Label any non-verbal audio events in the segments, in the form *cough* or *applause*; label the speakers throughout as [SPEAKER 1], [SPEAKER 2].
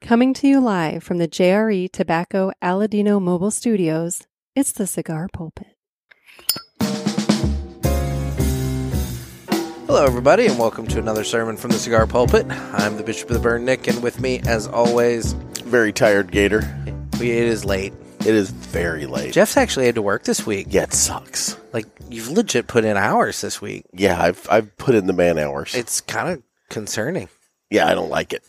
[SPEAKER 1] Coming to you live from the JRE Tobacco Aladino Mobile Studios, it's the Cigar Pulpit.
[SPEAKER 2] Hello, everybody, and welcome to another sermon from the Cigar Pulpit. I'm the Bishop of the Burn, Nick, and with me, as always,
[SPEAKER 3] Very tired gator.
[SPEAKER 2] we, it is late.
[SPEAKER 3] It is very late.
[SPEAKER 2] Jeff's actually had to work this week.
[SPEAKER 3] yeah, it sucks.
[SPEAKER 2] Like, you've legit put in hours this week.
[SPEAKER 3] Yeah, I've I've put in the man hours.
[SPEAKER 2] It's kind of concerning.
[SPEAKER 3] yeah, I don't like it.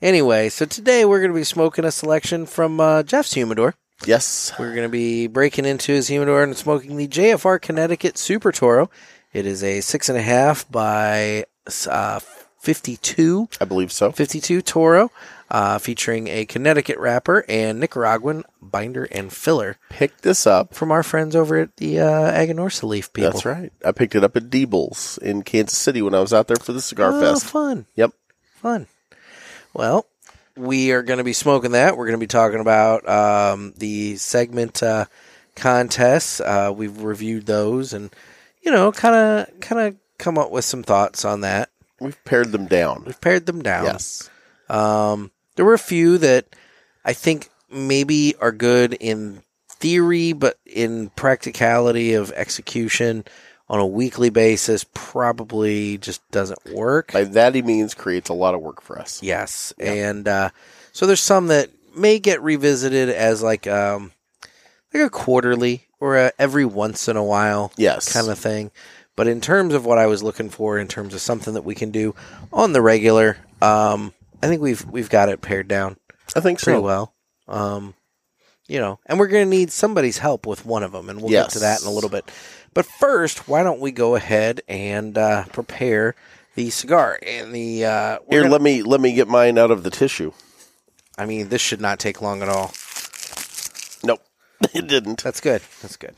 [SPEAKER 2] Anyway, so today we're going to be smoking a selection from uh, Jeff's humidor.
[SPEAKER 3] Yes.
[SPEAKER 2] We're going to be breaking into his humidor and smoking the JFR Connecticut Super Toro. It is a six and a half by uh, 52
[SPEAKER 3] I believe so.
[SPEAKER 2] 52 Toro, uh, featuring a Connecticut wrapper and Nicaraguan binder and filler
[SPEAKER 3] Pick this up.
[SPEAKER 2] from our friends over at the uh, Aganorsa Leaf people.
[SPEAKER 3] That's right. I picked it up at Diebel's in Kansas City when I was out there for the cigar
[SPEAKER 2] Oh,
[SPEAKER 3] fest.
[SPEAKER 2] fun,
[SPEAKER 3] Yep.
[SPEAKER 2] fun. Well, we are going to be smoking that. We're going to be talking about um, the segment uh, contests. Uh, we've reviewed those, and you know, kind of, kind of come up with some thoughts on that.
[SPEAKER 3] We've pared them down.
[SPEAKER 2] We've pared them down.
[SPEAKER 3] Yes.
[SPEAKER 2] Um, there were a few that I think maybe are good in theory, but in practicality of execution on a weekly basis, probably just doesn't work.
[SPEAKER 3] By that he means creates a lot of work for us.
[SPEAKER 2] yes, and uh, so there's some that may get revisited as like um, like a quarterly or a every once in a while
[SPEAKER 3] Yes.
[SPEAKER 2] kind of thing. But in terms of what I was looking for, in terms of something that we can do on the regular, um, I think we've we've got it pared down
[SPEAKER 3] I think
[SPEAKER 2] pretty
[SPEAKER 3] so.
[SPEAKER 2] well. Um, you know, and we're going to need somebody's help with one of them, and we'll get to that in a
[SPEAKER 3] Yes.
[SPEAKER 2] little bit. But first, why don't we go ahead and uh, prepare the cigar and the? Uh, we're
[SPEAKER 3] Here,
[SPEAKER 2] gonna-
[SPEAKER 3] let me let me get mine out of the tissue.
[SPEAKER 2] I mean, this should not take long at all.
[SPEAKER 3] Nope. *laughs* It didn't.
[SPEAKER 2] That's good. That's good.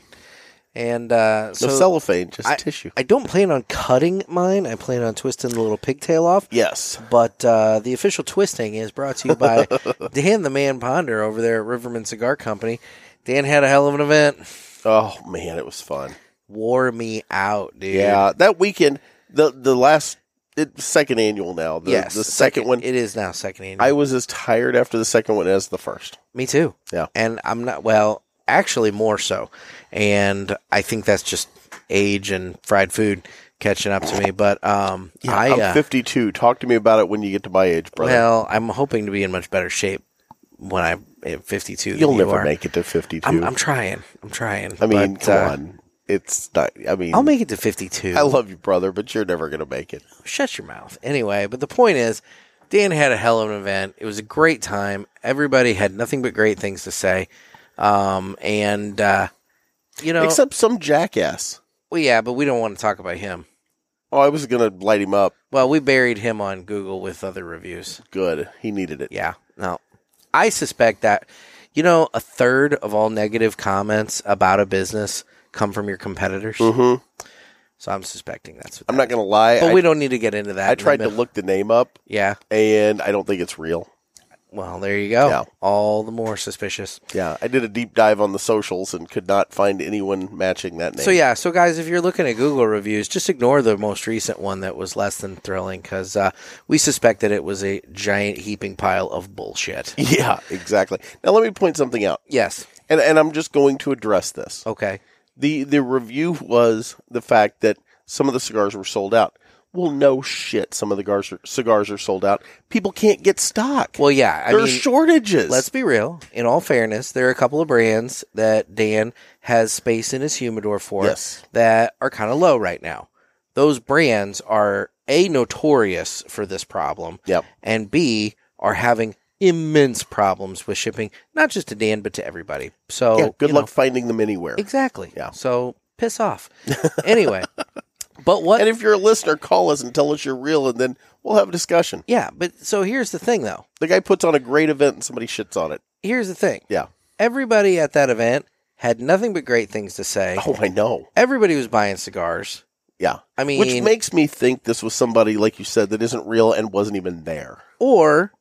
[SPEAKER 2] And uh, so
[SPEAKER 3] No cellophane, just
[SPEAKER 2] I,
[SPEAKER 3] tissue.
[SPEAKER 2] I don't plan on cutting mine. I plan on twisting the little pigtail off.
[SPEAKER 3] yes.
[SPEAKER 2] But uh, the official twisting is brought to you
[SPEAKER 3] *laughs*
[SPEAKER 2] by Dan the Man Ponder over there at Riverman Cigar Company. Dan had a hell of an event.
[SPEAKER 3] Oh man, it was fun.
[SPEAKER 2] wore me out, dude.
[SPEAKER 3] Yeah, that weekend, the the last it, second annual now. The,
[SPEAKER 2] yes.
[SPEAKER 3] the second, one.
[SPEAKER 2] It is now second annual.
[SPEAKER 3] I was as tired after the second one as the first.
[SPEAKER 2] me too.
[SPEAKER 3] Yeah.
[SPEAKER 2] And I'm not well, actually more so. And I think that's just age and fried food catching up to me. But um I
[SPEAKER 3] am
[SPEAKER 2] uh,
[SPEAKER 3] 52. Talk to me about it when you get to my age, brother.
[SPEAKER 2] well, I'm hoping to be in much better shape when I am fifty two.
[SPEAKER 3] You'll
[SPEAKER 2] you
[SPEAKER 3] never
[SPEAKER 2] are.
[SPEAKER 3] make it to 52.
[SPEAKER 2] I'm, I'm trying. I'm trying.
[SPEAKER 3] I mean,
[SPEAKER 2] But,
[SPEAKER 3] come
[SPEAKER 2] uh,
[SPEAKER 3] on. It's not. I mean,
[SPEAKER 2] I'll make it to fifty two.
[SPEAKER 3] I love you, brother, but you're never going to make it.
[SPEAKER 2] shut your mouth. Anyway, but the point is, Dan had a hell of an event. It was a great time. Everybody had nothing but great things to say. Um, and uh, you know,
[SPEAKER 3] Except some jackass.
[SPEAKER 2] well, yeah, but we don't want to talk about him.
[SPEAKER 3] Oh, I was going to light him up.
[SPEAKER 2] Well, we buried him on Google with other reviews.
[SPEAKER 3] Good. He needed it.
[SPEAKER 2] Yeah, no, I suspect that you know a third of all negative comments about a business come from your competitors.
[SPEAKER 3] hmm
[SPEAKER 2] So I'm suspecting that's. What
[SPEAKER 3] I'm
[SPEAKER 2] that
[SPEAKER 3] not going to lie.
[SPEAKER 2] is. But
[SPEAKER 3] I,
[SPEAKER 2] we don't need to get into that.
[SPEAKER 3] I
[SPEAKER 2] in the
[SPEAKER 3] tried to
[SPEAKER 2] middle.
[SPEAKER 3] look the name up,
[SPEAKER 2] Yeah.
[SPEAKER 3] and I don't think it's real.
[SPEAKER 2] Well, there you go.
[SPEAKER 3] Yeah.
[SPEAKER 2] All the more suspicious.
[SPEAKER 3] Yeah, I did a deep dive on the socials and could not find anyone matching that name.
[SPEAKER 2] So yeah, so guys, if you're looking at Google reviews, just ignore the most recent one that was less than thrilling because uh, we suspect that it was a giant heaping pile of bullshit.
[SPEAKER 3] *laughs* Yeah, exactly. Now let me point something out,
[SPEAKER 2] Yes.
[SPEAKER 3] and and I'm just going to address this.
[SPEAKER 2] Okay.
[SPEAKER 3] the The review was the fact that some of the cigars were sold out. Well, no shit, some of the cigars are, cigars are sold out. People can't get stock.
[SPEAKER 2] Well, yeah. I
[SPEAKER 3] there are
[SPEAKER 2] mean,
[SPEAKER 3] shortages.
[SPEAKER 2] let's be real. In all fairness, there are a couple of brands that Dan has space in his humidor for
[SPEAKER 3] Yes.
[SPEAKER 2] that are kind of low right now. Those brands are a notorious for this problem.
[SPEAKER 3] Yep.
[SPEAKER 2] and B are having immense problems with shipping, not just to Dan but to everybody. So
[SPEAKER 3] yeah, good
[SPEAKER 2] you
[SPEAKER 3] luck
[SPEAKER 2] know,
[SPEAKER 3] finding them anywhere.
[SPEAKER 2] exactly.
[SPEAKER 3] Yeah.
[SPEAKER 2] So piss
[SPEAKER 3] *laughs*
[SPEAKER 2] off. anyway, but what?
[SPEAKER 3] and if you're a listener, call us and tell us you're real, and then we'll have a discussion.
[SPEAKER 2] yeah, but so here's the thing, though.
[SPEAKER 3] The guy puts on a great event, and somebody shits on it. *laughs*
[SPEAKER 2] Here's the thing.
[SPEAKER 3] Yeah.
[SPEAKER 2] Everybody at that event had nothing but great things to say.
[SPEAKER 3] Oh, I know.
[SPEAKER 2] Everybody was buying cigars.
[SPEAKER 3] Yeah,
[SPEAKER 2] I mean,
[SPEAKER 3] which makes me think this was somebody like you said that isn't real and wasn't even there.
[SPEAKER 2] or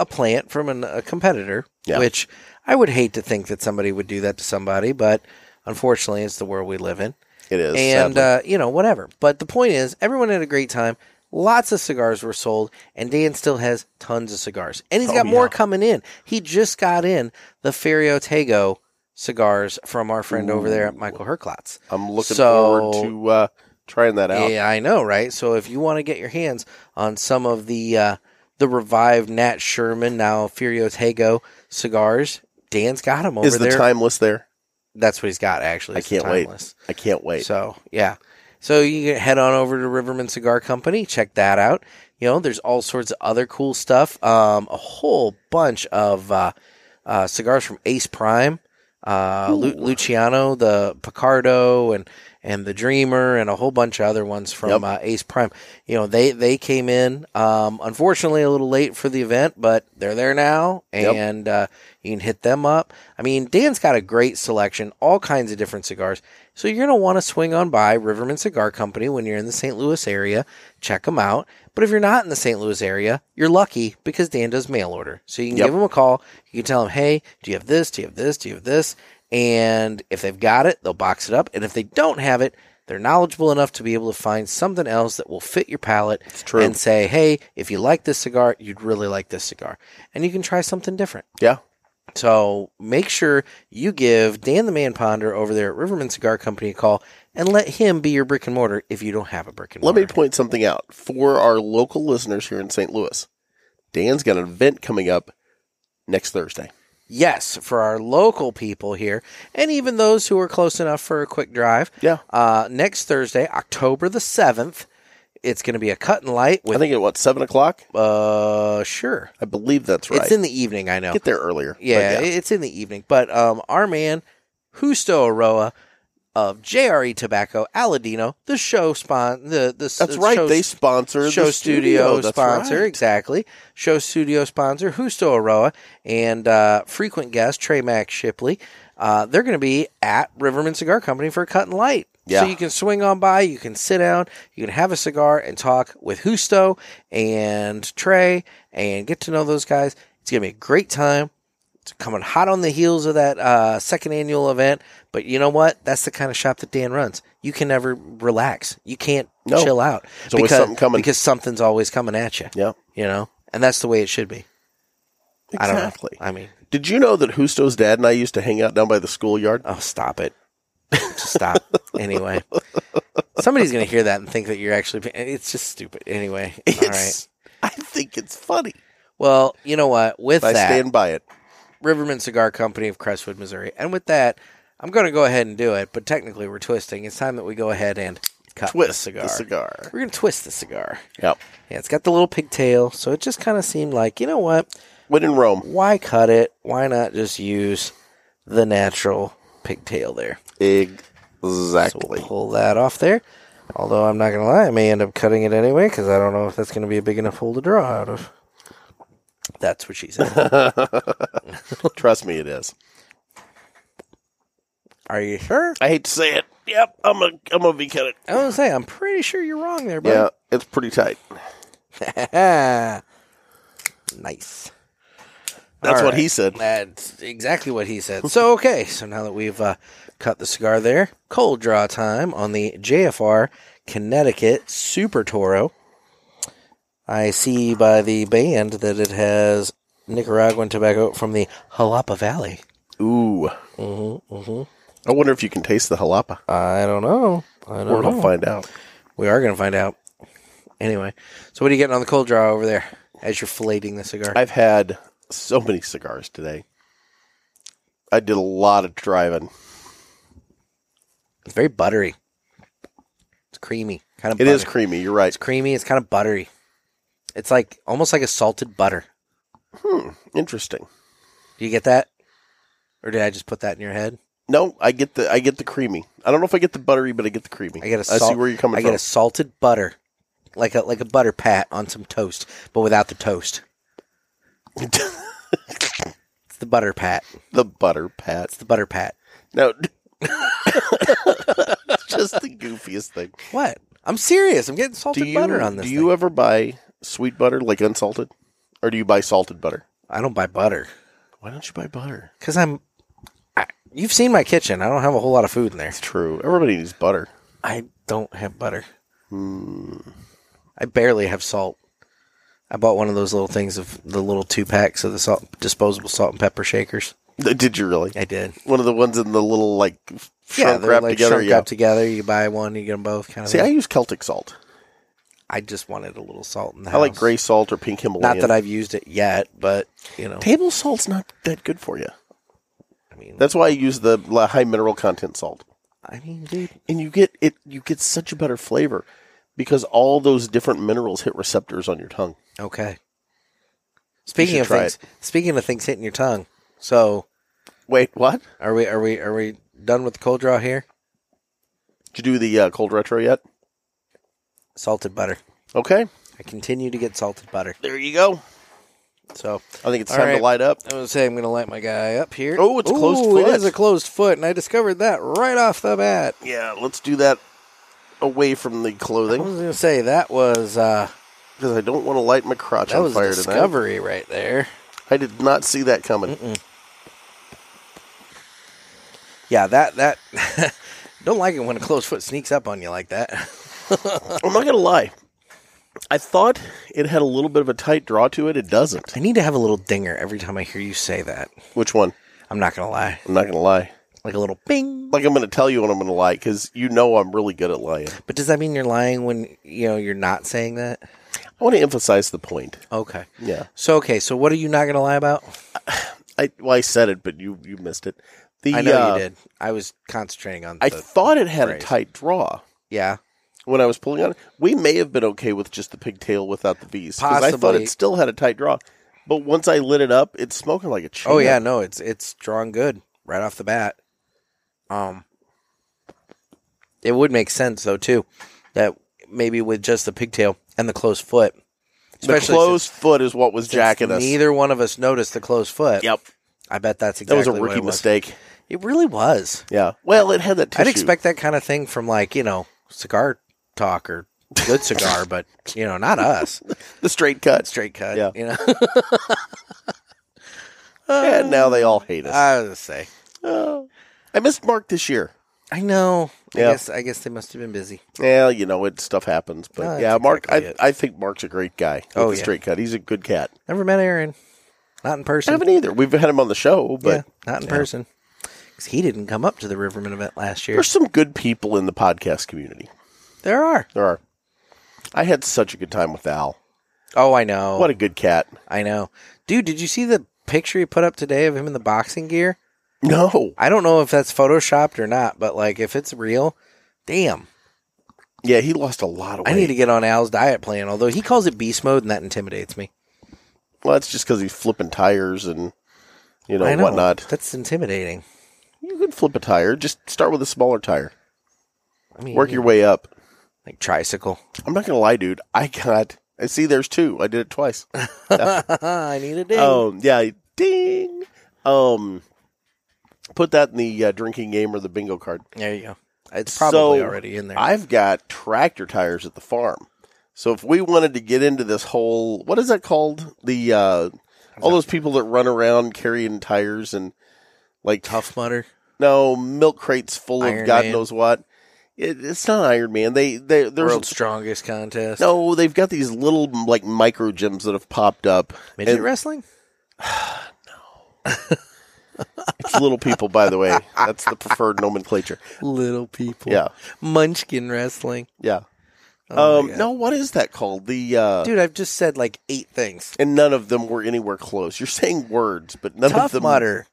[SPEAKER 2] a plant from an, a competitor,
[SPEAKER 3] Yeah.
[SPEAKER 2] which I would hate to think that somebody would do that to somebody, but unfortunately, it's the world we live in.
[SPEAKER 3] It is
[SPEAKER 2] and
[SPEAKER 3] sadly.
[SPEAKER 2] uh, you know whatever. But the point is, everyone had a great time. Lots of cigars were sold, and Dan still has tons of cigars. And he's
[SPEAKER 3] Oh,
[SPEAKER 2] got more
[SPEAKER 3] yeah.
[SPEAKER 2] coming in. He just got in the Ferio Tego cigars from our friend over there at Michael Herklotz.
[SPEAKER 3] I'm looking
[SPEAKER 2] uh, So-
[SPEAKER 3] forward to uh, trying that out.
[SPEAKER 2] Yeah, I know, right? So if you want to get your hands on some of the uh, the revived Nat Sherman now Furio Tego cigars, Dan's got them over
[SPEAKER 3] Is the
[SPEAKER 2] there.
[SPEAKER 3] timeless there?
[SPEAKER 2] That's what he's got actually.
[SPEAKER 3] I
[SPEAKER 2] It's the
[SPEAKER 3] can't wait.
[SPEAKER 2] timeless.
[SPEAKER 3] I can't wait.
[SPEAKER 2] So yeah, so you can head on over to Riverman Cigar Company, check that out. You know, there's all sorts of other cool stuff. Um, a whole bunch of uh, uh, cigars from Ace Prime, uh, Lu-
[SPEAKER 3] Ooh.
[SPEAKER 2] Luciano, the Picardo, and and the Dreamer, and a whole bunch of other ones from
[SPEAKER 3] Yep.
[SPEAKER 2] uh, Ace Prime. You know, they they came in. Um, unfortunately, a little late for the event, but they're there now,
[SPEAKER 3] Yep.
[SPEAKER 2] and uh, you can hit them up. I mean, Dan's got a great selection, all kinds of different cigars. So you're going to want to swing on by Riverman Cigar Company when you're in the St. Louis area. Check them out. But if you're not in the St. Louis area, you're lucky because Dan does mail order. So you can
[SPEAKER 3] Yep.
[SPEAKER 2] give him a call. You can tell him, hey, do you have this? Do you have this? Do you have this? And if they've got it, they'll box it up. And if they don't have it, they're knowledgeable enough to be able to find something else that will fit your palate
[SPEAKER 3] It's true.
[SPEAKER 2] and say, hey, if you like this cigar, you'd really like this cigar. And you can try something different.
[SPEAKER 3] yeah.
[SPEAKER 2] So make sure you give Dan the Man Ponder over there at Riverman Cigar Company a call and let him be your brick and mortar if you don't have a brick and
[SPEAKER 3] Let
[SPEAKER 2] mortar.
[SPEAKER 3] me point something out for our local listeners here in St. Louis. Dan's got an event coming up next Thursday.
[SPEAKER 2] yes, for our local people here and even those who are close enough for a quick drive.
[SPEAKER 3] Yeah.
[SPEAKER 2] Uh, next Thursday, October the 7th, it's going to be a cut and light
[SPEAKER 3] I
[SPEAKER 2] with,
[SPEAKER 3] think at what, 7 o'clock?
[SPEAKER 2] uh, sure.
[SPEAKER 3] I believe that's right.
[SPEAKER 2] It's in the evening, I know.
[SPEAKER 3] Get there earlier. but
[SPEAKER 2] Yeah, it's in the evening. But um, our man, Justo Aroa of JRE Tobacco, Aladino, the show spon the the
[SPEAKER 3] That's
[SPEAKER 2] the
[SPEAKER 3] right.
[SPEAKER 2] show,
[SPEAKER 3] they sponsor
[SPEAKER 2] show
[SPEAKER 3] the
[SPEAKER 2] studio,
[SPEAKER 3] studio. That's
[SPEAKER 2] sponsor
[SPEAKER 3] right.
[SPEAKER 2] exactly show studio sponsor Justo Aroa and uh, frequent guest Trey Max Shipley. Uh, they're going to be at Riverman Cigar Company for a cut and light.
[SPEAKER 3] Yeah.
[SPEAKER 2] So you can swing on by, you can sit down, you can have a cigar and talk with Justo and Trey and get to know those guys. It's going to be a great time. It's coming hot on the heels of that uh, second annual event. But you know what? That's the kind of shop that Dan runs. You can never relax. You can't
[SPEAKER 3] No.
[SPEAKER 2] chill out.
[SPEAKER 3] There's always something coming.
[SPEAKER 2] Because something's always coming at you.
[SPEAKER 3] Yeah.
[SPEAKER 2] You know? And that's the way it should be. I don't know.
[SPEAKER 3] Exactly.
[SPEAKER 2] I mean,
[SPEAKER 3] Did you know that Husto's dad and I used to hang out down by the schoolyard?
[SPEAKER 2] oh, stop it. Just stop. *laughs* anyway. Somebody's going to hear that and think that you're actually. It's just stupid. Anyway. All right.
[SPEAKER 3] *laughs* It's, I think it's funny.
[SPEAKER 2] Well, you know what? With
[SPEAKER 3] I
[SPEAKER 2] that.
[SPEAKER 3] stand by it.
[SPEAKER 2] Riverman Cigar Company of Crestwood, Missouri. And with that, I'm going to go ahead and do it, but technically we're twisting. It's time that we go ahead and cut the
[SPEAKER 3] Twist
[SPEAKER 2] cigar.
[SPEAKER 3] the cigar.
[SPEAKER 2] We're going to twist the cigar.
[SPEAKER 3] Yep.
[SPEAKER 2] Yeah, it's got the little pigtail, so it just kind of seemed like, you know what?
[SPEAKER 3] When in Rome.
[SPEAKER 2] Why cut it? Why not just use the natural pigtail there? So
[SPEAKER 3] Exactly.
[SPEAKER 2] we'll pull that off there. Although I'm not going to lie, I may end up cutting it anyway because I don't know if that's going to be a big enough hole to draw out of. That's what she said.
[SPEAKER 3] *laughs* Trust me, it is.
[SPEAKER 2] Are you sure?
[SPEAKER 3] I hate to say it. Yep. I'm a. I'm gonna be cut it.
[SPEAKER 2] I was gonna say, I'm pretty sure you're wrong there,
[SPEAKER 3] Yeah.
[SPEAKER 2] bud.
[SPEAKER 3] It's pretty tight.
[SPEAKER 2] *laughs* nice.
[SPEAKER 3] That's
[SPEAKER 2] All right.
[SPEAKER 3] what he said.
[SPEAKER 2] That's exactly what he said. So, okay, so now that we've uh, cut the cigar there, cold draw time on the JFR Connecticut Super Toro. I see by the band that it has Nicaraguan tobacco from the Jalapa Valley.
[SPEAKER 3] Ooh.
[SPEAKER 2] Mm-hmm, mm-hmm.
[SPEAKER 3] I wonder if you can taste the jalapa.
[SPEAKER 2] I don't know. I don't
[SPEAKER 3] We're
[SPEAKER 2] know.
[SPEAKER 3] gonna find out.
[SPEAKER 2] we are going to find out. Anyway, so what are you getting on the cold draw over there as you're filleting the cigar?
[SPEAKER 3] I've had so many cigars today. I did a lot of driving.
[SPEAKER 2] It's very buttery. It's creamy. Kind of
[SPEAKER 3] It is
[SPEAKER 2] buttery.
[SPEAKER 3] creamy. You're right.
[SPEAKER 2] It's creamy. It's kind of buttery. It's like almost like a salted butter.
[SPEAKER 3] Interesting.
[SPEAKER 2] Do you get that? Or did I just put that in your head?
[SPEAKER 3] No, I get the I get the creamy. I don't know if I get the buttery, but I get the creamy.
[SPEAKER 2] I get a
[SPEAKER 3] I see
[SPEAKER 2] salt-
[SPEAKER 3] where you're coming
[SPEAKER 2] I
[SPEAKER 3] from.
[SPEAKER 2] get a salted butter. Like a like a butter pat on some toast, but without the toast. It's the butter pat.
[SPEAKER 3] *laughs* the butter pat.
[SPEAKER 2] It's the butter pat.
[SPEAKER 3] No, *laughs* just the goofiest thing.
[SPEAKER 2] What? I'm serious. I'm getting salted
[SPEAKER 3] Do you
[SPEAKER 2] butter on this.
[SPEAKER 3] do
[SPEAKER 2] thing.
[SPEAKER 3] you ever buy sweet butter like unsalted, or do you buy salted butter?
[SPEAKER 2] I don't buy butter
[SPEAKER 3] Why don't you buy butter?
[SPEAKER 2] because I'm. I, you've seen my kitchen. I don't have a whole lot of food in there.
[SPEAKER 3] It's true. Everybody needs butter. Hmm.
[SPEAKER 2] I don't have butter. I barely have salt. I bought one of those little things of the little two packs of the salt, disposable salt and pepper shakers.
[SPEAKER 3] *laughs* Did you really?
[SPEAKER 2] I did.
[SPEAKER 3] One of the ones in the little like
[SPEAKER 2] Yeah,
[SPEAKER 3] shrunk
[SPEAKER 2] they're
[SPEAKER 3] wrap
[SPEAKER 2] like
[SPEAKER 3] together.
[SPEAKER 2] shrunk
[SPEAKER 3] yeah.
[SPEAKER 2] up together. You buy one, you get them both. Kind of.
[SPEAKER 3] See, I
[SPEAKER 2] thing.
[SPEAKER 3] use Celtic salt.
[SPEAKER 2] I, just wanted a little salt in the
[SPEAKER 3] I like
[SPEAKER 2] house.
[SPEAKER 3] gray salt or pink Himalayan.
[SPEAKER 2] Not that I've used it yet, but you know,
[SPEAKER 3] table salt's not that good for you.
[SPEAKER 2] I mean,
[SPEAKER 3] That's why I use the li- high mineral content salt,
[SPEAKER 2] I mean, dude,
[SPEAKER 3] and you get it. You get such a better flavor because all those different minerals hit receptors on your tongue.
[SPEAKER 2] okay. Speaking
[SPEAKER 3] should
[SPEAKER 2] of
[SPEAKER 3] try
[SPEAKER 2] things, speaking of things hitting your tongue. So,
[SPEAKER 3] Wait, what?
[SPEAKER 2] are we are we are we done with the cold draw here?
[SPEAKER 3] Did you do the uh, cold retro yet?
[SPEAKER 2] Salted butter.
[SPEAKER 3] Okay,
[SPEAKER 2] I continue to get salted butter.
[SPEAKER 3] there you go.
[SPEAKER 2] So
[SPEAKER 3] I think it's
[SPEAKER 2] All
[SPEAKER 3] time
[SPEAKER 2] right.
[SPEAKER 3] to light up.
[SPEAKER 2] I'm gonna say I'm gonna light my guy up here.
[SPEAKER 3] Oh, it's a closed
[SPEAKER 2] Ooh, It
[SPEAKER 3] foot.
[SPEAKER 2] is a closed foot, and I discovered that right off the bat.
[SPEAKER 3] Yeah, let's do that away from the
[SPEAKER 2] I
[SPEAKER 3] clothing
[SPEAKER 2] was gonna say that was uh,
[SPEAKER 3] because I don't want to light my crotch
[SPEAKER 2] that
[SPEAKER 3] on
[SPEAKER 2] was a
[SPEAKER 3] fire tonight.
[SPEAKER 2] discovery right there.
[SPEAKER 3] I did not see that coming.
[SPEAKER 2] Yeah, that that *laughs* don't like it when a closed foot sneaks up on you like that. *laughs*
[SPEAKER 3] I'm not gonna lie. I thought it had a little bit of a tight draw to it. It doesn't.
[SPEAKER 2] I need to have a little dinger every time I hear you say that.
[SPEAKER 3] Which one?
[SPEAKER 2] I'm not gonna lie,
[SPEAKER 3] I'm not gonna lie.
[SPEAKER 2] like a little bing.
[SPEAKER 3] Like I'm gonna tell you when I'm gonna lie because you know I'm really good at lying.
[SPEAKER 2] But does that mean you're lying when you know you're not saying that?
[SPEAKER 3] I want to emphasize the point.
[SPEAKER 2] Okay.
[SPEAKER 3] Yeah.
[SPEAKER 2] So okay, so what are you not gonna lie about?
[SPEAKER 3] I well I said it, but you you missed it. The
[SPEAKER 2] I know
[SPEAKER 3] uh,
[SPEAKER 2] you did. I was concentrating on.
[SPEAKER 3] I
[SPEAKER 2] the
[SPEAKER 3] thought it had
[SPEAKER 2] phrase.
[SPEAKER 3] a tight draw
[SPEAKER 2] Yeah.
[SPEAKER 3] when I was pulling on it. We may have been okay with just the pigtail without the V's. 'cause I thought
[SPEAKER 2] Possibly.
[SPEAKER 3] it still had a tight draw. But once I lit it up, it's smoking like a chain.
[SPEAKER 2] Oh yeah, no, it's it's drawn good right off the bat. Um, it would make sense though too that maybe with just the pigtail and the closed foot,
[SPEAKER 3] The
[SPEAKER 2] especially
[SPEAKER 3] closed
[SPEAKER 2] since-
[SPEAKER 3] foot is what was
[SPEAKER 2] since
[SPEAKER 3] jacking us.
[SPEAKER 2] Neither one of us noticed the closed foot.
[SPEAKER 3] Yep.
[SPEAKER 2] I bet that's
[SPEAKER 3] That
[SPEAKER 2] exactly
[SPEAKER 3] was a
[SPEAKER 2] what
[SPEAKER 3] rookie
[SPEAKER 2] it was.
[SPEAKER 3] mistake.
[SPEAKER 2] It really was.
[SPEAKER 3] Yeah. Well, it had that tissue.
[SPEAKER 2] I'd expect that kind of thing from like you know cigar talk or good
[SPEAKER 3] *laughs*
[SPEAKER 2] cigar, but you know not us.
[SPEAKER 3] the straight cuts.
[SPEAKER 2] Straight cut.
[SPEAKER 3] Yeah.
[SPEAKER 2] You know. *laughs*
[SPEAKER 3] And now they all hate us.
[SPEAKER 2] I was gonna say.
[SPEAKER 3] Oh. I missed Mark this year.
[SPEAKER 2] I know. I
[SPEAKER 3] Yeah.
[SPEAKER 2] guess I guess they must have been busy.
[SPEAKER 3] Yeah, you know, it stuff happens. But
[SPEAKER 2] No, that's
[SPEAKER 3] yeah, Mark,
[SPEAKER 2] exactly it.
[SPEAKER 3] I, I think Mark's a great guy. With
[SPEAKER 2] Oh,
[SPEAKER 3] the
[SPEAKER 2] yeah.
[SPEAKER 3] straight cut. He's a good cat.
[SPEAKER 2] Never met Aaron. Not in
[SPEAKER 3] I
[SPEAKER 2] person.
[SPEAKER 3] haven't either. We've had him on the show, but
[SPEAKER 2] yeah, not in
[SPEAKER 3] yeah.
[SPEAKER 2] person. 'Cause he didn't come up to the Riverman event last year.
[SPEAKER 3] there's some good people in the podcast community.
[SPEAKER 2] There are.
[SPEAKER 3] There are. I had such a good time with Al.
[SPEAKER 2] Oh, I know.
[SPEAKER 3] What a good cat.
[SPEAKER 2] I know. Dude, did you see the picture he put up today of him in the boxing gear?
[SPEAKER 3] No.
[SPEAKER 2] I don't know if that's photoshopped or not, but like if it's real, damn.
[SPEAKER 3] Yeah, he lost a lot of weight.
[SPEAKER 2] I need to get on Al's diet plan, although he calls it beast mode and that intimidates me.
[SPEAKER 3] well, that's just because he's flipping tires and, you know,
[SPEAKER 2] I know.
[SPEAKER 3] whatnot.
[SPEAKER 2] That's intimidating.
[SPEAKER 3] You could flip a tire. Just start with a smaller tire.
[SPEAKER 2] I mean,
[SPEAKER 3] Work your way up.
[SPEAKER 2] like
[SPEAKER 3] *laughs*
[SPEAKER 2] tricycle.
[SPEAKER 3] I'm not gonna lie, dude. I got. I see. There's two. I did it twice.
[SPEAKER 2] *laughs* I need a ding.
[SPEAKER 3] Um. Yeah. Ding. Um. Put that in the uh, drinking game or the bingo card.
[SPEAKER 2] There you go. It's probably
[SPEAKER 3] So,
[SPEAKER 2] already in there.
[SPEAKER 3] I've got tractor tires at the farm. So if we wanted to get into this whole, what is that called? The uh, all those people that run around carrying tires and like
[SPEAKER 2] Tough mutter.
[SPEAKER 3] no milk crates full
[SPEAKER 2] Iron
[SPEAKER 3] of God
[SPEAKER 2] Man.
[SPEAKER 3] knows what. It, it's not Iron Man. They they there's
[SPEAKER 2] World's strongest contest.
[SPEAKER 3] No, they've got these little like micro gyms that have popped up.
[SPEAKER 2] Midget
[SPEAKER 3] And
[SPEAKER 2] wrestling?
[SPEAKER 3] it's little people, by
[SPEAKER 2] *laughs*
[SPEAKER 3] the way. That's the preferred nomenclature.
[SPEAKER 2] Little people.
[SPEAKER 3] Yeah,
[SPEAKER 2] Munchkin wrestling.
[SPEAKER 3] yeah.
[SPEAKER 2] Oh my
[SPEAKER 3] um,
[SPEAKER 2] God.
[SPEAKER 3] no, what is that called? The uh,
[SPEAKER 2] Dude, I've just said like eight things.
[SPEAKER 3] and none of them were anywhere close. You're saying words, but none of
[SPEAKER 2] Tough
[SPEAKER 3] them.
[SPEAKER 2] mutter.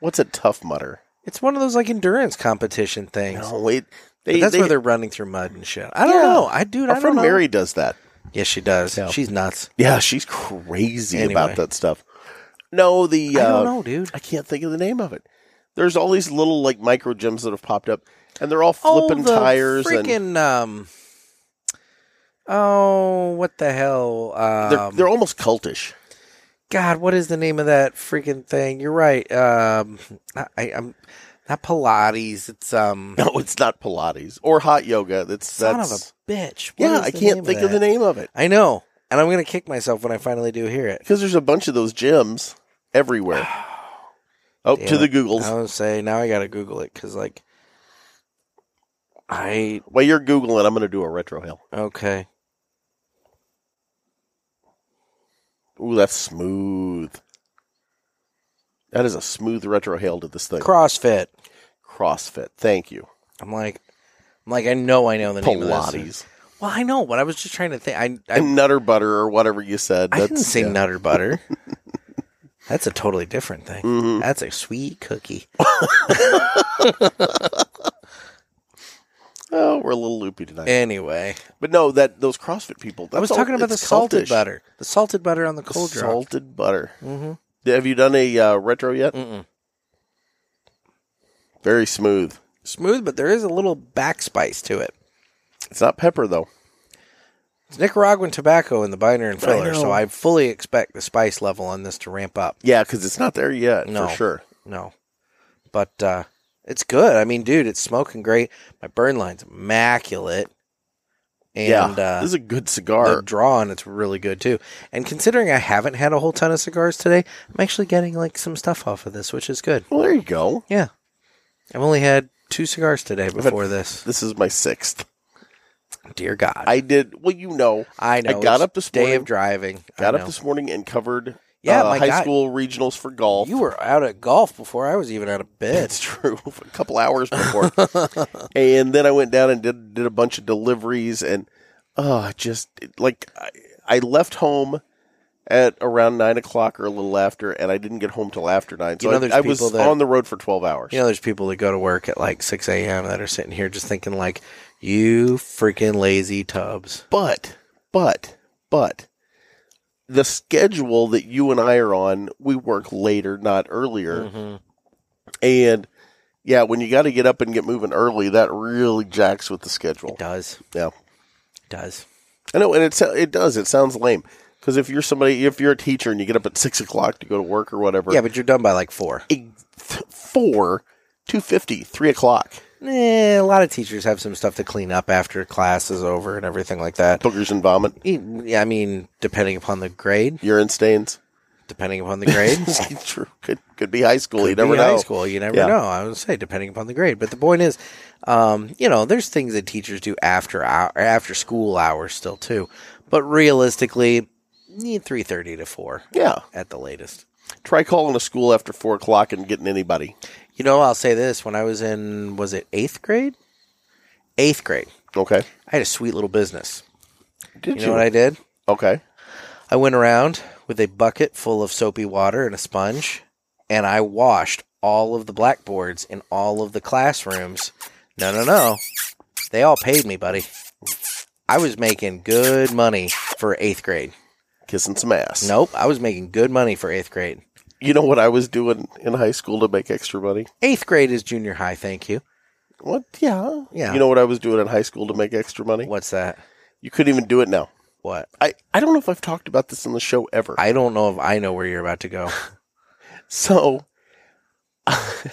[SPEAKER 3] What's a tough mutter?
[SPEAKER 2] It's one of those like endurance competition things.
[SPEAKER 3] No, wait.
[SPEAKER 2] But
[SPEAKER 3] They,
[SPEAKER 2] that's
[SPEAKER 3] they,
[SPEAKER 2] where they're running through mud and shit. I don't
[SPEAKER 3] Yeah.
[SPEAKER 2] know. I dude,
[SPEAKER 3] our
[SPEAKER 2] I don't
[SPEAKER 3] friend
[SPEAKER 2] know.
[SPEAKER 3] Mary does that.
[SPEAKER 2] Yes, she does.
[SPEAKER 3] Yeah.
[SPEAKER 2] She's nuts.
[SPEAKER 3] Yeah, she's crazy
[SPEAKER 2] Anyway.
[SPEAKER 3] about that stuff. No, the uh,
[SPEAKER 2] I don't know, dude.
[SPEAKER 3] I can't think of the name of it. There's all these little like micro gyms that have popped up, and they're all flipping
[SPEAKER 2] oh, the
[SPEAKER 3] tires
[SPEAKER 2] Freaking
[SPEAKER 3] and
[SPEAKER 2] um Oh, what the hell?
[SPEAKER 3] they're,
[SPEAKER 2] Um,
[SPEAKER 3] they're almost cultish. *laughs*
[SPEAKER 2] God, what is the name of that freaking thing? You're right. Um I, I I'm not Pilates. It's um
[SPEAKER 3] No, it's not Pilates or hot yoga. That's
[SPEAKER 2] son
[SPEAKER 3] that's
[SPEAKER 2] of a bitch. What
[SPEAKER 3] yeah.
[SPEAKER 2] is
[SPEAKER 3] I
[SPEAKER 2] the name
[SPEAKER 3] can't think of, the
[SPEAKER 2] that?
[SPEAKER 3] name of it
[SPEAKER 2] I know, and I'm gonna kick myself when I finally do hear it. *sighs*
[SPEAKER 3] because there's a bunch of those gyms everywhere. Oh,
[SPEAKER 2] Damn
[SPEAKER 3] to the
[SPEAKER 2] it.
[SPEAKER 3] Googles.
[SPEAKER 2] I would say now I gotta Google it because like I
[SPEAKER 3] While you're googling, I'm going to do a retro hill.
[SPEAKER 2] okay.
[SPEAKER 3] Ooh, that's smooth. That is a smooth retro hail to this thing.
[SPEAKER 2] CrossFit.
[SPEAKER 3] CrossFit. Thank you.
[SPEAKER 2] I'm like, I'm like, I know I know the name of this.
[SPEAKER 3] Pilates.
[SPEAKER 2] Well, I know, but I was just trying to think. I I,
[SPEAKER 3] And Nutter Butter or whatever you said.
[SPEAKER 2] I didn't say
[SPEAKER 3] yeah.
[SPEAKER 2] Nutter
[SPEAKER 3] *laughs*
[SPEAKER 2] Butter. That's a totally different thing.
[SPEAKER 3] Mhm.
[SPEAKER 2] That's a sweet cookie.
[SPEAKER 3] Oh, we're a little loopy tonight.
[SPEAKER 2] Anyway,
[SPEAKER 3] but no, that those CrossFit people.
[SPEAKER 2] Eh. I was
[SPEAKER 3] that's all-
[SPEAKER 2] talking about the
[SPEAKER 3] it's
[SPEAKER 2] salted
[SPEAKER 3] cultish.
[SPEAKER 2] butter. The salted butter on the
[SPEAKER 3] The
[SPEAKER 2] cold draw.
[SPEAKER 3] salted butter.
[SPEAKER 2] Mm-hmm.
[SPEAKER 3] Have you done a uh, retro yet?
[SPEAKER 2] Mm-mm.
[SPEAKER 3] Very smooth.
[SPEAKER 2] Smooth, but there is a little back spice to it.
[SPEAKER 3] It's not pepper though.
[SPEAKER 2] It's Nicaraguan tobacco in the binder and filler, so
[SPEAKER 3] know.
[SPEAKER 2] I fully expect the spice level on this to ramp up.
[SPEAKER 3] Yeah, because it's not there yet
[SPEAKER 2] No.
[SPEAKER 3] for sure.
[SPEAKER 2] No. But uh it's good. I mean, dude, it's smoking great. My burn line's immaculate. And
[SPEAKER 3] yeah,
[SPEAKER 2] uh
[SPEAKER 3] this is a good
[SPEAKER 2] the
[SPEAKER 3] cigar.
[SPEAKER 2] draw on it's really good too. And considering I haven't had a whole ton of cigars today, I'm actually getting like some stuff off of this, which is good.
[SPEAKER 3] well, there you go.
[SPEAKER 2] I've only had two cigars today
[SPEAKER 3] had-
[SPEAKER 2] before this.
[SPEAKER 3] This is my sixth.
[SPEAKER 2] Dear God. I,
[SPEAKER 3] I did. Well, you know,
[SPEAKER 2] know.
[SPEAKER 3] I got
[SPEAKER 2] it's
[SPEAKER 3] up this
[SPEAKER 2] day
[SPEAKER 3] morning-
[SPEAKER 2] of driving. I
[SPEAKER 3] got
[SPEAKER 2] know.
[SPEAKER 3] up this morning and covered
[SPEAKER 2] Yeah,
[SPEAKER 3] uh,
[SPEAKER 2] my
[SPEAKER 3] high
[SPEAKER 2] God.
[SPEAKER 3] school regionals for golf. *laughs*
[SPEAKER 2] You were out at golf before I was even out of bed.
[SPEAKER 3] It's true. *laughs* A couple hours
[SPEAKER 2] *laughs*
[SPEAKER 3] before, and then I went down and did did a bunch of deliveries, and oh, I just like I, I left home at around nine o'clock or a little after, and I didn't get home till after nine. So
[SPEAKER 2] You know
[SPEAKER 3] I-
[SPEAKER 2] there's
[SPEAKER 3] I, was
[SPEAKER 2] people that-
[SPEAKER 3] on the road for twelve hours.
[SPEAKER 2] You know, there's people that go to work at like 6 a.m. that are sitting here just thinking, like, you freaking lazy tubs.
[SPEAKER 3] But, but, but, the schedule that you and I are on, we work later, not earlier.
[SPEAKER 2] Mm-hmm.
[SPEAKER 3] And yeah, when you got to get up and get moving early, that really jacks with the schedule.
[SPEAKER 2] It does.
[SPEAKER 3] Yeah.
[SPEAKER 2] It does.
[SPEAKER 3] I know, and it so- it does. It sounds lame because if you're somebody, if you're a teacher and you get up at six o'clock to go to work or whatever,
[SPEAKER 2] Yeah, but you're done by like four.
[SPEAKER 3] it, th- four, two fifty, three o'clock,
[SPEAKER 2] Eh, a lot of teachers have some stuff to clean up after class is over and everything like that.
[SPEAKER 3] boogers and vomit,
[SPEAKER 2] E- Yeah, I mean, depending upon the grade,
[SPEAKER 3] urine stains. *laughs*
[SPEAKER 2] depending upon the *laughs* grade.
[SPEAKER 3] True, could could be high school. you
[SPEAKER 2] Could
[SPEAKER 3] never
[SPEAKER 2] be
[SPEAKER 3] know.
[SPEAKER 2] High school, you never
[SPEAKER 3] Yeah.
[SPEAKER 2] know. I would say depending upon the grade, but the point is, um, you know, there's things that teachers do after hour, after school hours still too, but realistically, need three thirty to four
[SPEAKER 3] Yeah,
[SPEAKER 2] at the latest.
[SPEAKER 3] try calling a school after four o'clock and getting anybody.
[SPEAKER 2] You know, I'll say this: when I was in, was it eighth grade? Eighth grade,
[SPEAKER 3] Okay,
[SPEAKER 2] I had a sweet little business.
[SPEAKER 3] did
[SPEAKER 2] You know what I did?
[SPEAKER 3] okay,
[SPEAKER 2] I went around with a bucket full of soapy water and a sponge, and I washed all of the blackboards in all of the classrooms. No, no, no. They all paid me, buddy. I was making good money for eighth grade.
[SPEAKER 3] kissing some ass.
[SPEAKER 2] Nope, I was making good money for eighth grade.
[SPEAKER 3] you know what I was doing in high school to make extra money.
[SPEAKER 2] Eighth grade is junior high, thank you.
[SPEAKER 3] What? Yeah,
[SPEAKER 2] Yeah.
[SPEAKER 3] You know what I was doing in high school to make extra money?
[SPEAKER 2] What's that?
[SPEAKER 3] You couldn't even do it now.
[SPEAKER 2] What?
[SPEAKER 3] I, I don't know if I've talked about this on the show ever.
[SPEAKER 2] I don't know if I know where you're about to go.
[SPEAKER 3] so
[SPEAKER 2] *laughs*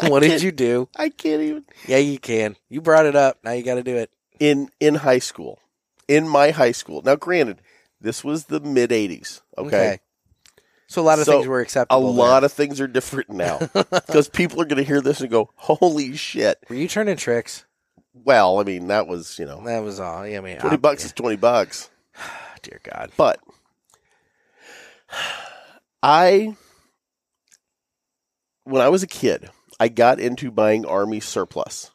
[SPEAKER 2] what did you do?
[SPEAKER 3] I can't even
[SPEAKER 2] Yeah, you can. You brought it up. Now you got to do it.
[SPEAKER 3] in in high school, in my high school. Now, granted, this was the mid '80s. Okay,
[SPEAKER 2] So a lot of
[SPEAKER 3] So,
[SPEAKER 2] things were
[SPEAKER 3] a
[SPEAKER 2] acceptable. there.
[SPEAKER 3] lot of things are different *laughs* now because people are going to hear this and go, "Holy shit!"
[SPEAKER 2] Were you turning tricks?
[SPEAKER 3] Well, I mean, that was you know,
[SPEAKER 2] That was all. Yeah, I mean,
[SPEAKER 3] twenty
[SPEAKER 2] I-
[SPEAKER 3] bucks
[SPEAKER 2] *sighs*
[SPEAKER 3] is twenty bucks.
[SPEAKER 2] Dear God. *laughs*
[SPEAKER 3] But I, when I was a kid, I got into buying army surplus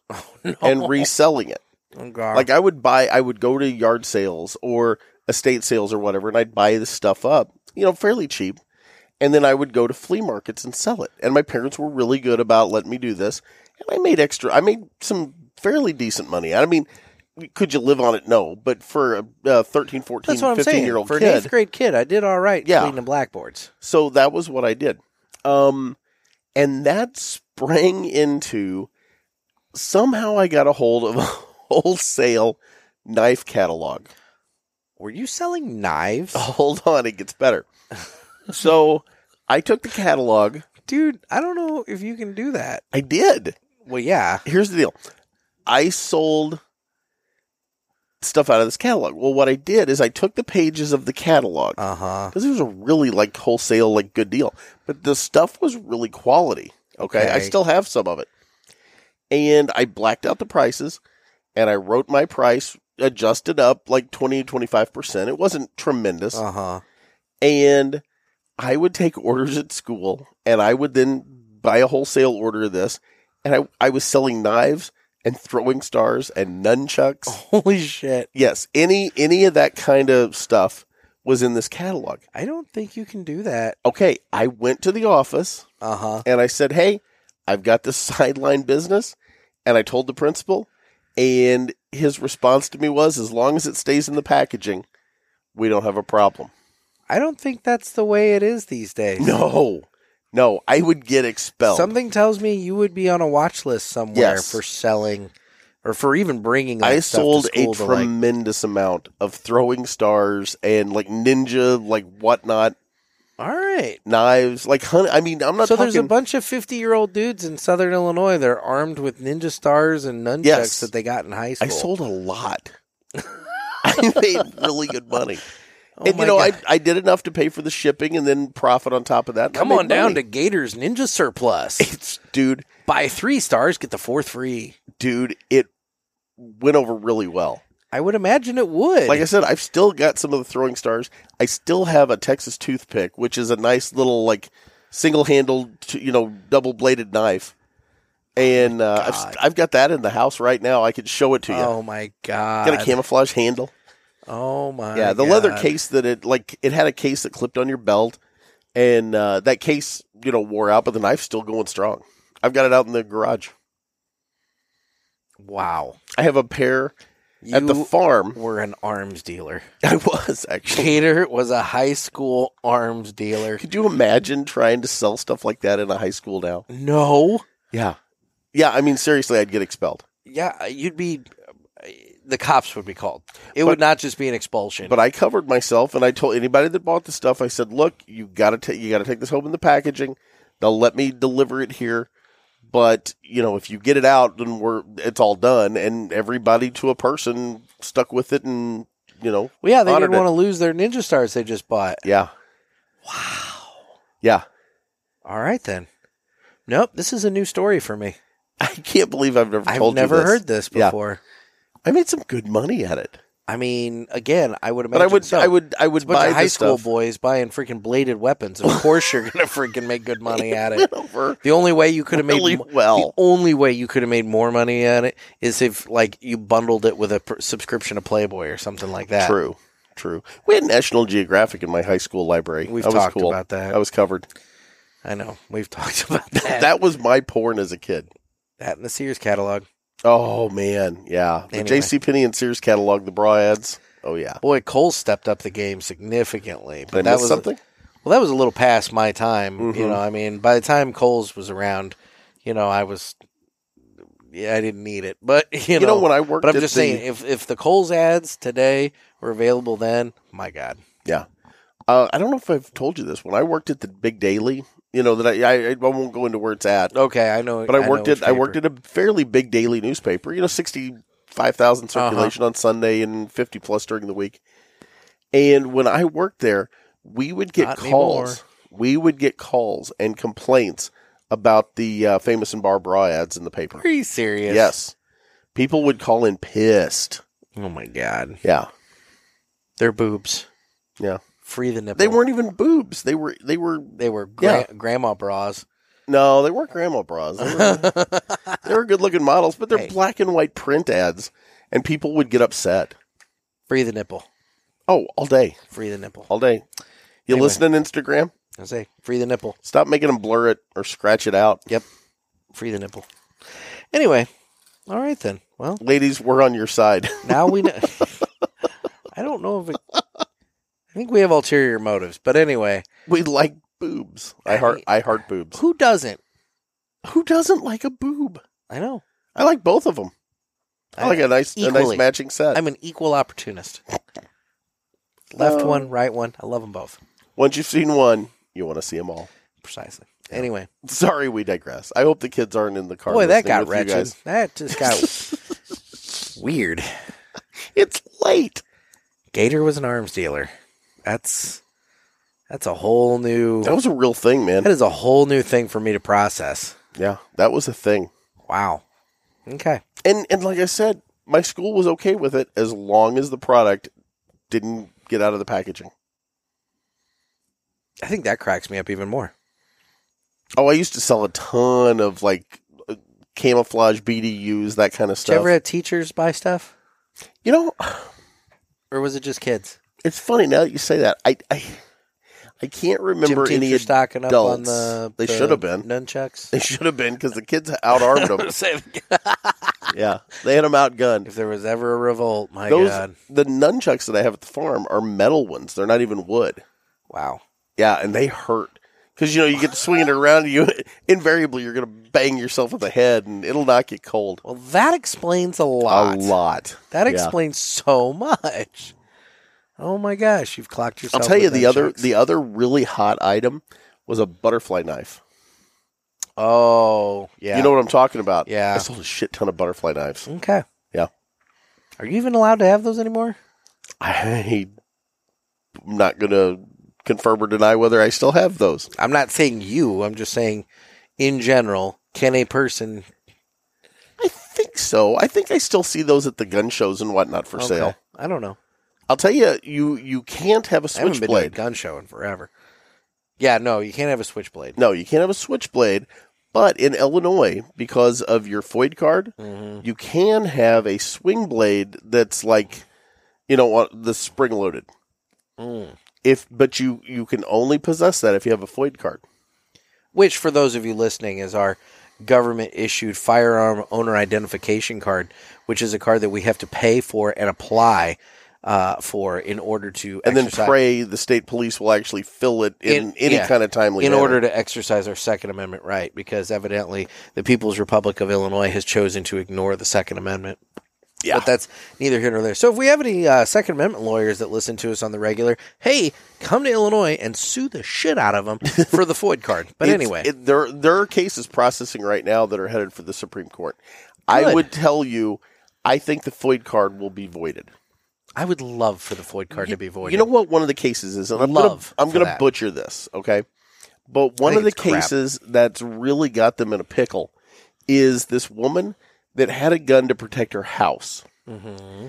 [SPEAKER 2] *laughs*
[SPEAKER 3] and reselling it.
[SPEAKER 2] Oh, God.
[SPEAKER 3] Like I would buy, I would go to yard sales or estate sales or whatever, and I'd buy this stuff up, you know, fairly cheap. And then I would go to flea markets and sell it. And my parents were really good about letting me do this. And I made extra, I made some fairly decent money. I mean, could you live on it? No. But for a uh, 13, 14,
[SPEAKER 2] that's what I'm
[SPEAKER 3] 15
[SPEAKER 2] saying.
[SPEAKER 3] year old
[SPEAKER 2] For
[SPEAKER 3] kid.
[SPEAKER 2] an eighth grade kid, I did all right
[SPEAKER 3] Yeah.
[SPEAKER 2] cleaning blackboards.
[SPEAKER 3] So that was what I did. Um, and that sprang into somehow I got a hold of a *laughs* wholesale knife catalog.
[SPEAKER 2] Were you selling knives?
[SPEAKER 3] *laughs* Hold on, it gets better. So I took the catalog.
[SPEAKER 2] Dude, I don't know if you can do that.
[SPEAKER 3] I did.
[SPEAKER 2] Well, yeah.
[SPEAKER 3] Here's the deal I sold stuff out of this catalog. Well, what I did is I took the pages of the catalog
[SPEAKER 2] Uh huh.
[SPEAKER 3] because it was a really like wholesale, like good deal. But the stuff was really quality. Okay? I
[SPEAKER 2] Okay.
[SPEAKER 3] still have some of it. And I blacked out the prices and I wrote my price adjusted up like 20 25%. It wasn't tremendous.
[SPEAKER 2] Uh huh.
[SPEAKER 3] and I would take orders at school, and I would then buy a wholesale order of this, and I I was selling knives and throwing stars and
[SPEAKER 2] *laughs*
[SPEAKER 3] nunchucks.
[SPEAKER 2] Holy shit!
[SPEAKER 3] Yes, any any of that kind of stuff was in this catalog.
[SPEAKER 2] I don't think you can do that.
[SPEAKER 3] Okay, I went to the office
[SPEAKER 2] Uh huh.
[SPEAKER 3] and I said, "Hey, I've got this *laughs* sideline business," and I told the principal, and his response to me was, "As long as it stays in the packaging, we don't have a problem."
[SPEAKER 2] I don't think that's the way it is these days.
[SPEAKER 3] No, no, I would get expelled.
[SPEAKER 2] Something tells me you would be on a watch list somewhere
[SPEAKER 3] Yes.
[SPEAKER 2] for selling or for even bringing. That
[SPEAKER 3] I
[SPEAKER 2] stuff to
[SPEAKER 3] sold a
[SPEAKER 2] school to, like-
[SPEAKER 3] tremendous amount of throwing stars and like ninja, like whatnot,
[SPEAKER 2] All right.
[SPEAKER 3] knives, like honey. I mean, I'm not
[SPEAKER 2] So
[SPEAKER 3] talking.
[SPEAKER 2] there's a bunch of 50 year old dudes in Southern Illinois. They're armed with ninja stars and nunchucks
[SPEAKER 3] Yes.
[SPEAKER 2] that they got in high school.
[SPEAKER 3] I sold
[SPEAKER 2] *laughs*
[SPEAKER 3] a lot. *laughs* I made really good money,
[SPEAKER 2] Oh
[SPEAKER 3] and
[SPEAKER 2] my
[SPEAKER 3] you know,
[SPEAKER 2] God.
[SPEAKER 3] I I did enough to pay for the shipping and then profit on top of that. and I
[SPEAKER 2] come
[SPEAKER 3] made
[SPEAKER 2] on down to
[SPEAKER 3] money.
[SPEAKER 2] Gators Ninja
[SPEAKER 3] *laughs*
[SPEAKER 2] Surplus.
[SPEAKER 3] it's dude,
[SPEAKER 2] Buy three stars, get the fourth free.
[SPEAKER 3] dude. It went over really well.
[SPEAKER 2] I would imagine it would.
[SPEAKER 3] Like I said, I've still got some of the throwing stars. I still have a Texas toothpick, which is a nice little like single-handled, t- you know, double-bladed knife. And uh, I've,
[SPEAKER 2] Oh God.
[SPEAKER 3] st- I've got that in the house right now. I could show it to you.
[SPEAKER 2] oh my god!
[SPEAKER 3] got a camouflage handle.
[SPEAKER 2] oh my.
[SPEAKER 3] yeah, the leather
[SPEAKER 2] God.
[SPEAKER 3] case that it like it had a case that clipped on your belt, and uh, that case you know wore out, but the knife's still going strong. I've got it out in the garage.
[SPEAKER 2] Wow.
[SPEAKER 3] I have a pair
[SPEAKER 2] You
[SPEAKER 3] at the farm. *laughs*
[SPEAKER 2] were an arms dealer.
[SPEAKER 3] I was actually.
[SPEAKER 2] Gator was a high school arms dealer.
[SPEAKER 3] Could you imagine trying to sell stuff like that in a high school now?
[SPEAKER 2] No.
[SPEAKER 3] Yeah. Yeah, I mean seriously, I'd get expelled.
[SPEAKER 2] Yeah, you'd be. The cops would be called. It
[SPEAKER 3] But-
[SPEAKER 2] would not just be an expulsion.
[SPEAKER 3] But I covered myself and I told anybody that bought the stuff, I said, "Look, you got to take you got to take this home in the packaging. They'll let me deliver it here, but you know, if you get it out, then we're it's all done and everybody to a person stuck with it and, you know,
[SPEAKER 2] well, yeah, they
[SPEAKER 3] honored
[SPEAKER 2] didn't
[SPEAKER 3] it.
[SPEAKER 2] want to lose their ninja stars they just bought.
[SPEAKER 3] yeah.
[SPEAKER 2] Wow.
[SPEAKER 3] Yeah. *laughs*
[SPEAKER 2] All right then. Nope, this is a new story for me.
[SPEAKER 3] I can't believe I've never
[SPEAKER 2] I've
[SPEAKER 3] told you
[SPEAKER 2] never
[SPEAKER 3] this.
[SPEAKER 2] heard this
[SPEAKER 3] Yeah.
[SPEAKER 2] before.
[SPEAKER 3] I made some good money at it.
[SPEAKER 2] I mean, again, I would
[SPEAKER 3] But
[SPEAKER 2] imagine.
[SPEAKER 3] I would
[SPEAKER 2] so.
[SPEAKER 3] I would I
[SPEAKER 2] It's
[SPEAKER 3] would
[SPEAKER 2] a bunch
[SPEAKER 3] buy
[SPEAKER 2] of high
[SPEAKER 3] this
[SPEAKER 2] school
[SPEAKER 3] stuff.
[SPEAKER 2] boys buying freaking bladed weapons. Of course, you're gonna freaking make good money at it.
[SPEAKER 3] *laughs* Went over
[SPEAKER 2] The only way you could have
[SPEAKER 3] really
[SPEAKER 2] made mo- the
[SPEAKER 3] well.
[SPEAKER 2] only way you could have made more money at it is if like you bundled it with a pr- subscription to Playboy or something like that.
[SPEAKER 3] True, true. We had National Geographic in my high school library.
[SPEAKER 2] We've
[SPEAKER 3] That was
[SPEAKER 2] talked
[SPEAKER 3] cool.
[SPEAKER 2] about that.
[SPEAKER 3] I
[SPEAKER 2] *clears throat*
[SPEAKER 3] was covered.
[SPEAKER 2] I know. We've *laughs* talked about that. that.
[SPEAKER 3] That was my porn as a kid.
[SPEAKER 2] in the Sears catalog.
[SPEAKER 3] Oh man, yeah. The
[SPEAKER 2] Anyway.
[SPEAKER 3] J.C. Penney and Sears catalog, the bra ads. Oh yeah.
[SPEAKER 2] Boy, Cole stepped up the game significantly.
[SPEAKER 3] Did I
[SPEAKER 2] But that
[SPEAKER 3] miss
[SPEAKER 2] was
[SPEAKER 3] something?
[SPEAKER 2] well, that was a little past my time. You
[SPEAKER 3] Mhm.
[SPEAKER 2] know, I mean, by the time Cole's was around, you know, I was, yeah, I didn't need it. But *laughs* you,
[SPEAKER 3] You know, when I worked,
[SPEAKER 2] But I'm
[SPEAKER 3] at
[SPEAKER 2] just
[SPEAKER 3] the-
[SPEAKER 2] saying, if if the Coles ads today were available, then my God,
[SPEAKER 3] Uh, I don't know if I've told you this. When I worked at the Big Daily, you know that I I, I won't go into where it's at,
[SPEAKER 2] okay, I know.
[SPEAKER 3] but I worked
[SPEAKER 2] know
[SPEAKER 3] at
[SPEAKER 2] which
[SPEAKER 3] I worked
[SPEAKER 2] paper.
[SPEAKER 3] at a fairly big daily newspaper. You know, sixty five thousand
[SPEAKER 2] Uh-huh.
[SPEAKER 3] circulation on Sunday and fifty plus during the week. And when I worked there, we would get
[SPEAKER 2] Not
[SPEAKER 3] calls. We would get calls and complaints about the uh, famous and bar bra ads in the paper.
[SPEAKER 2] Pretty serious.
[SPEAKER 3] Yes. people would call in pissed.
[SPEAKER 2] Oh my God,
[SPEAKER 3] Yeah,
[SPEAKER 2] they're boobs.
[SPEAKER 3] Yeah.
[SPEAKER 2] Free the nipple.
[SPEAKER 3] they weren't even boobs. They were they were
[SPEAKER 2] They were gra- grandma bras.
[SPEAKER 3] no, they weren't grandma bras. *laughs* They were,
[SPEAKER 2] *laughs*
[SPEAKER 3] they were good looking models, but they're
[SPEAKER 2] Hey.
[SPEAKER 3] black and white print ads, and people would get upset.
[SPEAKER 2] Free the nipple.
[SPEAKER 3] Oh, all day.
[SPEAKER 2] Free the nipple.
[SPEAKER 3] all day. You
[SPEAKER 2] Anyway.
[SPEAKER 3] listening, Instagram?
[SPEAKER 2] I say, free the nipple.
[SPEAKER 3] Stop making them blur it or scratch it out.
[SPEAKER 2] Free the nipple. Anyway, all right then. Well,
[SPEAKER 3] Ladies, we're on your side. *laughs*
[SPEAKER 2] now we know. *laughs* I don't know if it. I think we have ulterior motives, but anyway,
[SPEAKER 3] we like boobs. I heart I heart boobs.
[SPEAKER 2] who doesn't?
[SPEAKER 3] Who doesn't like a boob?
[SPEAKER 2] I know.
[SPEAKER 3] I like both of them. I like a nice a
[SPEAKER 2] Equally.
[SPEAKER 3] nice matching set.
[SPEAKER 2] I'm an equal opportunist. Left
[SPEAKER 3] Oh.
[SPEAKER 2] one, right one. I love them both.
[SPEAKER 3] Once you've seen one, you want to see them all.
[SPEAKER 2] Precisely. Anyway,
[SPEAKER 3] Sorry, we digress. I hope the kids aren't in the car.
[SPEAKER 2] boy, that
[SPEAKER 3] listening
[SPEAKER 2] got
[SPEAKER 3] with you
[SPEAKER 2] wretched.
[SPEAKER 3] guys.
[SPEAKER 2] That just got
[SPEAKER 3] *laughs*
[SPEAKER 2] weird.
[SPEAKER 3] It's late.
[SPEAKER 2] Gator was an arms dealer. That's that's a whole new
[SPEAKER 3] That was a real thing, man.
[SPEAKER 2] that is a whole new thing for me to process.
[SPEAKER 3] Yeah, that was a thing.
[SPEAKER 2] Wow. Okay.
[SPEAKER 3] And and like I said, my school was okay with it as long as the product didn't get out of the packaging.
[SPEAKER 2] I think that cracks me up even more.
[SPEAKER 3] Oh, I used to sell a ton of like uh, camouflage BDUs, that kind of
[SPEAKER 2] Did you
[SPEAKER 3] stuff.
[SPEAKER 2] ever have teachers buy stuff,
[SPEAKER 3] you know,
[SPEAKER 2] or was it just kids?
[SPEAKER 3] it's funny now that you say that. I I, I can't remember
[SPEAKER 2] Gym
[SPEAKER 3] any.
[SPEAKER 2] teachers
[SPEAKER 3] Ad-
[SPEAKER 2] stocking up on
[SPEAKER 3] adults.
[SPEAKER 2] the
[SPEAKER 3] They
[SPEAKER 2] the
[SPEAKER 3] should have been.
[SPEAKER 2] nunchucks.
[SPEAKER 3] they should have been because the kids out armed
[SPEAKER 2] *laughs*
[SPEAKER 3] them. yeah, they had them outgunned.
[SPEAKER 2] if there was ever a revolt, my
[SPEAKER 3] Those
[SPEAKER 2] god,
[SPEAKER 3] the nunchucks that I have at the farm are metal ones. They're not even wood.
[SPEAKER 2] wow.
[SPEAKER 3] Yeah, and they hurt because you know you get to swinging it around. You *laughs* invariably you're gonna bang yourself in the head, and it'll knock you cold.
[SPEAKER 2] Well, that explains a lot.
[SPEAKER 3] A lot.
[SPEAKER 2] That
[SPEAKER 3] Yeah.
[SPEAKER 2] explains so much. Oh my gosh, you've clocked
[SPEAKER 3] I'll
[SPEAKER 2] yourself.
[SPEAKER 3] tell you
[SPEAKER 2] with
[SPEAKER 3] the other
[SPEAKER 2] nunchucks.
[SPEAKER 3] the other really hot item was a butterfly knife.
[SPEAKER 2] oh yeah,
[SPEAKER 3] You know what I'm talking about?
[SPEAKER 2] Yeah.
[SPEAKER 3] I sold a shit ton of butterfly knives.
[SPEAKER 2] okay,
[SPEAKER 3] Yeah.
[SPEAKER 2] Are you even allowed to have those anymore?
[SPEAKER 3] I'm not gonna confirm or deny whether I still have those.
[SPEAKER 2] I'm not saying you. I'm just saying, in general, can a person
[SPEAKER 3] I think so. I think I still see those at the gun shows and whatnot for
[SPEAKER 2] Okay.
[SPEAKER 3] sale.
[SPEAKER 2] I don't know.
[SPEAKER 3] I'll tell you, you you can't have a
[SPEAKER 2] I haven't been to a
[SPEAKER 3] switchblade.
[SPEAKER 2] gun show in forever. Yeah, no, you can't have a switchblade.
[SPEAKER 3] No, you can't have a switchblade. But in Illinois, because of your FOID card,
[SPEAKER 2] Mhm.
[SPEAKER 3] you can have a swing blade that's like, you know, what the spring loaded.
[SPEAKER 2] Mm.
[SPEAKER 3] if but you you can only possess that if you have a FOID card.
[SPEAKER 2] Which, for those of you listening, is our government issued firearm owner identification card, which is a card that we have to pay for and apply uh, for in order to
[SPEAKER 3] And
[SPEAKER 2] exercise-
[SPEAKER 3] then pray the state police will actually fill it in,
[SPEAKER 2] In-
[SPEAKER 3] any
[SPEAKER 2] yeah.
[SPEAKER 3] kind of timely
[SPEAKER 2] in
[SPEAKER 3] manner.
[SPEAKER 2] order to exercise our Second Amendment right, because evidently the People's Republic of Illinois has chosen to ignore the Second Amendment.
[SPEAKER 3] Yeah.
[SPEAKER 2] But that's neither here nor there. So if we have any uh, Second Amendment lawyers that listen to us on the regular, hey, come to Illinois and sue the shit out of
[SPEAKER 3] *laughs*
[SPEAKER 2] them for the Foyd card. But
[SPEAKER 3] It's-
[SPEAKER 2] anyway,
[SPEAKER 3] it- there there are cases processing right now that are headed for the Supreme Court. I
[SPEAKER 2] Good.
[SPEAKER 3] would tell you, I think the FOID card will be voided.
[SPEAKER 2] I would love for the Foyd card to be voided.
[SPEAKER 3] You know what? One of the cases is, and I'm
[SPEAKER 2] Love
[SPEAKER 3] gonna, I'm
[SPEAKER 2] for
[SPEAKER 3] going to
[SPEAKER 2] that.
[SPEAKER 3] butcher this, okay? But one
[SPEAKER 2] think
[SPEAKER 3] of the
[SPEAKER 2] it's crap.
[SPEAKER 3] cases that's really got them in a pickle is this woman that had a gun to protect her house.
[SPEAKER 2] hmm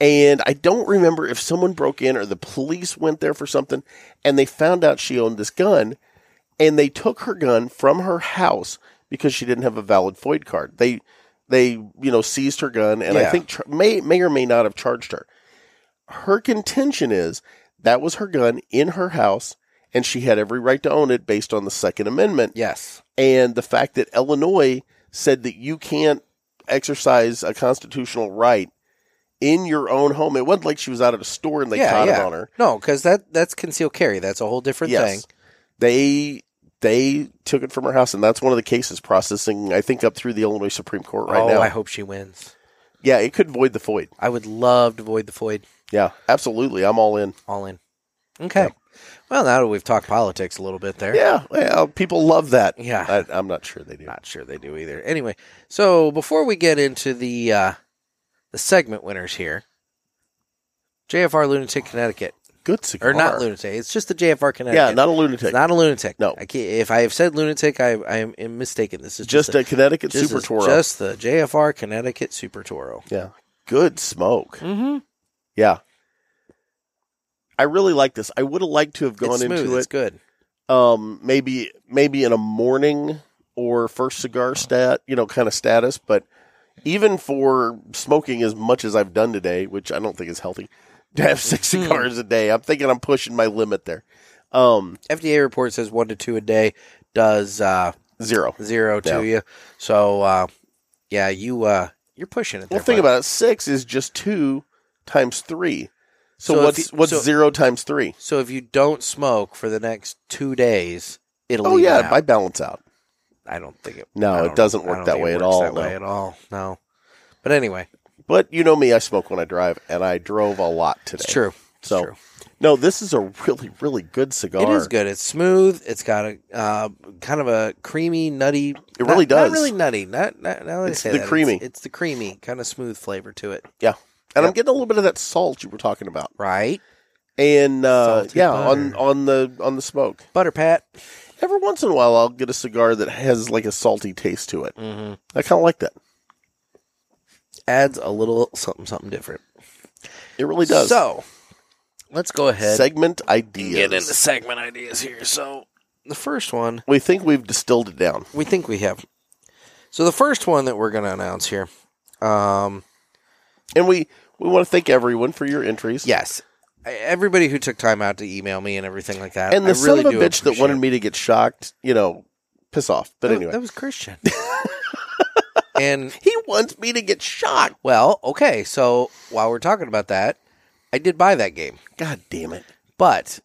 [SPEAKER 3] And I don't remember if someone broke in or the police went there for something and they found out she owned this gun and they took her gun from her house because she didn't have a valid FOID card. They they you know seized her gun and I
[SPEAKER 2] Yeah.
[SPEAKER 3] think tr- may may or may not have charged her. Her contention is that was her gun in her house and she had every right to own it based on the second amendment
[SPEAKER 2] Yes.
[SPEAKER 3] and the fact that Illinois said that you can't exercise a constitutional right in your own home. It wasn't like she was out at a store and they
[SPEAKER 2] Yeah,
[SPEAKER 3] caught it
[SPEAKER 2] yeah.
[SPEAKER 3] on her.
[SPEAKER 2] No, because that that's concealed carry. That's a whole different
[SPEAKER 3] Yes.
[SPEAKER 2] thing.
[SPEAKER 3] They they took it from her house, and that's one of the cases processing. I think up through the Illinois Supreme Court right
[SPEAKER 2] oh,
[SPEAKER 3] now.
[SPEAKER 2] I hope she wins.
[SPEAKER 3] yeah, it could void the FOID.
[SPEAKER 2] I would love to void the Foyd.
[SPEAKER 3] Yeah, absolutely. I'm all in.
[SPEAKER 2] All in. Okay.
[SPEAKER 3] Yeah.
[SPEAKER 2] Well, now that we've talked politics a little bit there.
[SPEAKER 3] Yeah, Uh, well, people love that.
[SPEAKER 2] Yeah.
[SPEAKER 3] I, I'm not sure they do.
[SPEAKER 2] Not sure they do either. Anyway, so before we get into the uh, the segment winners here, JFR Lunatic Connecticut
[SPEAKER 3] Good cigar.
[SPEAKER 2] or not lunatic? It's just the JFR Connecticut.
[SPEAKER 3] Yeah, not a lunatic.
[SPEAKER 2] it's not a lunatic.
[SPEAKER 3] No.
[SPEAKER 2] I can't, if I have said lunatic, I I am am mistaken. This is
[SPEAKER 3] just,
[SPEAKER 2] just,
[SPEAKER 3] a Connecticut
[SPEAKER 2] this
[SPEAKER 3] Super
[SPEAKER 2] is
[SPEAKER 3] Toro.
[SPEAKER 2] just the JFR Connecticut Super Toro.
[SPEAKER 3] yeah, good smoke.
[SPEAKER 2] Mm-hmm.
[SPEAKER 3] Yeah. I really like this. I would have liked to have
[SPEAKER 2] It's
[SPEAKER 3] gone
[SPEAKER 2] smooth.
[SPEAKER 3] into
[SPEAKER 2] It's
[SPEAKER 3] it
[SPEAKER 2] good.
[SPEAKER 3] um maybe maybe in a morning or first cigar stat, you know, kind of status, but even for smoking as much as I've done today, which I don't think is healthy, to have six
[SPEAKER 2] Hmm.
[SPEAKER 3] cigars a day, I'm thinking I'm pushing my limit there. Um
[SPEAKER 2] FDA report says one to two a day does uh,
[SPEAKER 3] zero.
[SPEAKER 2] zero to
[SPEAKER 3] Yeah.
[SPEAKER 2] you. So uh, yeah, you uh, you're pushing it. There,
[SPEAKER 3] Well think
[SPEAKER 2] bud.
[SPEAKER 3] about it. Six is just two times three. So,
[SPEAKER 2] So if
[SPEAKER 3] what's
[SPEAKER 2] you-
[SPEAKER 3] what's
[SPEAKER 2] so-
[SPEAKER 3] zero times three?
[SPEAKER 2] So if you don't smoke for the next two days, it'll.
[SPEAKER 3] Oh
[SPEAKER 2] even
[SPEAKER 3] yeah,
[SPEAKER 2] out.
[SPEAKER 3] I balance out.
[SPEAKER 2] I don't think it.
[SPEAKER 3] No,
[SPEAKER 2] I
[SPEAKER 3] it
[SPEAKER 2] don't-
[SPEAKER 3] doesn't
[SPEAKER 2] I
[SPEAKER 3] work
[SPEAKER 2] don't
[SPEAKER 3] that
[SPEAKER 2] think
[SPEAKER 3] way
[SPEAKER 2] it
[SPEAKER 3] at
[SPEAKER 2] works
[SPEAKER 3] all,
[SPEAKER 2] That
[SPEAKER 3] no.
[SPEAKER 2] way at all. No. But anyway,
[SPEAKER 3] But you know me, I smoke when I drive, and I drove a lot today.
[SPEAKER 2] it's true. It's
[SPEAKER 3] So
[SPEAKER 2] true.
[SPEAKER 3] no, this is a really, really good cigar.
[SPEAKER 2] It is good. It's smooth. It's got a uh, kind of a creamy, nutty.
[SPEAKER 3] It really
[SPEAKER 2] not-
[SPEAKER 3] does.
[SPEAKER 2] Not really nutty. Not, not now that
[SPEAKER 3] It's
[SPEAKER 2] I say
[SPEAKER 3] the
[SPEAKER 2] that,
[SPEAKER 3] creamy.
[SPEAKER 2] It's, it's the creamy kind of smooth flavor to it,
[SPEAKER 3] and I'm
[SPEAKER 2] Yep.
[SPEAKER 3] getting a little bit of that salt you were talking about,
[SPEAKER 2] right?
[SPEAKER 3] and uh,
[SPEAKER 2] Salty
[SPEAKER 3] yeah, on
[SPEAKER 2] butter.
[SPEAKER 3] on the on the smoke.
[SPEAKER 2] Butter pat.
[SPEAKER 3] Every once in a while, I'll get a cigar that has like a salty taste to it.
[SPEAKER 2] Mm-hmm.
[SPEAKER 3] I kind of like that.
[SPEAKER 2] Adds a little something, something different.
[SPEAKER 3] It really does.
[SPEAKER 2] So let's go ahead
[SPEAKER 3] Segment
[SPEAKER 2] and
[SPEAKER 3] ideas.
[SPEAKER 2] get into segment ideas here. So the first one
[SPEAKER 3] we think we've distilled it down.
[SPEAKER 2] we think we have. So the first one that we're going to announce here. Um,
[SPEAKER 3] And we, we want to thank everyone for your entries.
[SPEAKER 2] yes, I- everybody who took time out to email me and everything like that.
[SPEAKER 3] And the
[SPEAKER 2] I
[SPEAKER 3] son
[SPEAKER 2] really
[SPEAKER 3] of a
[SPEAKER 2] do
[SPEAKER 3] bitch that
[SPEAKER 2] appreciate
[SPEAKER 3] wanted
[SPEAKER 2] it. Oh,
[SPEAKER 3] me to get shocked, you know, piss off. But
[SPEAKER 2] That-
[SPEAKER 3] anyway,
[SPEAKER 2] that was
[SPEAKER 3] *laughs*
[SPEAKER 2] Christian. and
[SPEAKER 3] he wants me to get shocked.
[SPEAKER 2] well, okay. So while we're talking about that, I did buy that game.
[SPEAKER 3] God damn it.
[SPEAKER 2] But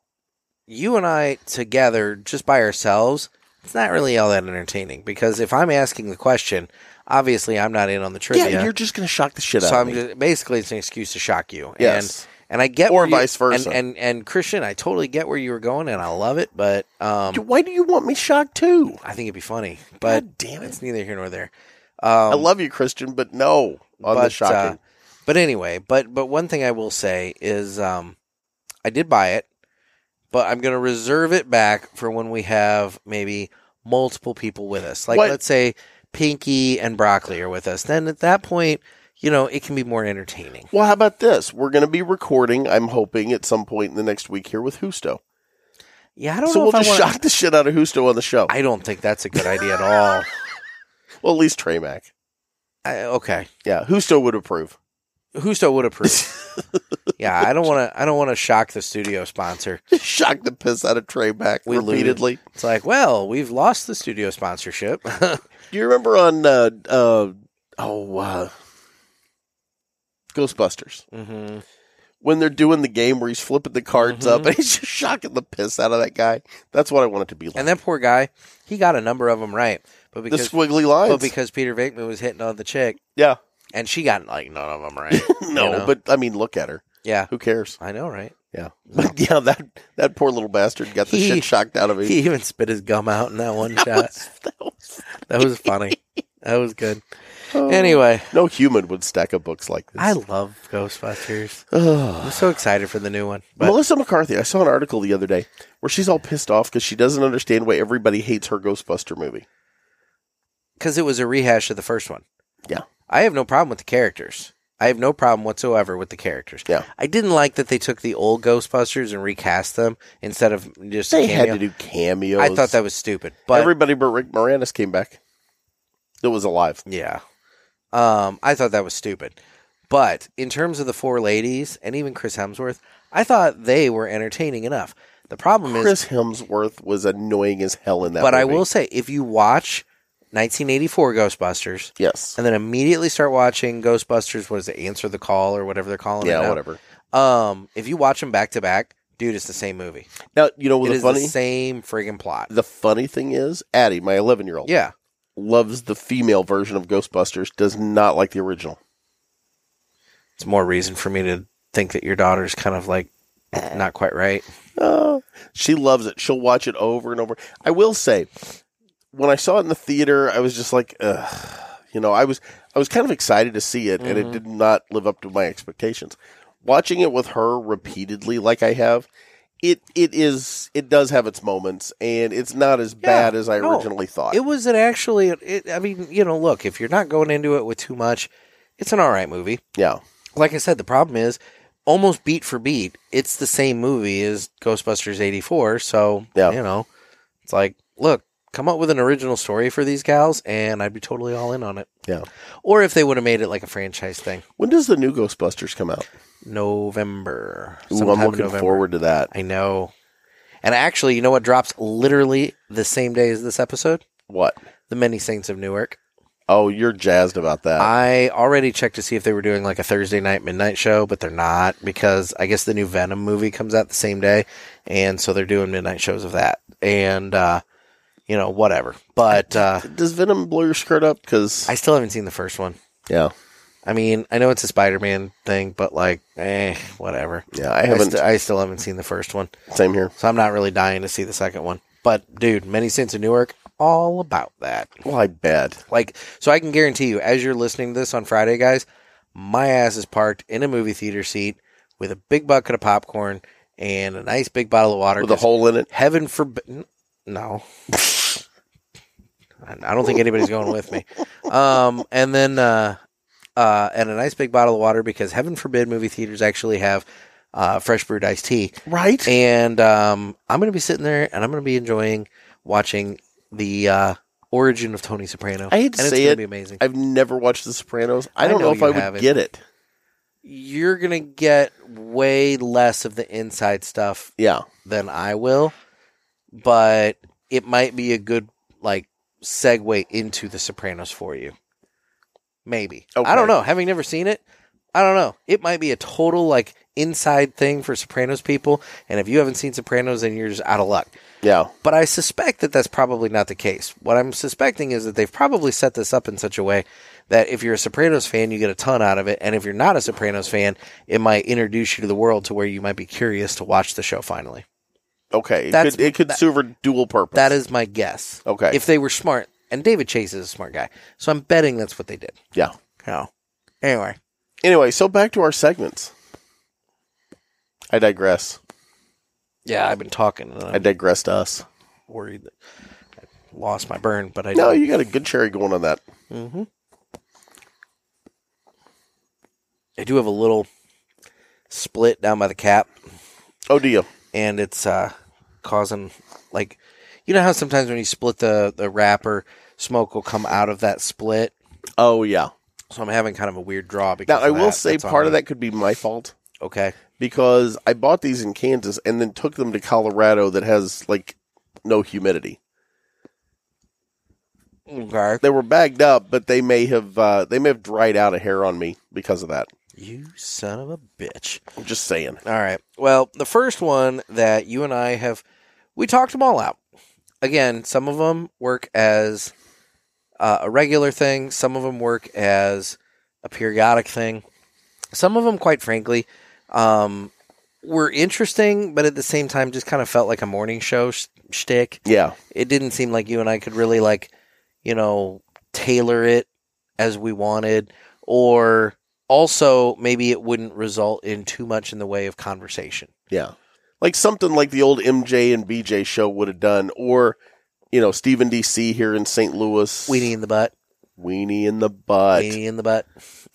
[SPEAKER 2] you and I together, just by ourselves, it's not really all that entertaining because if I'm asking the question, obviously I'm not in on the
[SPEAKER 3] Yeah,
[SPEAKER 2] trivia.
[SPEAKER 3] you're just going to shock the shit out
[SPEAKER 2] so
[SPEAKER 3] of
[SPEAKER 2] I'm
[SPEAKER 3] me.
[SPEAKER 2] just, basically it's an excuse to shock you.
[SPEAKER 3] yes.
[SPEAKER 2] And and I get
[SPEAKER 3] Or
[SPEAKER 2] where you-
[SPEAKER 3] vice versa.
[SPEAKER 2] And, and and Christian, I totally get where you were going, and I love it. But
[SPEAKER 3] Dude,
[SPEAKER 2] um,
[SPEAKER 3] Why do you want me shocked too?
[SPEAKER 2] I think it'd be funny. But
[SPEAKER 3] God damn it.
[SPEAKER 2] it's neither here nor there.
[SPEAKER 3] I
[SPEAKER 2] Um,
[SPEAKER 3] love you, Christian, but no on the shocking.
[SPEAKER 2] uh, but anyway, but but one thing I will say is, um, I did buy it, but I'm going to reserve it back for when we have maybe multiple people with us. Like
[SPEAKER 3] What-
[SPEAKER 2] let's say Pinky and Broccoli are with us. Then at that point, you know, it can be more entertaining.
[SPEAKER 3] well, how about this? We're going to be recording, I'm hoping, at some point in the next week here with Husto.
[SPEAKER 2] Yeah, I don't
[SPEAKER 3] So
[SPEAKER 2] know
[SPEAKER 3] we'll
[SPEAKER 2] if I
[SPEAKER 3] just
[SPEAKER 2] want.
[SPEAKER 3] shock the shit out of Husto on the show.
[SPEAKER 2] I don't think that's a good idea at all.
[SPEAKER 3] well, at least Trey Mac.
[SPEAKER 2] I, okay,
[SPEAKER 3] Yeah, Husto would approve. *laughs*
[SPEAKER 2] Husto would approve. yeah, I don't want to. I don't want to shock the studio sponsor.
[SPEAKER 3] Just shock the piss out of Trey Mac
[SPEAKER 2] We looted.
[SPEAKER 3] repeatedly.
[SPEAKER 2] It's like, well, we've lost the studio
[SPEAKER 3] *laughs*
[SPEAKER 2] sponsorship.
[SPEAKER 3] Do you remember on, uh, uh, oh, uh, Ghostbusters?
[SPEAKER 2] hmm
[SPEAKER 3] When they're doing the game where he's flipping the cards up
[SPEAKER 2] Mm-hmm.
[SPEAKER 3] and *laughs* he's just shocking the piss out of that guy. That's what I want it to be like.
[SPEAKER 2] And that poor guy, he got a number of them right, but
[SPEAKER 3] the
[SPEAKER 2] because
[SPEAKER 3] squiggly lines.
[SPEAKER 2] but
[SPEAKER 3] *laughs*
[SPEAKER 2] because Peter Venkman was hitting on the chick,
[SPEAKER 3] yeah.
[SPEAKER 2] and she got like none of them
[SPEAKER 3] *laughs*
[SPEAKER 2] right.
[SPEAKER 3] No,
[SPEAKER 2] know?
[SPEAKER 3] but I mean, look at her.
[SPEAKER 2] yeah,
[SPEAKER 3] Who cares? *laughs*
[SPEAKER 2] I know, right?
[SPEAKER 3] Yeah, but yeah, that that poor little bastard got the
[SPEAKER 2] He-
[SPEAKER 3] shit shocked out of me.
[SPEAKER 2] He even spit his gum out in that one shot.
[SPEAKER 3] *laughs* That was-
[SPEAKER 2] that was funny. That was good.
[SPEAKER 3] oh.
[SPEAKER 2] Anyway,
[SPEAKER 3] no human would stack up books like this.
[SPEAKER 2] I love Ghostbusters. I'm
[SPEAKER 3] Ugh.
[SPEAKER 2] so excited for the new one. But
[SPEAKER 3] Melissa McCarthy. I saw an article the other day where she's all pissed off because she doesn't understand why everybody hates her Ghostbuster movie.
[SPEAKER 2] because it was a rehash of the first one.
[SPEAKER 3] Yeah.
[SPEAKER 2] I have no problem with the characters. I have no problem whatsoever with the characters.
[SPEAKER 3] Yeah.
[SPEAKER 2] I didn't like that they took the old Ghostbusters and recast them instead of just a
[SPEAKER 3] They had
[SPEAKER 2] cameo.
[SPEAKER 3] to do cameos.
[SPEAKER 2] I thought that was stupid. But
[SPEAKER 3] everybody but Rick Moranis came back. That was alive.
[SPEAKER 2] Yeah. Um, I thought that was stupid. But in terms of the four ladies and even Chris Hemsworth, I thought they were entertaining enough. The problem is,
[SPEAKER 3] Chris Hemsworth was annoying as hell in that.
[SPEAKER 2] but I
[SPEAKER 3] movie.
[SPEAKER 2] will say, if you watch 1984 Ghostbusters
[SPEAKER 3] Yes.
[SPEAKER 2] and then immediately start watching Ghostbusters, what is it, Answer the Call or whatever they're calling it?
[SPEAKER 3] Yeah.
[SPEAKER 2] now,
[SPEAKER 3] Whatever.
[SPEAKER 2] Um, if you watch them back to back, dude, it's the same movie.
[SPEAKER 3] Now you know what
[SPEAKER 2] It
[SPEAKER 3] the
[SPEAKER 2] is
[SPEAKER 3] funny.
[SPEAKER 2] the same friggin' plot.
[SPEAKER 3] The funny thing is, Addie, my 11 year old,
[SPEAKER 2] Yeah.
[SPEAKER 3] loves the female version of Ghostbusters, does not like the original.
[SPEAKER 2] It's more reason for me to think that your daughter's kind of *clears throat* like not quite right.
[SPEAKER 3] Oh, she loves it. She'll watch it over and over. I will say, when I saw it in the theater, I was just like, Ugh. you know, I was I was kind of excited to see it,
[SPEAKER 2] Mm-hmm.
[SPEAKER 3] and it did not live up to my expectations. Watching it with her repeatedly, like I have, it it is it does have its moments, and it's not as bad as I
[SPEAKER 2] no.
[SPEAKER 3] originally thought.
[SPEAKER 2] It was an actually. It, I mean, you know, look, if you're not going into it with too much, it's an all right movie.
[SPEAKER 3] yeah,
[SPEAKER 2] Like I said, the problem is almost beat for beat, it's the same movie as Ghostbusters '84. So
[SPEAKER 3] Yeah.
[SPEAKER 2] you know, it's like, look, come up with an original story for these gals, and I'd be totally all in on it.
[SPEAKER 3] Yeah.
[SPEAKER 2] Or if they would have made it like a franchise thing,
[SPEAKER 3] when does the new Ghostbusters come out?
[SPEAKER 2] November.
[SPEAKER 3] Ooh, I'm
[SPEAKER 2] sometime in
[SPEAKER 3] looking
[SPEAKER 2] November.
[SPEAKER 3] forward to that.
[SPEAKER 2] I know. And actually, you know what drops literally the same day as this episode?
[SPEAKER 3] What?
[SPEAKER 2] The Many Saints of Newark.
[SPEAKER 3] Oh, you're jazzed about that.
[SPEAKER 2] I already checked to see if they were doing like a Thursday night midnight show, but they're not because I guess the new Venom movie comes out the same day, and so they're doing midnight shows of that, and uh, you know whatever. But uh,
[SPEAKER 3] Does Venom blow your skirt up? Because
[SPEAKER 2] I still haven't seen the first one.
[SPEAKER 3] yeah,
[SPEAKER 2] I mean, I know it's a Spider-Man thing, but like, eh, whatever.
[SPEAKER 3] yeah, I
[SPEAKER 2] I,
[SPEAKER 3] haven't.
[SPEAKER 2] st- I still haven't seen the first one,
[SPEAKER 3] same here.
[SPEAKER 2] so I'm not really dying to see the second one. But dude, many Saints of Newark, all about that.
[SPEAKER 3] Well, I bet.
[SPEAKER 2] Like, so I can guarantee you, as you're listening to this on Friday, guys, my ass is parked in a movie theater seat with a big bucket of popcorn and a nice big bottle of water.
[SPEAKER 3] With a
[SPEAKER 2] 'cause
[SPEAKER 3] hole in it.
[SPEAKER 2] Heaven forbid. No. *laughs* I I don't think anybody's going with me. Um, and then, uh, uh, and a nice big bottle of water because heaven forbid movie theaters actually have uh, fresh brewed iced tea.
[SPEAKER 3] Right?
[SPEAKER 2] And um, I'm going to be sitting there and I'm going to be enjoying watching the uh, origin of Tony Soprano.
[SPEAKER 3] I hate to
[SPEAKER 2] and
[SPEAKER 3] say
[SPEAKER 2] it's gonna
[SPEAKER 3] it.
[SPEAKER 2] be amazing.
[SPEAKER 3] I've never watched The Sopranos. I
[SPEAKER 2] I
[SPEAKER 3] don't
[SPEAKER 2] know
[SPEAKER 3] know, if
[SPEAKER 2] you
[SPEAKER 3] I would
[SPEAKER 2] haven't.
[SPEAKER 3] get it.
[SPEAKER 2] You're going to get way less of the inside stuff
[SPEAKER 3] Yeah.
[SPEAKER 2] than I will, but it might be a good like segue into The Sopranos for you. Maybe
[SPEAKER 3] Okay.
[SPEAKER 2] I don't know. Having never seen it, I don't know. It might be a total like inside thing for Sopranos people, and if you haven't seen Sopranos, then you're just out of luck.
[SPEAKER 3] Yeah.
[SPEAKER 2] But I suspect that that's probably not the case. What I'm suspecting is that they've probably set this up in such a way that if you're a Sopranos fan, you get a ton out of it, and if you're not a Sopranos fan, it might introduce you to the world to where you might be curious to watch the show finally.
[SPEAKER 3] Okay. It
[SPEAKER 2] That's-
[SPEAKER 3] could, it could
[SPEAKER 2] that-
[SPEAKER 3] serve a dual purpose.
[SPEAKER 2] That is my guess.
[SPEAKER 3] okay.
[SPEAKER 2] If they were smart, and David Chase is a smart guy, so I'm betting that's what they did.
[SPEAKER 3] Yeah.
[SPEAKER 2] Oh. Anyway,
[SPEAKER 3] anyway, so back to our segments. I digress.
[SPEAKER 2] yeah, I've been talking, and I'm
[SPEAKER 3] I digress to us.
[SPEAKER 2] worried that I lost my burn, but I
[SPEAKER 3] No,
[SPEAKER 2] didn't.
[SPEAKER 3] you got a good cherry going on that.
[SPEAKER 2] Mm-hmm. I do have a little split down by the cap,
[SPEAKER 3] Oh, do you?
[SPEAKER 2] and it's uh, causing like you know how sometimes when you split the the wrapper, smoke will come out of that split.
[SPEAKER 3] Oh, yeah.
[SPEAKER 2] So I'm having kind of a weird draw because
[SPEAKER 3] Now, I
[SPEAKER 2] of
[SPEAKER 3] will
[SPEAKER 2] that.
[SPEAKER 3] say
[SPEAKER 2] That's on
[SPEAKER 3] part of
[SPEAKER 2] me.
[SPEAKER 3] that could be my fault
[SPEAKER 2] Okay,
[SPEAKER 3] because I bought these in Kansas and then took them to Colorado that has like no humidity.
[SPEAKER 2] okay.
[SPEAKER 3] They were bagged up, but they may have uh, they may have dried out a hair on me because of that.
[SPEAKER 2] You son of a bitch.
[SPEAKER 3] I'm just saying.
[SPEAKER 2] All right. Well, the first one that you and I have, we talked them all out. Again, some of them work as uh, a regular thing, some of them work as a periodic thing. Some of them, quite frankly, um, were interesting, but at the same time, just kind of felt like a morning show sh- shtick.
[SPEAKER 3] Yeah.
[SPEAKER 2] It didn't seem like you and I could really, like, you know, tailor it as we wanted, or also maybe it wouldn't result in too much in the way of conversation.
[SPEAKER 3] Yeah. Like something like the old MJ and BJ show would have done, or, you know, Stephen DC here in St. Louis.
[SPEAKER 2] Weenie in the butt.
[SPEAKER 3] Weenie in the butt.
[SPEAKER 2] Weenie in the butt.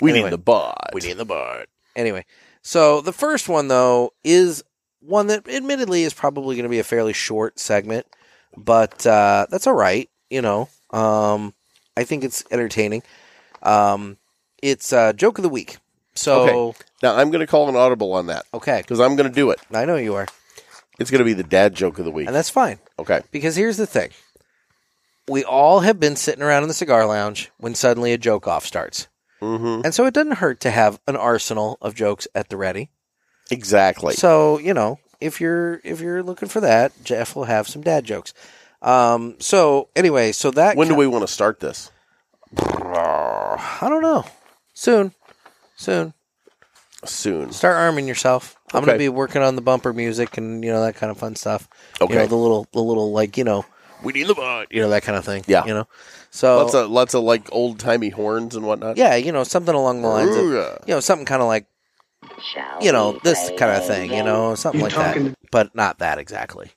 [SPEAKER 3] Weenie
[SPEAKER 2] Anyway.
[SPEAKER 3] in the butt.
[SPEAKER 2] in the butt. Anyway, so the first one though is one that admittedly is probably going to be a fairly short segment, but uh, that's all right. You know, um, I think it's entertaining. Um, it's uh, joke of the week. So
[SPEAKER 3] now, I'm going to call an audible on that
[SPEAKER 2] okay.
[SPEAKER 3] because I'm going to do it.
[SPEAKER 2] I know you are,
[SPEAKER 3] It's going to be the dad joke of the week.
[SPEAKER 2] and that's fine.
[SPEAKER 3] Okay.
[SPEAKER 2] Because here's the thing. We all have been sitting around in the cigar lounge when suddenly a joke off starts.
[SPEAKER 3] hmm
[SPEAKER 2] And so it doesn't hurt to have an arsenal of jokes at the ready.
[SPEAKER 3] Exactly.
[SPEAKER 2] So, you know, if you're if you're looking for that, Jeff will have some dad jokes. Um so anyway, so that
[SPEAKER 3] when do
[SPEAKER 2] ki-
[SPEAKER 3] we want to start this?
[SPEAKER 2] I don't know. Soon. Soon.
[SPEAKER 3] Soon.
[SPEAKER 2] Start arming yourself. I'm going
[SPEAKER 3] Okay.
[SPEAKER 2] to be working on the bumper music and you know that kind of fun stuff.
[SPEAKER 3] Okay.
[SPEAKER 2] You know the little the little like, you know, we need the butt, you know that kind of thing,
[SPEAKER 3] Yeah.
[SPEAKER 2] you know. So
[SPEAKER 3] lots of lots of like old timey horns and whatnot.
[SPEAKER 2] Oh. Yeah, you know, something along the lines of,
[SPEAKER 3] Ooh-rah.
[SPEAKER 2] you know, something kind of like, you know, this kind of thing, you know, something like that, but not that exactly.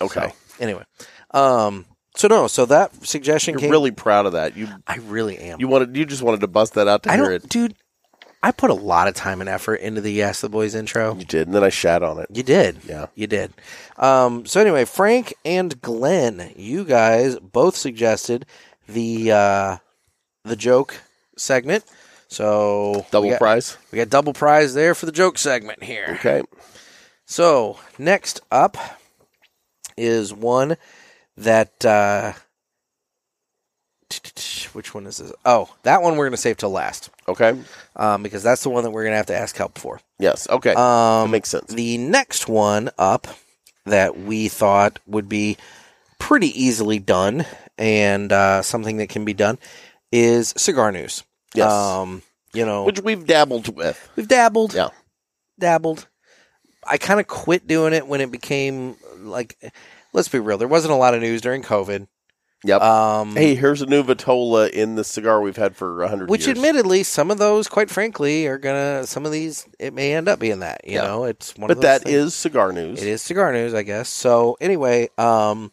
[SPEAKER 3] Okay.
[SPEAKER 2] So, anyway, um, so no, so that suggestion
[SPEAKER 3] You're
[SPEAKER 2] came.
[SPEAKER 3] really proud of that. You
[SPEAKER 2] I really am.
[SPEAKER 3] you wanted you just wanted to bust that out to
[SPEAKER 2] I
[SPEAKER 3] hear
[SPEAKER 2] don't,
[SPEAKER 3] it.
[SPEAKER 2] dude. I put a lot of time and effort into the Yes the Boys intro.
[SPEAKER 3] You did, and then I shat on it.
[SPEAKER 2] You did.
[SPEAKER 3] Yeah.
[SPEAKER 2] You did. Um, so anyway, Frank and Glenn, you guys both suggested the uh, the joke segment. So we
[SPEAKER 3] Double
[SPEAKER 2] got-
[SPEAKER 3] prize.
[SPEAKER 2] We got double prize there for the joke segment here.
[SPEAKER 3] Okay.
[SPEAKER 2] So next up is one that uh, which one is this? Oh, that one we're gonna save till last
[SPEAKER 3] Okay.
[SPEAKER 2] um, because that's the one that we're gonna have to ask help for.
[SPEAKER 3] Yes. Okay. that
[SPEAKER 2] Um,
[SPEAKER 3] makes sense.
[SPEAKER 2] the next one up that we thought would be pretty easily done and uh, something that can be done is cigar news.
[SPEAKER 3] Yes.
[SPEAKER 2] Um, you know,
[SPEAKER 3] Which we've dabbled with.
[SPEAKER 2] We've dabbled.
[SPEAKER 3] Yeah.
[SPEAKER 2] Dabbled. I kind of quit doing it when it became like let's be real, there wasn't a lot of news during COVID.
[SPEAKER 3] Yep.
[SPEAKER 2] Um
[SPEAKER 3] hey, here's a new Vitola in the cigar we've had for a hundred
[SPEAKER 2] which
[SPEAKER 3] years.
[SPEAKER 2] admittedly some of those quite frankly are going to some of these it may end up being that, you
[SPEAKER 3] Yeah.
[SPEAKER 2] know. It's one
[SPEAKER 3] but
[SPEAKER 2] of those
[SPEAKER 3] that is
[SPEAKER 2] things.
[SPEAKER 3] cigar news.
[SPEAKER 2] it is cigar news, I guess. So anyway, um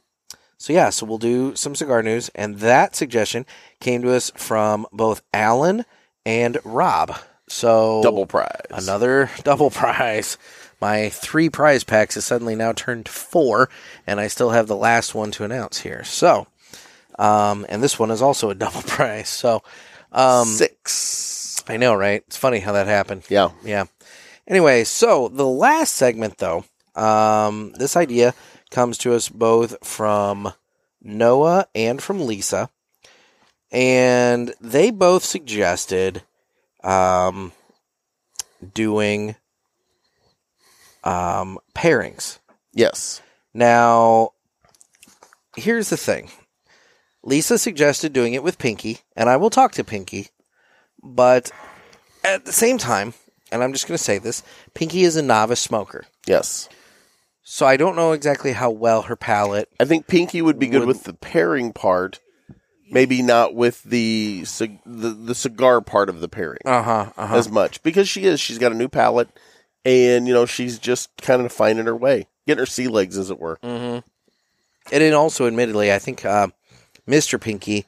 [SPEAKER 2] so yeah, so we'll do some cigar news and that suggestion came to us from both Alan and Rob. So
[SPEAKER 3] double prize.
[SPEAKER 2] *laughs* another double prize. my three prize packs has suddenly now turned to four, and I still have the last one to announce here. So, um, and this one is also a *laughs* double prize. So, um,
[SPEAKER 3] Six.
[SPEAKER 2] I know, right? It's funny how that happened.
[SPEAKER 3] Yeah.
[SPEAKER 2] Yeah. Anyway, so the last segment, though, um, this idea comes to us both from Noah and from Lisa, and they both suggested um, doing um, pairings.
[SPEAKER 3] Yes.
[SPEAKER 2] Now, here's the thing. Lisa suggested doing it with Pinky, and I will talk to Pinky, but at the same time, and I'm just going to say this Pinky is a novice smoker.
[SPEAKER 3] Yes.
[SPEAKER 2] So I don't know exactly how well her palate.
[SPEAKER 3] I think Pinky would be good
[SPEAKER 2] Would-
[SPEAKER 3] with the pairing part, maybe not with the cig- the, the cigar part of the pairing
[SPEAKER 2] Uh huh. Uh
[SPEAKER 3] as much because she is she's got a new palate, and you know she's just kind of finding her way, getting her sea legs, as it were.
[SPEAKER 2] Mm-hmm. And then also, admittedly, I think uh, Mr. Pinky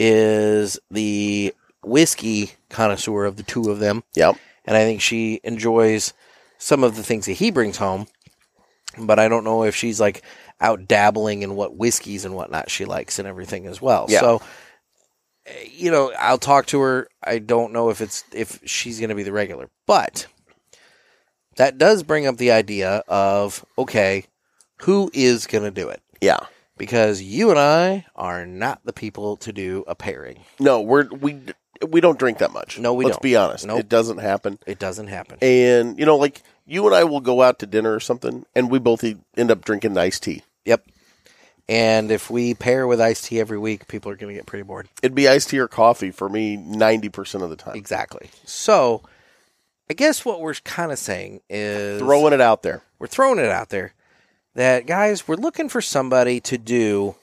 [SPEAKER 2] is the whiskey connoisseur of the two of them.
[SPEAKER 3] Yep.
[SPEAKER 2] and I think she enjoys some of the things that he brings home. But I don't know if she's like out dabbling in what whiskeys and whatnot she likes and everything as well.
[SPEAKER 3] Yeah.
[SPEAKER 2] So, eh, you know, I'll talk to her. I don't know if it's if she's going to be the regular, but that does bring up the idea of okay, who is going to do it?
[SPEAKER 3] Yeah.
[SPEAKER 2] Because you and I are not the people to do a pairing.
[SPEAKER 3] No, we're we we don't drink that much.
[SPEAKER 2] No, we
[SPEAKER 3] Let's
[SPEAKER 2] don't.
[SPEAKER 3] be honest.
[SPEAKER 2] Nope.
[SPEAKER 3] It doesn't happen.
[SPEAKER 2] It doesn't happen.
[SPEAKER 3] And you know, like you and I will go out to dinner or something, and we both e- end up drinking iced tea.
[SPEAKER 2] Yep. And if we pair with iced tea every week, people are going to get pretty bored.
[SPEAKER 3] It'd be iced tea or coffee for me ninety percent of the time.
[SPEAKER 2] Exactly. So, I guess what we're kind of saying is
[SPEAKER 3] Throwing it out there.
[SPEAKER 2] we're throwing it out there that guys, we're looking for somebody to do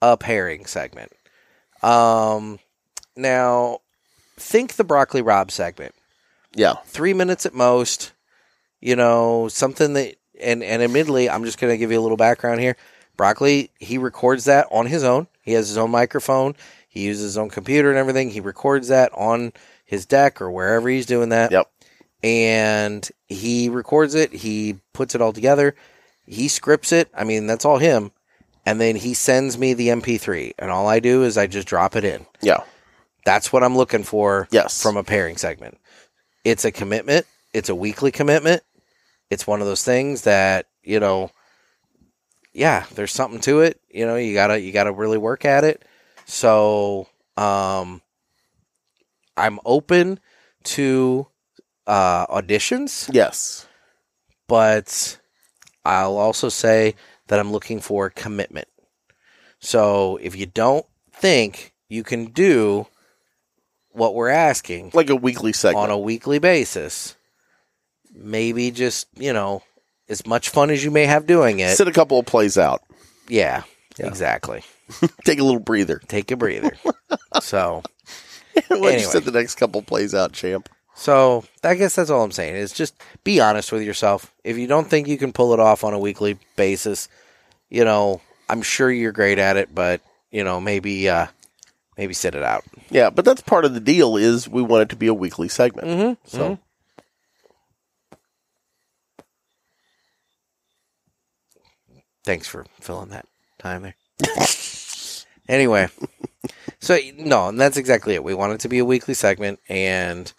[SPEAKER 2] a pairing segment. Um, now think the broccoli Rob segment,
[SPEAKER 3] Yeah.
[SPEAKER 2] three minutes at most. You know something that, and and admittedly, I'm just going to give you a little background here. Broccoli, he records that on his own. He has his own microphone. He uses his own computer and everything. He records that on his deck or wherever he's doing that.
[SPEAKER 3] Yep.
[SPEAKER 2] And he records it. He puts it all together. He scripts it. I mean, that's all him. And then he sends me the MP3. And all I do is I just drop it in.
[SPEAKER 3] Yeah.
[SPEAKER 2] That's what I'm looking for
[SPEAKER 3] Yes.
[SPEAKER 2] from a pairing segment. It's a commitment. It's a weekly commitment. It's one of those things that, you know, yeah, there's something to it. You know, you gotta you gotta really work at it. So um I'm open to uh auditions,
[SPEAKER 3] yes.
[SPEAKER 2] but I'll also say that I'm looking for commitment. So if you don't think you can do what we're asking,
[SPEAKER 3] Like a weekly segment.
[SPEAKER 2] on a weekly basis. Maybe just, you know, as much fun as you may have doing it.
[SPEAKER 3] Sit a couple of plays out.
[SPEAKER 2] yeah,
[SPEAKER 3] Yeah.
[SPEAKER 2] exactly.
[SPEAKER 3] Take a little breather. *laughs*
[SPEAKER 2] Take a breather. so,
[SPEAKER 3] Why don't you
[SPEAKER 2] Anyway.
[SPEAKER 3] sit the next couple plays out, champ?
[SPEAKER 2] so I guess that's all I'm saying is just be honest with yourself. If you don't think you can pull it off on a weekly basis, you know, I'm sure you're great at it, but you know, maybe uh maybe sit it out.
[SPEAKER 3] Yeah, but that's part of the deal is we want it to be a weekly segment.
[SPEAKER 2] Mm-hmm.
[SPEAKER 3] So
[SPEAKER 2] Thanks for filling that time there. *laughs* anyway, so no, and that's exactly it. We want it to be a weekly segment, and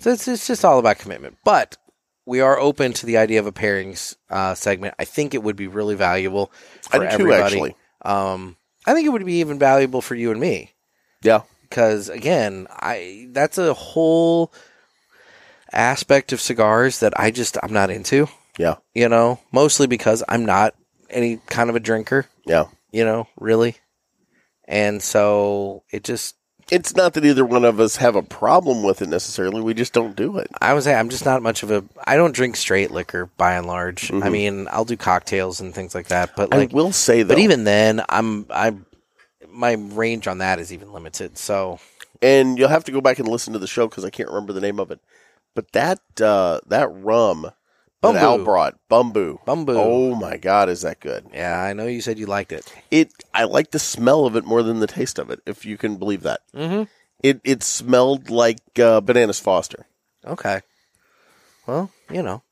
[SPEAKER 2] so it's, it's just all about commitment. But we are open to the idea of a pairings uh, segment. I think it would be really valuable for
[SPEAKER 3] I do too,
[SPEAKER 2] everybody.
[SPEAKER 3] actually.
[SPEAKER 2] Um, I think it would be even valuable for you and me
[SPEAKER 3] Yeah.
[SPEAKER 2] because again, I that's a whole aspect of cigars that I just I'm not into.
[SPEAKER 3] Yeah.
[SPEAKER 2] You know, mostly because I'm not any kind of a drinker,
[SPEAKER 3] Yeah.
[SPEAKER 2] you know, really. And so it just
[SPEAKER 3] It's not that either one of us have a problem with it necessarily. We just don't do it.
[SPEAKER 2] I was I'm just not much of a I don't drink straight liquor by and large. I
[SPEAKER 3] Mhm.
[SPEAKER 2] mean, I'll do cocktails and things like that, but like
[SPEAKER 3] I will say though,
[SPEAKER 2] but even then I'm I'm my range on that is even limited. So
[SPEAKER 3] and you'll have to go back and listen to the show because I can't remember the name of it. But that uh, that rum
[SPEAKER 2] Bumbu.
[SPEAKER 3] that Al brought, Bumbu.
[SPEAKER 2] Bumbo.
[SPEAKER 3] Oh my God, is that good?
[SPEAKER 2] Yeah, I know you said you liked it.
[SPEAKER 3] It. I like the smell of it more than the taste of it. If you can believe that,
[SPEAKER 2] Mhm.
[SPEAKER 3] it it smelled like uh, bananas Foster.
[SPEAKER 2] Okay. Well, you know,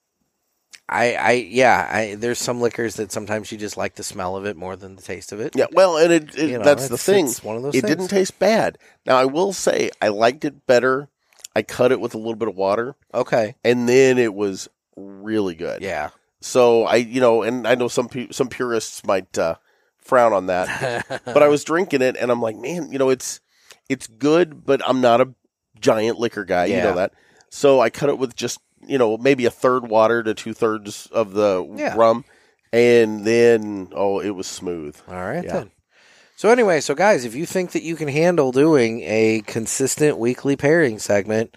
[SPEAKER 2] I, I, yeah, I, there's some liquors that sometimes you just like the smell of it more than the taste of it.
[SPEAKER 3] Yeah, well, and it, it
[SPEAKER 2] You know,
[SPEAKER 3] that's the
[SPEAKER 2] it's-
[SPEAKER 3] thing.
[SPEAKER 2] it's one of those
[SPEAKER 3] It
[SPEAKER 2] things.
[SPEAKER 3] didn't taste bad. Now I will say I liked it better. I cut it with a little bit of water,
[SPEAKER 2] Okay.
[SPEAKER 3] and then it was really good.
[SPEAKER 2] Yeah.
[SPEAKER 3] So I, you know, and I know some pe- some purists might uh, frown on that,
[SPEAKER 2] *laughs*
[SPEAKER 3] *laughs* but I was drinking it, and I'm like, man, you know, it's it's good, but I'm not a giant liquor guy. You
[SPEAKER 2] Yeah.
[SPEAKER 3] know that. So I cut it with just you know maybe a third water to two thirds of the
[SPEAKER 2] Yeah.
[SPEAKER 3] rum, and then oh, it was smooth.
[SPEAKER 2] All right
[SPEAKER 3] Yeah.
[SPEAKER 2] then. So anyway, so guys, if you think that you can handle doing a consistent weekly pairing segment,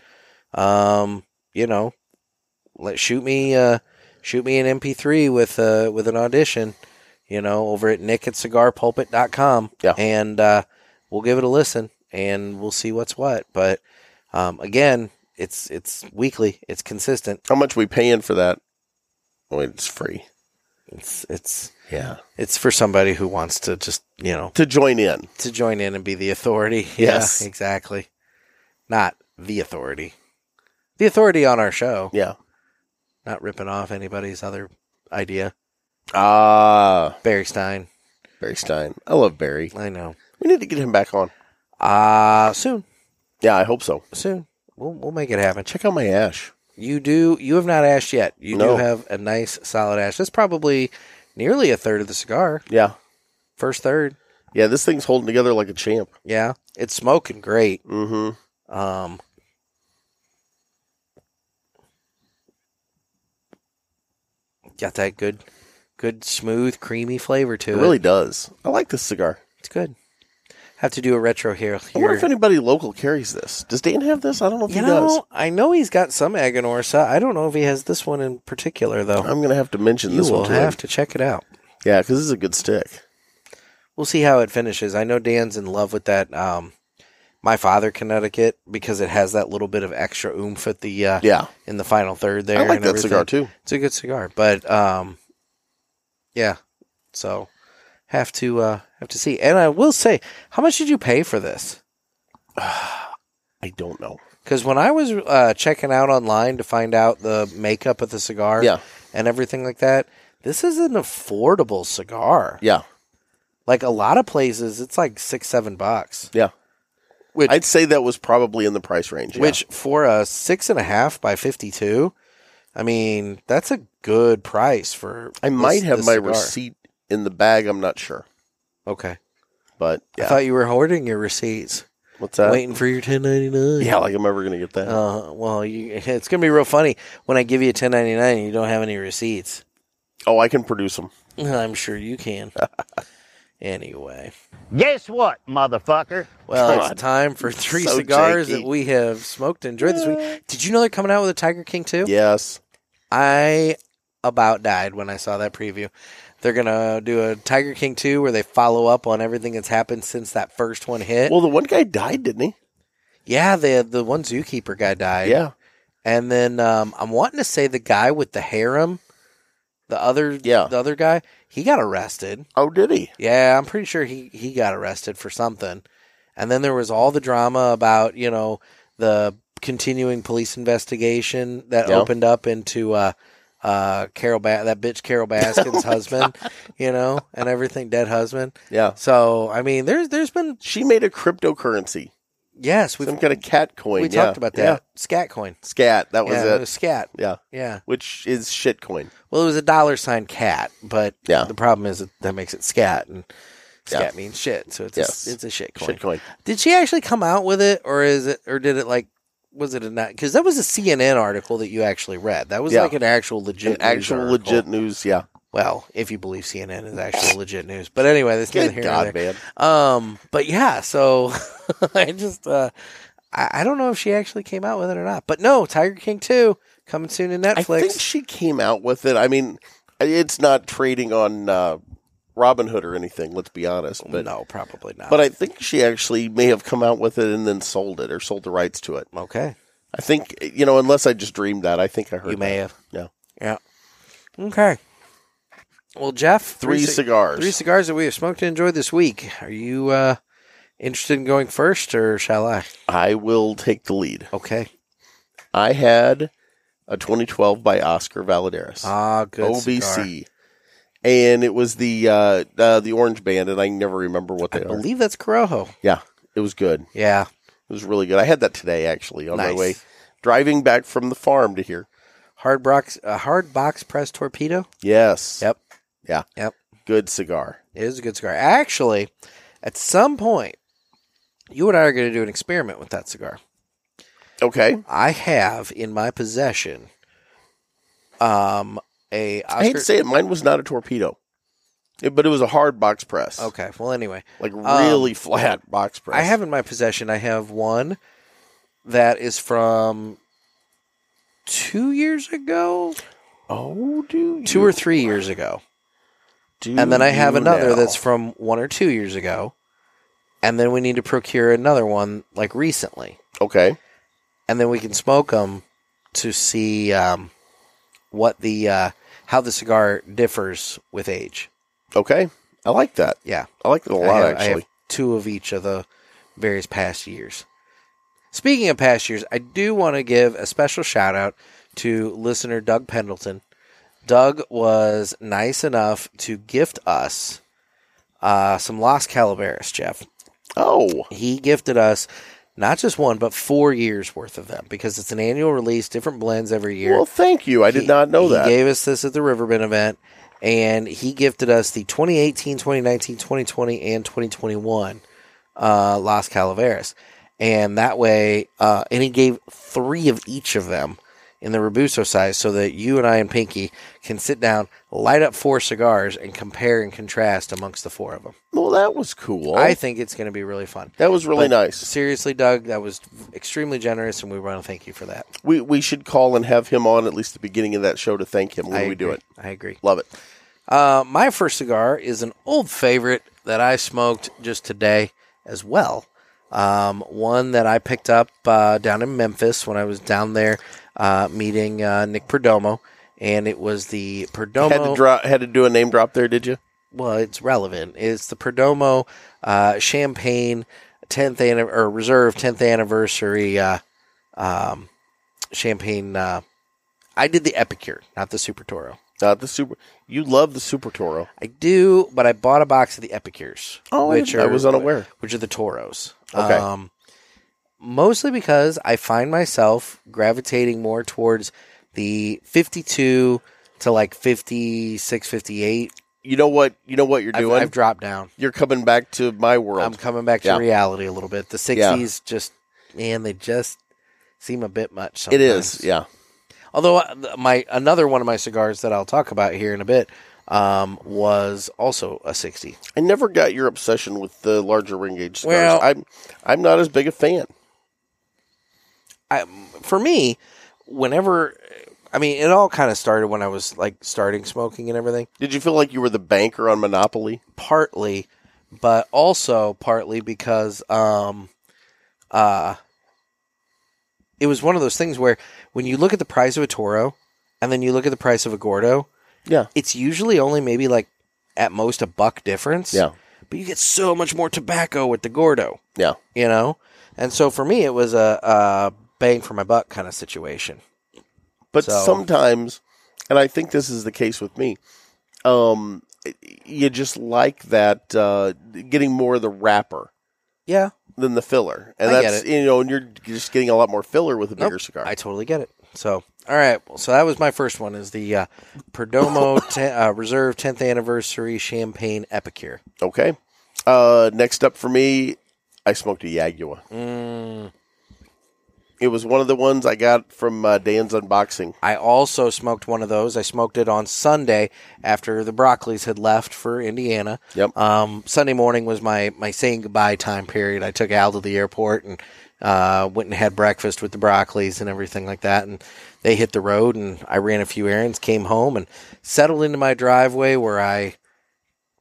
[SPEAKER 2] um, you know, let shoot me uh shoot me an MP3 with uh with an audition, you know, over at nick at cigarpulpit.com
[SPEAKER 3] Yeah.
[SPEAKER 2] and uh we'll give it a listen and we'll see what's what, but um again, it's it's weekly, it's consistent.
[SPEAKER 3] How much we paying for that? Oh, it's free.
[SPEAKER 2] It's it's
[SPEAKER 3] Yeah.
[SPEAKER 2] it's for somebody who wants to just, you know,
[SPEAKER 3] To join in.
[SPEAKER 2] to join in and be the authority.
[SPEAKER 3] Yes.
[SPEAKER 2] Yeah, exactly. Not the authority. The authority on our show.
[SPEAKER 3] Yeah.
[SPEAKER 2] Not ripping off anybody's other idea.
[SPEAKER 3] Ah,
[SPEAKER 2] Barry Stein.
[SPEAKER 3] Barry Stein. I love Barry.
[SPEAKER 2] I know.
[SPEAKER 3] We need to get him back on.
[SPEAKER 2] Uh soon.
[SPEAKER 3] Yeah, I hope so.
[SPEAKER 2] Soon. We'll we'll make it happen.
[SPEAKER 3] Check out my ash.
[SPEAKER 2] You do you have not ashed yet. You
[SPEAKER 3] No.
[SPEAKER 2] do have a nice solid ash. That's probably nearly a third of the cigar.
[SPEAKER 3] Yeah.
[SPEAKER 2] First third.
[SPEAKER 3] Yeah, this thing's holding together like a champ.
[SPEAKER 2] Yeah. It's smoking great.
[SPEAKER 3] Mm-hmm.
[SPEAKER 2] Um Got that good good smooth creamy flavor to
[SPEAKER 3] It
[SPEAKER 2] it.
[SPEAKER 3] really does. I like this cigar.
[SPEAKER 2] It's good. Have to do a retro here.
[SPEAKER 3] I wonder
[SPEAKER 2] here.
[SPEAKER 3] if anybody local carries this. Does Dan have this? I don't know if
[SPEAKER 2] you
[SPEAKER 3] he
[SPEAKER 2] know, I know he's got some Aganorsa. I don't know if he has this one in particular though.
[SPEAKER 3] does. I'm going to have to mention
[SPEAKER 2] you
[SPEAKER 3] this
[SPEAKER 2] will
[SPEAKER 3] one to him.
[SPEAKER 2] have to check it out.
[SPEAKER 3] Yeah, because this is a good stick.
[SPEAKER 2] We'll see how it finishes. I know Dan's in love with that um my father Connecticut because it has that little bit of extra oomph at the uh,
[SPEAKER 3] Yeah.
[SPEAKER 2] in the final third there.
[SPEAKER 3] I like
[SPEAKER 2] and
[SPEAKER 3] that
[SPEAKER 2] everything.
[SPEAKER 3] cigar too.
[SPEAKER 2] It's a good cigar, but um, yeah. So have to uh, have to see. And I will say, how much did you pay for this?
[SPEAKER 3] I don't know.
[SPEAKER 2] Because when I was uh, checking out online to find out the makeup of the cigar,
[SPEAKER 3] Yeah.
[SPEAKER 2] and everything like that, this is an affordable cigar.
[SPEAKER 3] Yeah.
[SPEAKER 2] Like a lot of places, it's like six, seven bucks.
[SPEAKER 3] Yeah.
[SPEAKER 2] Which
[SPEAKER 3] I'd say that was probably in the price range. yeah.
[SPEAKER 2] which for a six and a half by fifty-two, I mean that's a good price for.
[SPEAKER 3] I
[SPEAKER 2] this-
[SPEAKER 3] might have
[SPEAKER 2] this
[SPEAKER 3] my
[SPEAKER 2] cigar.
[SPEAKER 3] receipt in the bag. I'm not sure.
[SPEAKER 2] Okay.
[SPEAKER 3] But
[SPEAKER 2] I
[SPEAKER 3] yeah.
[SPEAKER 2] thought you were hoarding your receipts,
[SPEAKER 3] What's that?
[SPEAKER 2] waiting for your ten ninety nine.
[SPEAKER 3] Yeah, like I'm ever gonna get that.
[SPEAKER 2] Uh, well, you, *laughs* it's gonna be real funny when I give you a ten ninety nine and you don't have any receipts.
[SPEAKER 3] oh, I can produce them.
[SPEAKER 2] I'm sure you *laughs* can. anyway,
[SPEAKER 4] Guess what, motherfucker?
[SPEAKER 2] well,
[SPEAKER 3] God.
[SPEAKER 2] it's time *laughs* for three
[SPEAKER 3] So
[SPEAKER 2] cigars
[SPEAKER 3] janky.
[SPEAKER 2] that we have smoked and enjoyed this week. Did you know they're coming out with a Tiger King too?
[SPEAKER 3] Yes.
[SPEAKER 2] I about died when I saw that preview. They're gonna do a Tiger King two where they follow up on everything that's happened since that first one hit.
[SPEAKER 3] Well, the one guy died, didn't he?
[SPEAKER 2] yeah, the the one zookeeper guy died.
[SPEAKER 3] yeah.
[SPEAKER 2] And then um, I'm wanting to say the guy with the harem, the other
[SPEAKER 3] Yeah.
[SPEAKER 2] the other guy, he got arrested.
[SPEAKER 3] Oh, did he?
[SPEAKER 2] Yeah, I'm pretty sure he he got arrested for something. And then there was all the drama about you know the continuing police investigation that
[SPEAKER 3] Yeah.
[SPEAKER 2] opened up into uh, uh, Carol ba- that bitch
[SPEAKER 3] *laughs*
[SPEAKER 2] Carol Baskin's
[SPEAKER 3] Oh
[SPEAKER 2] husband, you know, and everything dead husband.
[SPEAKER 3] Yeah.
[SPEAKER 2] So I mean, there's there's been
[SPEAKER 3] She made a cryptocurrency.
[SPEAKER 2] yes we've
[SPEAKER 3] Some kind of cat coin.
[SPEAKER 2] we
[SPEAKER 3] yeah.
[SPEAKER 2] talked about that
[SPEAKER 3] Yeah.
[SPEAKER 2] scat coin.
[SPEAKER 3] Scat. That was
[SPEAKER 2] yeah,
[SPEAKER 3] it.
[SPEAKER 2] was scat.
[SPEAKER 3] Yeah.
[SPEAKER 2] Yeah.
[SPEAKER 3] Which is shit coin.
[SPEAKER 2] Well, it was a dollar sign cat, but
[SPEAKER 3] Yeah.
[SPEAKER 2] the problem is that, that makes it scat, and
[SPEAKER 3] Yeah.
[SPEAKER 2] scat means shit, so it's
[SPEAKER 3] Yes.
[SPEAKER 2] a, it's a shit coin.
[SPEAKER 3] Shit coin.
[SPEAKER 2] Did she actually come out with it, or is it, or did it like, was it a not? Because that was a CNN article that you actually read. That was
[SPEAKER 3] Yeah.
[SPEAKER 2] like an actual legit,
[SPEAKER 3] An
[SPEAKER 2] news
[SPEAKER 3] actual
[SPEAKER 2] article.
[SPEAKER 3] legit news. Yeah.
[SPEAKER 2] Well, if you believe CNN is actual legit news, but anyway, that's neither
[SPEAKER 3] Good
[SPEAKER 2] here
[SPEAKER 3] God,
[SPEAKER 2] nor there.
[SPEAKER 3] man.
[SPEAKER 2] Um, but yeah, so *laughs* I just, uh, I, I don't know if she actually came out with it or not, but no, Tiger King two coming soon to
[SPEAKER 3] I
[SPEAKER 2] Netflix.
[SPEAKER 3] think she came out with it. I mean, it's not trading on uh, Robin Hood or anything. Let's be honest. But
[SPEAKER 2] no, probably not.
[SPEAKER 3] But I think she actually may have come out with it and then sold it or sold the rights to it.
[SPEAKER 2] okay.
[SPEAKER 3] I think you know, unless I just dreamed that. I think I heard
[SPEAKER 2] You may
[SPEAKER 3] that.
[SPEAKER 2] have.
[SPEAKER 3] Yeah.
[SPEAKER 2] Yeah. Okay. Well, Jeff,
[SPEAKER 3] three
[SPEAKER 2] cig-
[SPEAKER 3] cigars.
[SPEAKER 2] Three cigars that we have smoked and enjoyed this week. Are you uh, interested in going first, or shall I?
[SPEAKER 3] I will take the lead.
[SPEAKER 2] Okay.
[SPEAKER 3] I had a 2012 by Oscar Valadares.
[SPEAKER 2] Ah, good. cigar.
[SPEAKER 3] OBC. And it was the uh, uh, the orange band, and I never remember what
[SPEAKER 2] I
[SPEAKER 3] they are.
[SPEAKER 2] believe that's Corojo.
[SPEAKER 3] Yeah, it was good. It
[SPEAKER 2] Yeah.
[SPEAKER 3] was really good. I had that today actually on
[SPEAKER 2] nice.
[SPEAKER 3] my way driving back from the farm to here.
[SPEAKER 2] Hard box, a hard box press torpedo.
[SPEAKER 3] Yes.
[SPEAKER 2] Yep.
[SPEAKER 3] Yeah.
[SPEAKER 2] Yep.
[SPEAKER 3] Good cigar.
[SPEAKER 2] It is a good cigar. Actually, at some point, you and I are going to do an experiment with that cigar.
[SPEAKER 3] Okay.
[SPEAKER 2] I have in my possession, um, a Oscar.
[SPEAKER 3] I hate to say it, mine was not a torpedo, It- but it was a hard box press.
[SPEAKER 2] okay. Well, anyway,
[SPEAKER 3] Like really flat box press.
[SPEAKER 2] I have in my possession. I have one that is from two years ago,
[SPEAKER 3] Oh, dude.
[SPEAKER 2] two or three years ago, and then I have another that's from one or two years ago, and then we need to procure another one like recently.
[SPEAKER 3] okay.
[SPEAKER 2] and then we can smoke them to see um, what the uh, how the cigar differs with age.
[SPEAKER 3] Okay. I like that.
[SPEAKER 2] Yeah,
[SPEAKER 3] I like that a
[SPEAKER 2] I
[SPEAKER 3] lot
[SPEAKER 2] have- I have
[SPEAKER 3] actually.
[SPEAKER 2] two of each of the various past years. Speaking of past years, I do want to give a special shout out to listener Doug Pendleton. Doug was nice enough to gift us uh, some Los Calaveras, Jeff.
[SPEAKER 3] Oh,
[SPEAKER 2] he gifted us not just one but four years worth of them because it's an annual release different blends every year
[SPEAKER 3] well, thank you. I did
[SPEAKER 2] He-
[SPEAKER 3] not know
[SPEAKER 2] he
[SPEAKER 3] that.
[SPEAKER 2] gave us this at the riverbend event and he gifted us the 2018 2019 2020 and 2021 uh, las calaveras and that way uh, and he gave three of each of them in the robusto size so that you and i and pinky can sit down light up four cigars and compare and contrast amongst the four of them
[SPEAKER 3] well, that was cool.
[SPEAKER 2] i think it's going to be really fun
[SPEAKER 3] that was really
[SPEAKER 2] but
[SPEAKER 3] nice.
[SPEAKER 2] Seriously, Doug, that was extremely generous, and we want to thank you for that.
[SPEAKER 3] We we should call and have him on at least the beginning of that show to thank him when
[SPEAKER 2] I
[SPEAKER 3] we do
[SPEAKER 2] agree.
[SPEAKER 3] it.
[SPEAKER 2] I agree.
[SPEAKER 3] Love it.
[SPEAKER 2] Uh, my first cigar is an old favorite that I smoked just today as well. Um, one that I picked up uh, down in Memphis when I was down there uh, meeting uh, Nick Perdomo, and it was the Perdomo.
[SPEAKER 3] Had to drop. Had to do a name drop there. Did you?
[SPEAKER 2] well, it's relevant. It's the Perdomo uh, Champagne 10th anni- or Reserve 10th anniversary uh, um, Champagne. Uh, I did the Epicure, not the Super Toro.
[SPEAKER 3] Not Uh, the super. You love the Super Toro.
[SPEAKER 2] I do, but I bought a box of the Epicures.
[SPEAKER 3] Oh, I didn't- I was unaware.
[SPEAKER 2] Which are the Toros.
[SPEAKER 3] Okay.
[SPEAKER 2] Um, mostly because I find myself gravitating more towards the 52 to like 56, 58.
[SPEAKER 3] You know what? You know what you're
[SPEAKER 2] I've,
[SPEAKER 3] doing.
[SPEAKER 2] I've dropped down.
[SPEAKER 3] you're coming back to my
[SPEAKER 2] I'm
[SPEAKER 3] world.
[SPEAKER 2] coming back to
[SPEAKER 3] Yeah.
[SPEAKER 2] reality a little bit. The 60s just, man, they just seem a bit much.
[SPEAKER 3] it
[SPEAKER 2] Sometimes.
[SPEAKER 3] is. Yeah.
[SPEAKER 2] Although uh, th- my another one of my cigars that I'll talk about here in a bit um, was also a 60.
[SPEAKER 3] I never got your obsession with the larger ring gauge cigars.
[SPEAKER 2] Well-
[SPEAKER 3] I'm I'm not as big a fan.
[SPEAKER 2] I, for me, whenever, I mean, it all kind of started when I was like starting smoking and everything,
[SPEAKER 3] Did you feel like you were the banker on Monopoly?
[SPEAKER 2] partly, but also partly because, um, uh, it was one of those things where when you look at the price of a Toro and then you look at the price of a Gordo,
[SPEAKER 3] Yeah.
[SPEAKER 2] it's usually only maybe like at most a buck difference.
[SPEAKER 3] Yeah.
[SPEAKER 2] But you get so much more tobacco with the Gordo,
[SPEAKER 3] Yeah.
[SPEAKER 2] you know? And so for me, it was a, a bang for my buck kind of situation.
[SPEAKER 3] But
[SPEAKER 2] So-
[SPEAKER 3] sometimes, and I think this is the case with me, um, you just like that uh, getting more of the wrapper
[SPEAKER 2] Yeah.
[SPEAKER 3] than the filler, and
[SPEAKER 2] I get
[SPEAKER 3] that's
[SPEAKER 2] it.
[SPEAKER 3] you know, and you're just getting a lot more filler with a bigger
[SPEAKER 2] Nope,
[SPEAKER 3] cigar.
[SPEAKER 2] I totally get it. So, all right. Well, so that was my first one is the uh, Perdomo ten, uh, Reserve 10th Anniversary Champagne Epicure.
[SPEAKER 3] okay. Uh, next up for me, I smoked a Yagua.
[SPEAKER 2] Mm.
[SPEAKER 3] It was one of the ones I got from uh, Dan's unboxing.
[SPEAKER 2] I also smoked one of those. I smoked it on Sunday after the Broccoli's had left for Indiana.
[SPEAKER 3] Yep.
[SPEAKER 2] Um, Sunday morning was my, my saying goodbye time period. I took Al to the airport and uh, went and had breakfast with the Broccoli's and everything like that. And they hit the road, and I ran a few errands, came home, and settled into my driveway where I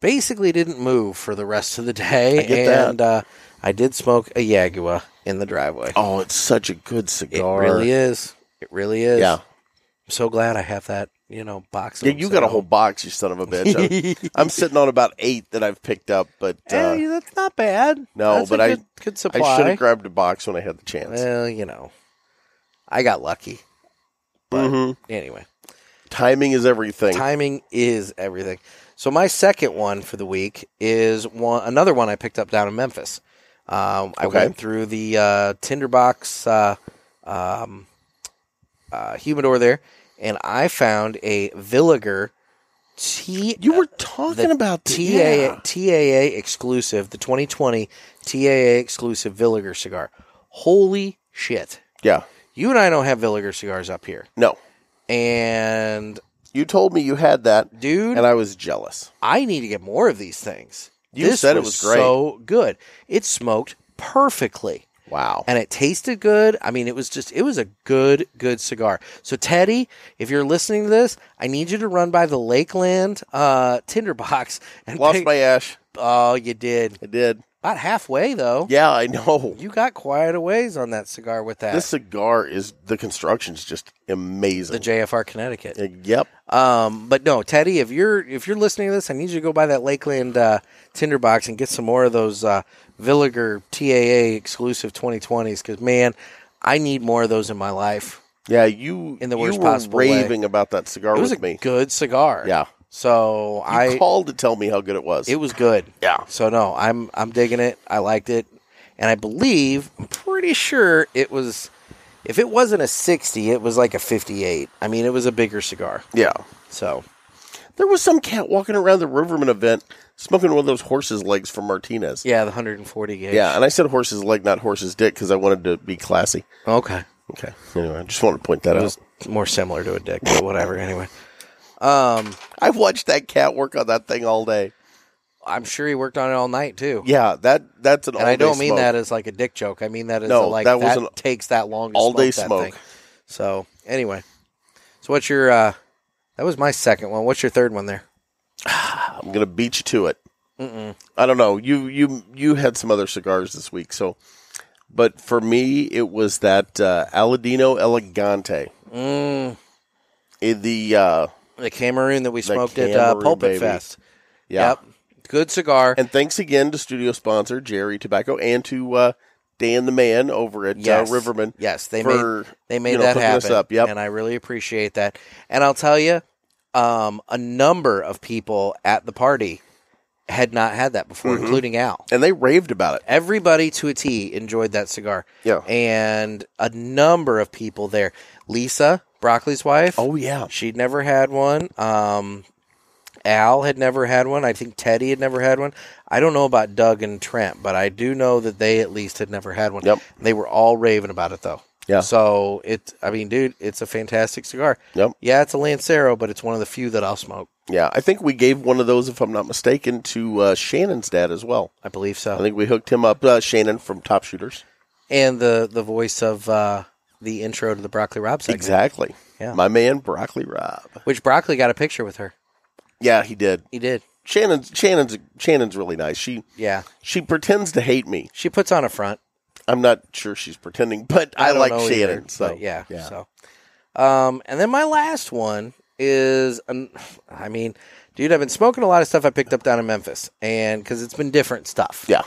[SPEAKER 2] basically didn't move for the rest of the day.
[SPEAKER 3] I get that.
[SPEAKER 2] and Uh, I did smoke a Yagua in the driveway.
[SPEAKER 3] Oh, it's such a good
[SPEAKER 2] it
[SPEAKER 3] cigar.
[SPEAKER 2] really is. It really is.
[SPEAKER 3] Yeah.
[SPEAKER 2] I'm so glad I have that, you know, box. of
[SPEAKER 3] Yeah,
[SPEAKER 2] them
[SPEAKER 3] you
[SPEAKER 2] set
[SPEAKER 3] got a
[SPEAKER 2] up.
[SPEAKER 3] whole box, you son of
[SPEAKER 2] *laughs*
[SPEAKER 3] a bitch. I'm, I'm sitting on about eight that I've picked up, but uh,
[SPEAKER 2] Eh, that's not bad.
[SPEAKER 3] No,
[SPEAKER 2] That's a
[SPEAKER 3] but I-
[SPEAKER 2] good, good supply. Eh,
[SPEAKER 3] I should have grabbed a box when I had the chance.
[SPEAKER 2] Well, you know, I got lucky. But
[SPEAKER 3] Mhm.
[SPEAKER 2] anyway,
[SPEAKER 3] Timing is everything.
[SPEAKER 2] timing is everything. So my second one for the week is one another one I picked up down in Memphis. Um, I
[SPEAKER 3] Okay.
[SPEAKER 2] went through the uh, Tinderbox uh, um, uh, humidor there, and I found a Villiger T
[SPEAKER 3] you were talking
[SPEAKER 2] uh, the
[SPEAKER 3] about the-
[SPEAKER 2] TAA,
[SPEAKER 3] yeah.
[SPEAKER 2] TAA exclusive, the 2020 TAA exclusive Villiger cigar. Holy shit!
[SPEAKER 3] Yeah.
[SPEAKER 2] You and I don't have Villiger cigars up here,
[SPEAKER 3] No.
[SPEAKER 2] and
[SPEAKER 3] You told me you had that,
[SPEAKER 2] dude,
[SPEAKER 3] and I was jealous.
[SPEAKER 2] I need to get more of these things.
[SPEAKER 3] You said it was great.
[SPEAKER 2] so good. It smoked perfectly
[SPEAKER 3] Wow.
[SPEAKER 2] and it tasted good. I mean, it was just it was a good good cigar. So Teddy, if you're listening to this, I need you to run by the Lakeland uh tinderbox *laughs* and
[SPEAKER 3] Lost
[SPEAKER 2] pick-
[SPEAKER 3] my ash.
[SPEAKER 2] Oh, you did.
[SPEAKER 3] I did.
[SPEAKER 2] About halfway though.
[SPEAKER 3] Yeah, I know.
[SPEAKER 2] You got quite a ways on that cigar with that.
[SPEAKER 3] This cigar is the construction's just
[SPEAKER 2] the
[SPEAKER 3] amazing.
[SPEAKER 2] JFR Connecticut.
[SPEAKER 3] Uh, yep.
[SPEAKER 2] Um, but no, Teddy, if you're if you're listening to this, I need you to go buy that Lakeland uh, tinderbox and get some more of those uh, Villiger TAA exclusive 2020s. Because man, I need more of those in my life.
[SPEAKER 3] Yeah, you
[SPEAKER 2] In the
[SPEAKER 3] you
[SPEAKER 2] worst
[SPEAKER 3] were
[SPEAKER 2] possible way.
[SPEAKER 3] raving about that cigar
[SPEAKER 2] It was
[SPEAKER 3] with
[SPEAKER 2] a
[SPEAKER 3] me.
[SPEAKER 2] good cigar.
[SPEAKER 3] Yeah.
[SPEAKER 2] So
[SPEAKER 3] You
[SPEAKER 2] I
[SPEAKER 3] called to tell me how good it was.
[SPEAKER 2] it was good.
[SPEAKER 3] yeah.
[SPEAKER 2] So no, I'm I'm digging it. I liked it, and I believe I'm pretty sure it was. If it wasn't a 60, it was like a 58. I mean, it was a bigger cigar.
[SPEAKER 3] Yeah.
[SPEAKER 2] So
[SPEAKER 3] There was some cat walking around the Riverman event smoking one of those horse's legs from Martinez.
[SPEAKER 2] yeah, the 140 gauge.
[SPEAKER 3] Yeah, and I said horse's leg, not horse's dick, because I wanted to be classy.
[SPEAKER 2] Okay.
[SPEAKER 3] Okay. Anyway, I just wanted to point that
[SPEAKER 2] It
[SPEAKER 3] out.
[SPEAKER 2] was more similar to a dick, but *laughs* whatever. Anyway, um,
[SPEAKER 3] I watched that cat work on that thing all day.
[SPEAKER 2] I'm sure he worked on it all night too.
[SPEAKER 3] Yeah, that that's an
[SPEAKER 2] and
[SPEAKER 3] all
[SPEAKER 2] I don't
[SPEAKER 3] day
[SPEAKER 2] mean
[SPEAKER 3] smoke.
[SPEAKER 2] that as like a dick joke. I mean that as a,
[SPEAKER 3] No,
[SPEAKER 2] like that,
[SPEAKER 3] that was an
[SPEAKER 2] takes that long to
[SPEAKER 3] all
[SPEAKER 2] smoke
[SPEAKER 3] day
[SPEAKER 2] that
[SPEAKER 3] smoke.
[SPEAKER 2] thing. So anyway, so what's your? uh That was my second one. What's your third one there?
[SPEAKER 3] I'm gonna beat you to it. I don't know. You you you had some other cigars this week, so. But for me, it was that uh, Aladino Elegante.
[SPEAKER 2] Mm,
[SPEAKER 3] Eh, the uh,
[SPEAKER 2] the Cameroon that we
[SPEAKER 3] The
[SPEAKER 2] smoked at uh,
[SPEAKER 3] Cameroon,
[SPEAKER 2] Pulpit
[SPEAKER 3] baby.
[SPEAKER 2] Fest. uh,
[SPEAKER 3] yeah.
[SPEAKER 2] Yep, good cigar.
[SPEAKER 3] And thanks again to studio sponsor Jerry Tobacco and to uh, Dan the Man over at
[SPEAKER 2] Yes.
[SPEAKER 3] uh, Riverman.
[SPEAKER 2] Yes, they made
[SPEAKER 3] for
[SPEAKER 2] They made
[SPEAKER 3] you know,
[SPEAKER 2] that
[SPEAKER 3] hooking us
[SPEAKER 2] happen.
[SPEAKER 3] up, yep.
[SPEAKER 2] And I really appreciate that. And I'll tell you, um, a number of people at the party had not had that before, including Al.
[SPEAKER 3] and they raved about it.
[SPEAKER 2] Everybody to a T enjoyed that cigar.
[SPEAKER 3] Yeah.
[SPEAKER 2] And a number of people there. Lisa, Broccoli's wife.
[SPEAKER 3] Oh yeah,
[SPEAKER 2] She'd never had one. Um, Al had never had one. I think Teddy had never had one. I don't know about Doug and Trent, but I do know that they at least had never had one.
[SPEAKER 3] Yep.
[SPEAKER 2] They were all raving about it though.
[SPEAKER 3] Yeah.
[SPEAKER 2] So it, I mean, dude, it's a fantastic cigar.
[SPEAKER 3] Yep.
[SPEAKER 2] Yeah, it's a Lancero, but it's one of the few that I'll smoke.
[SPEAKER 3] yeah. I think we gave one of those, if I'm not mistaken, to uh, Shannon's dad as well.
[SPEAKER 2] I believe
[SPEAKER 3] I
[SPEAKER 2] so.
[SPEAKER 3] think we hooked him up, uh, Shannon from Top Shooters.
[SPEAKER 2] and the the voice of uh, the intro to the Broccoli Rob segment,
[SPEAKER 3] Exactly.
[SPEAKER 2] Yeah.
[SPEAKER 3] My man Broccoli Rob.
[SPEAKER 2] which Broccoli got a picture with her.
[SPEAKER 3] Yeah, he did.
[SPEAKER 2] He did.
[SPEAKER 3] Shannon's Shannon's Shannon's really nice. She
[SPEAKER 2] Yeah.
[SPEAKER 3] she pretends to hate me.
[SPEAKER 2] She puts on a front.
[SPEAKER 3] I'm not sure she's pretending, but I,
[SPEAKER 2] don't
[SPEAKER 3] like
[SPEAKER 2] know
[SPEAKER 3] Shannon.
[SPEAKER 2] either,
[SPEAKER 3] so
[SPEAKER 2] but yeah,
[SPEAKER 3] yeah.
[SPEAKER 2] So, um, and then my last one is, um, I mean, dude, I've been smoking a lot of stuff I picked up down in Memphis, and because it's been different stuff.
[SPEAKER 3] Yeah.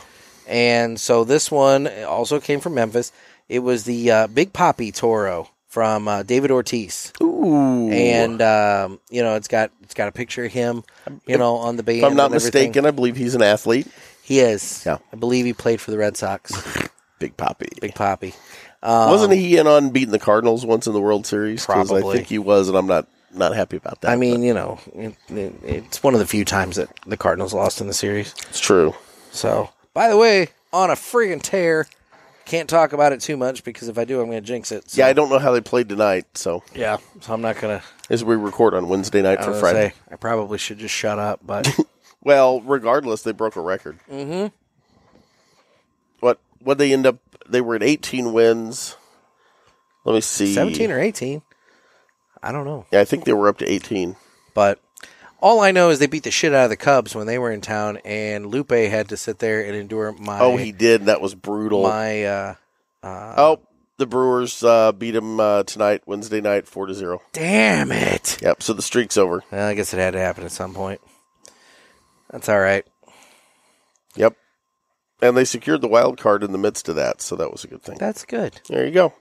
[SPEAKER 2] And so this one also came from Memphis. It was the uh, Big Poppy Toro from uh, David Ortiz,
[SPEAKER 3] Ooh.
[SPEAKER 2] and um, you know it's got it's got a picture of him, you know, on the band.
[SPEAKER 3] if I'm not
[SPEAKER 2] and everything.
[SPEAKER 3] mistaken, I believe he's an athlete.
[SPEAKER 2] he is.
[SPEAKER 3] Yeah.
[SPEAKER 2] I believe he played for the Red Sox.
[SPEAKER 3] Big Poppy.
[SPEAKER 2] Big Poppy.
[SPEAKER 3] Wasn't he in on beating the Cardinals once in the World Series? 'Cause I
[SPEAKER 2] Probably.
[SPEAKER 3] think he was, and I'm not not happy about that.
[SPEAKER 2] I mean, you know, it, it, it's one of the few times that the Cardinals lost in the series.
[SPEAKER 3] it's true.
[SPEAKER 2] So, by the way, on a friggin' tear, can't talk about it too much because if I do, I'm going to jinx it. So,
[SPEAKER 3] Yeah, I don't know how they played tonight. So
[SPEAKER 2] yeah. So I'm not going to.
[SPEAKER 3] as we record on Wednesday night
[SPEAKER 2] I
[SPEAKER 3] for
[SPEAKER 2] was gonna
[SPEAKER 3] Friday.
[SPEAKER 2] say I probably should just shut up,
[SPEAKER 3] *laughs*
[SPEAKER 2] but
[SPEAKER 3] Well, regardless, they broke a record. Mm-hmm. What? What they end up? They were at 18 wins. Let me see.
[SPEAKER 2] 17 or 18, I don't know.
[SPEAKER 3] Yeah, I think they were up to 18.
[SPEAKER 2] But all I know is they beat the shit out of the Cubs when they were in town, and Lupe had to sit there and endure my
[SPEAKER 3] oh, he did. That was brutal.
[SPEAKER 2] my uh,
[SPEAKER 3] oh, the Brewers uh, beat him uh, tonight, Wednesday night, four to zero.
[SPEAKER 2] damn it.
[SPEAKER 3] Yep. So the streak's over.
[SPEAKER 2] Well, I guess it had to happen at some point. That's all right.
[SPEAKER 3] Yep. And they secured the wild card in the midst of that, so that was a good thing.
[SPEAKER 2] That's good.
[SPEAKER 3] There you go.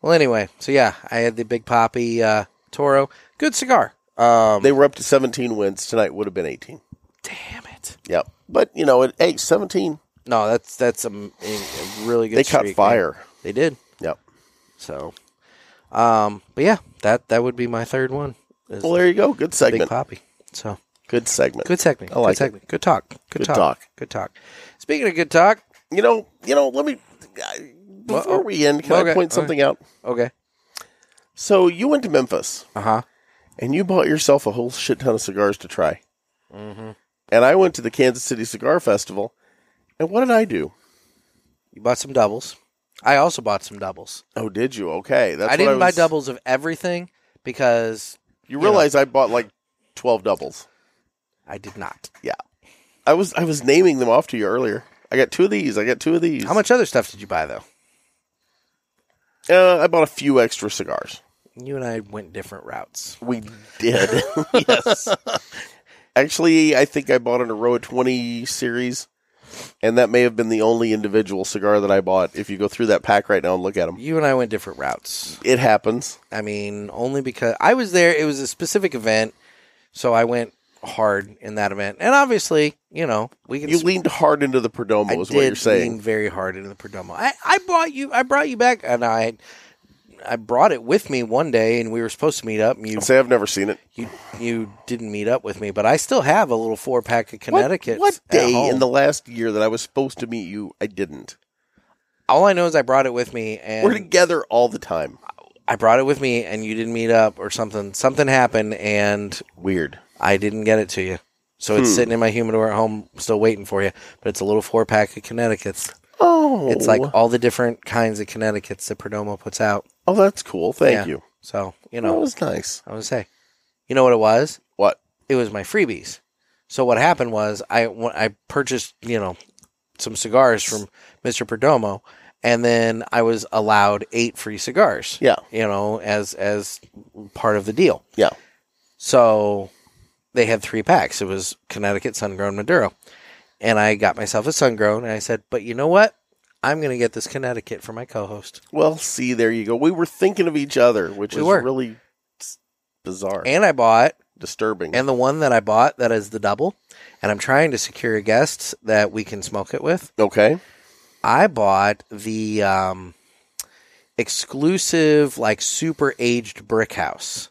[SPEAKER 2] Well, anyway, so yeah, I had the Big Poppy uh, Toro. Good cigar. Um,
[SPEAKER 3] They were up to 17 wins. Tonight would have been 18.
[SPEAKER 2] damn it.
[SPEAKER 3] Yep. But, you know, at hey, 17,
[SPEAKER 2] No, that's that's a, m- a really good.
[SPEAKER 3] they caught
[SPEAKER 2] streak, man.
[SPEAKER 3] fire.
[SPEAKER 2] They did.
[SPEAKER 3] Yep.
[SPEAKER 2] So, um, but yeah, that that would be my third one. is
[SPEAKER 3] Well, there you go. Good
[SPEAKER 2] Big
[SPEAKER 3] segment.
[SPEAKER 2] Poppy. So
[SPEAKER 3] Good segment.
[SPEAKER 2] good segment.
[SPEAKER 3] I like
[SPEAKER 2] good segment. Good talk. Good,
[SPEAKER 3] Good
[SPEAKER 2] talk.
[SPEAKER 3] talk.
[SPEAKER 2] Good talk. Speaking of good talk,
[SPEAKER 3] You know, you know, let me, I- before
[SPEAKER 2] Uh-oh.
[SPEAKER 3] we end, can I
[SPEAKER 2] Okay,
[SPEAKER 3] point
[SPEAKER 2] okay.
[SPEAKER 3] something out?
[SPEAKER 2] okay.
[SPEAKER 3] So you went to Memphis
[SPEAKER 2] Uh huh.
[SPEAKER 3] and you bought yourself a whole shit ton of cigars to try.
[SPEAKER 2] Mm-hmm.
[SPEAKER 3] And I went to the Kansas City Cigar Festival. And what did I do?
[SPEAKER 2] You bought some doubles. I also bought some doubles.
[SPEAKER 3] Oh, did you? Okay. That's
[SPEAKER 2] I
[SPEAKER 3] what
[SPEAKER 2] didn't buy
[SPEAKER 3] was-
[SPEAKER 2] doubles of everything because
[SPEAKER 3] You realize I bought like 12 doubles.
[SPEAKER 2] I did not.
[SPEAKER 3] I was I was naming them off to you earlier. I got two of these. I got two of these.
[SPEAKER 2] How much other stuff did you buy though?
[SPEAKER 3] Uh, I bought a few extra cigars.
[SPEAKER 2] You and I went different routes.
[SPEAKER 3] We did.
[SPEAKER 2] *laughs*
[SPEAKER 3] yes. Actually, I think I bought an Aroa 20 series, and that may have been the only individual cigar that I bought. If you go through that pack right now and look at them,
[SPEAKER 2] You and I went different routes.
[SPEAKER 3] it happens.
[SPEAKER 2] I mean, only because I was there. It was a specific event, so I went hard in that event. And obviously, you know, we can.
[SPEAKER 3] You
[SPEAKER 2] sp-
[SPEAKER 3] leaned hard into the Perdomo,
[SPEAKER 2] I
[SPEAKER 3] is
[SPEAKER 2] did
[SPEAKER 3] what you're saying.
[SPEAKER 2] lean very hard into the Perdomo. I, I brought you. I brought you back, and I, I brought it with me one day, and we were supposed to meet up. And you,
[SPEAKER 3] I Say, I've never seen it.
[SPEAKER 2] you, you didn't meet up with me, but I still have a little four pack of
[SPEAKER 3] What-
[SPEAKER 2] Connecticut.
[SPEAKER 3] What, day in the last year that I was supposed to meet you, I didn't?
[SPEAKER 2] All I know is I brought it with me, and
[SPEAKER 3] We're together all the time.
[SPEAKER 2] I brought it with me, and you didn't meet up or something. Something happened, and
[SPEAKER 3] Weird.
[SPEAKER 2] I didn't get it to you. So it's sitting in my humidor at home, still waiting for you. But it's a little four pack of Connecticut's.
[SPEAKER 3] Oh,
[SPEAKER 2] It's like all the different kinds of Connecticut's that Perdomo puts out.
[SPEAKER 3] oh, that's cool. Thank
[SPEAKER 2] Yeah.
[SPEAKER 3] you.
[SPEAKER 2] So, you
[SPEAKER 3] That
[SPEAKER 2] know,
[SPEAKER 3] was nice.
[SPEAKER 2] I would say, you know what it was?
[SPEAKER 3] What?
[SPEAKER 2] It was my freebies. So what happened was I, when I purchased, you know, some cigars from Mr. Perdomo, and then I was allowed eight free cigars.
[SPEAKER 3] Yeah.
[SPEAKER 2] You know, as as part of the deal.
[SPEAKER 3] Yeah.
[SPEAKER 2] So they had three packs. It was Connecticut, Sun Grown, Maduro. And I got myself a Sun Grown and I said, but you know what? I'm going to get this Connecticut for my co host.
[SPEAKER 3] Well, see, there you go. We were thinking of each other, which
[SPEAKER 2] We
[SPEAKER 3] is
[SPEAKER 2] were.
[SPEAKER 3] really s- bizarre,
[SPEAKER 2] And I bought,
[SPEAKER 3] disturbing.
[SPEAKER 2] and the one that I bought that is the double, and I'm trying to secure a guest that we can smoke it with.
[SPEAKER 3] okay,
[SPEAKER 2] I bought the um, exclusive, like super aged brick house.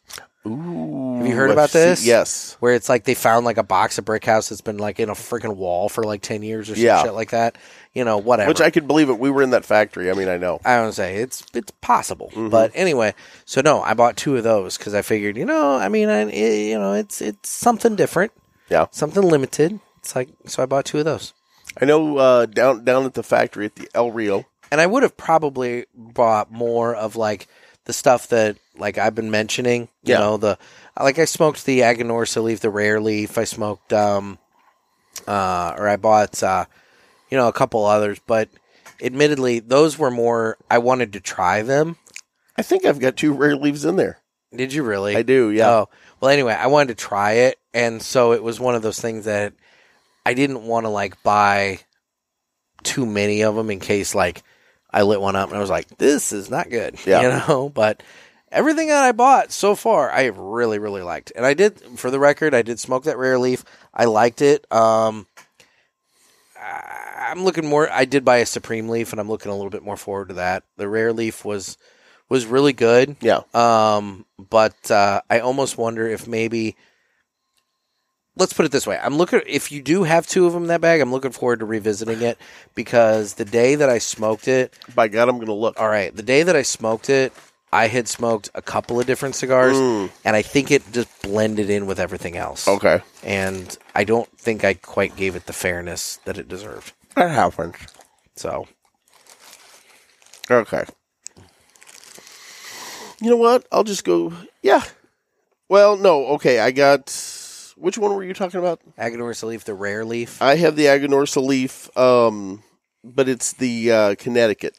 [SPEAKER 3] ooh,
[SPEAKER 2] Have you heard
[SPEAKER 3] I've
[SPEAKER 2] about
[SPEAKER 3] seen-
[SPEAKER 2] this?
[SPEAKER 3] yes,
[SPEAKER 2] where it's like they found like a box of brick house that's been like in a freaking wall for like 10 years or some
[SPEAKER 3] Yeah.
[SPEAKER 2] shit like that. You know, whatever.
[SPEAKER 3] which I could believe it. We were in that factory. I mean, I know.
[SPEAKER 2] I don't say it's it's possible,
[SPEAKER 3] Mm-hmm.
[SPEAKER 2] but anyway. So no, I bought two of those because I figured, you know, I mean, I, it- you know, it's it's something different,
[SPEAKER 3] Yeah,
[SPEAKER 2] something limited. It's like so I bought two of those,
[SPEAKER 3] I know. Uh, down down at the factory at the El Rio.
[SPEAKER 2] and I would have probably bought more of like the stuff that like I've been mentioning. You
[SPEAKER 3] Yeah.
[SPEAKER 2] know, the like I smoked the Aganorsa leaf, the rare leaf. I smoked um, uh, or I bought uh, you know, a couple others, but admittedly, those were more. I wanted to try them.
[SPEAKER 3] I think I've got two rare leaves in there.
[SPEAKER 2] Did you really?
[SPEAKER 3] I do. Yeah.
[SPEAKER 2] Oh, well, anyway, I wanted to try it. And so it was one of those things that I didn't want to like buy too many of them in case like I lit one up and I was like, this is not good. *laughs*
[SPEAKER 3] Yeah.
[SPEAKER 2] You know, but everything that I bought so far, I have really, really liked. And I did, for the record, I did smoke that rare leaf. I liked it. Um, I- I'm looking more. I did buy a supreme leaf, and I'm looking a little bit more forward to that. The rare leaf was was really good.
[SPEAKER 3] Yeah.
[SPEAKER 2] Um, but uh, I almost wonder if maybe. Let's put it this way: I'm looking. If you do have two of them in that bag, I'm looking forward to revisiting it because the day that I smoked it,
[SPEAKER 3] By God, I'm gonna look.
[SPEAKER 2] all right, the day that I smoked it, I had smoked a couple of different cigars,
[SPEAKER 3] Mm,
[SPEAKER 2] and I think it just blended in with everything else.
[SPEAKER 3] okay,
[SPEAKER 2] and I don't think I quite gave it the fairness that it deserved.
[SPEAKER 3] that happens.
[SPEAKER 2] So
[SPEAKER 3] Okay. You know what? I'll just go. Yeah. Well, no. Okay, I got. Which one were you talking about?
[SPEAKER 2] Agadorsa leaf, the rare leaf.
[SPEAKER 3] I have the Aganorsa leaf, um, but it's the uh, Connecticut.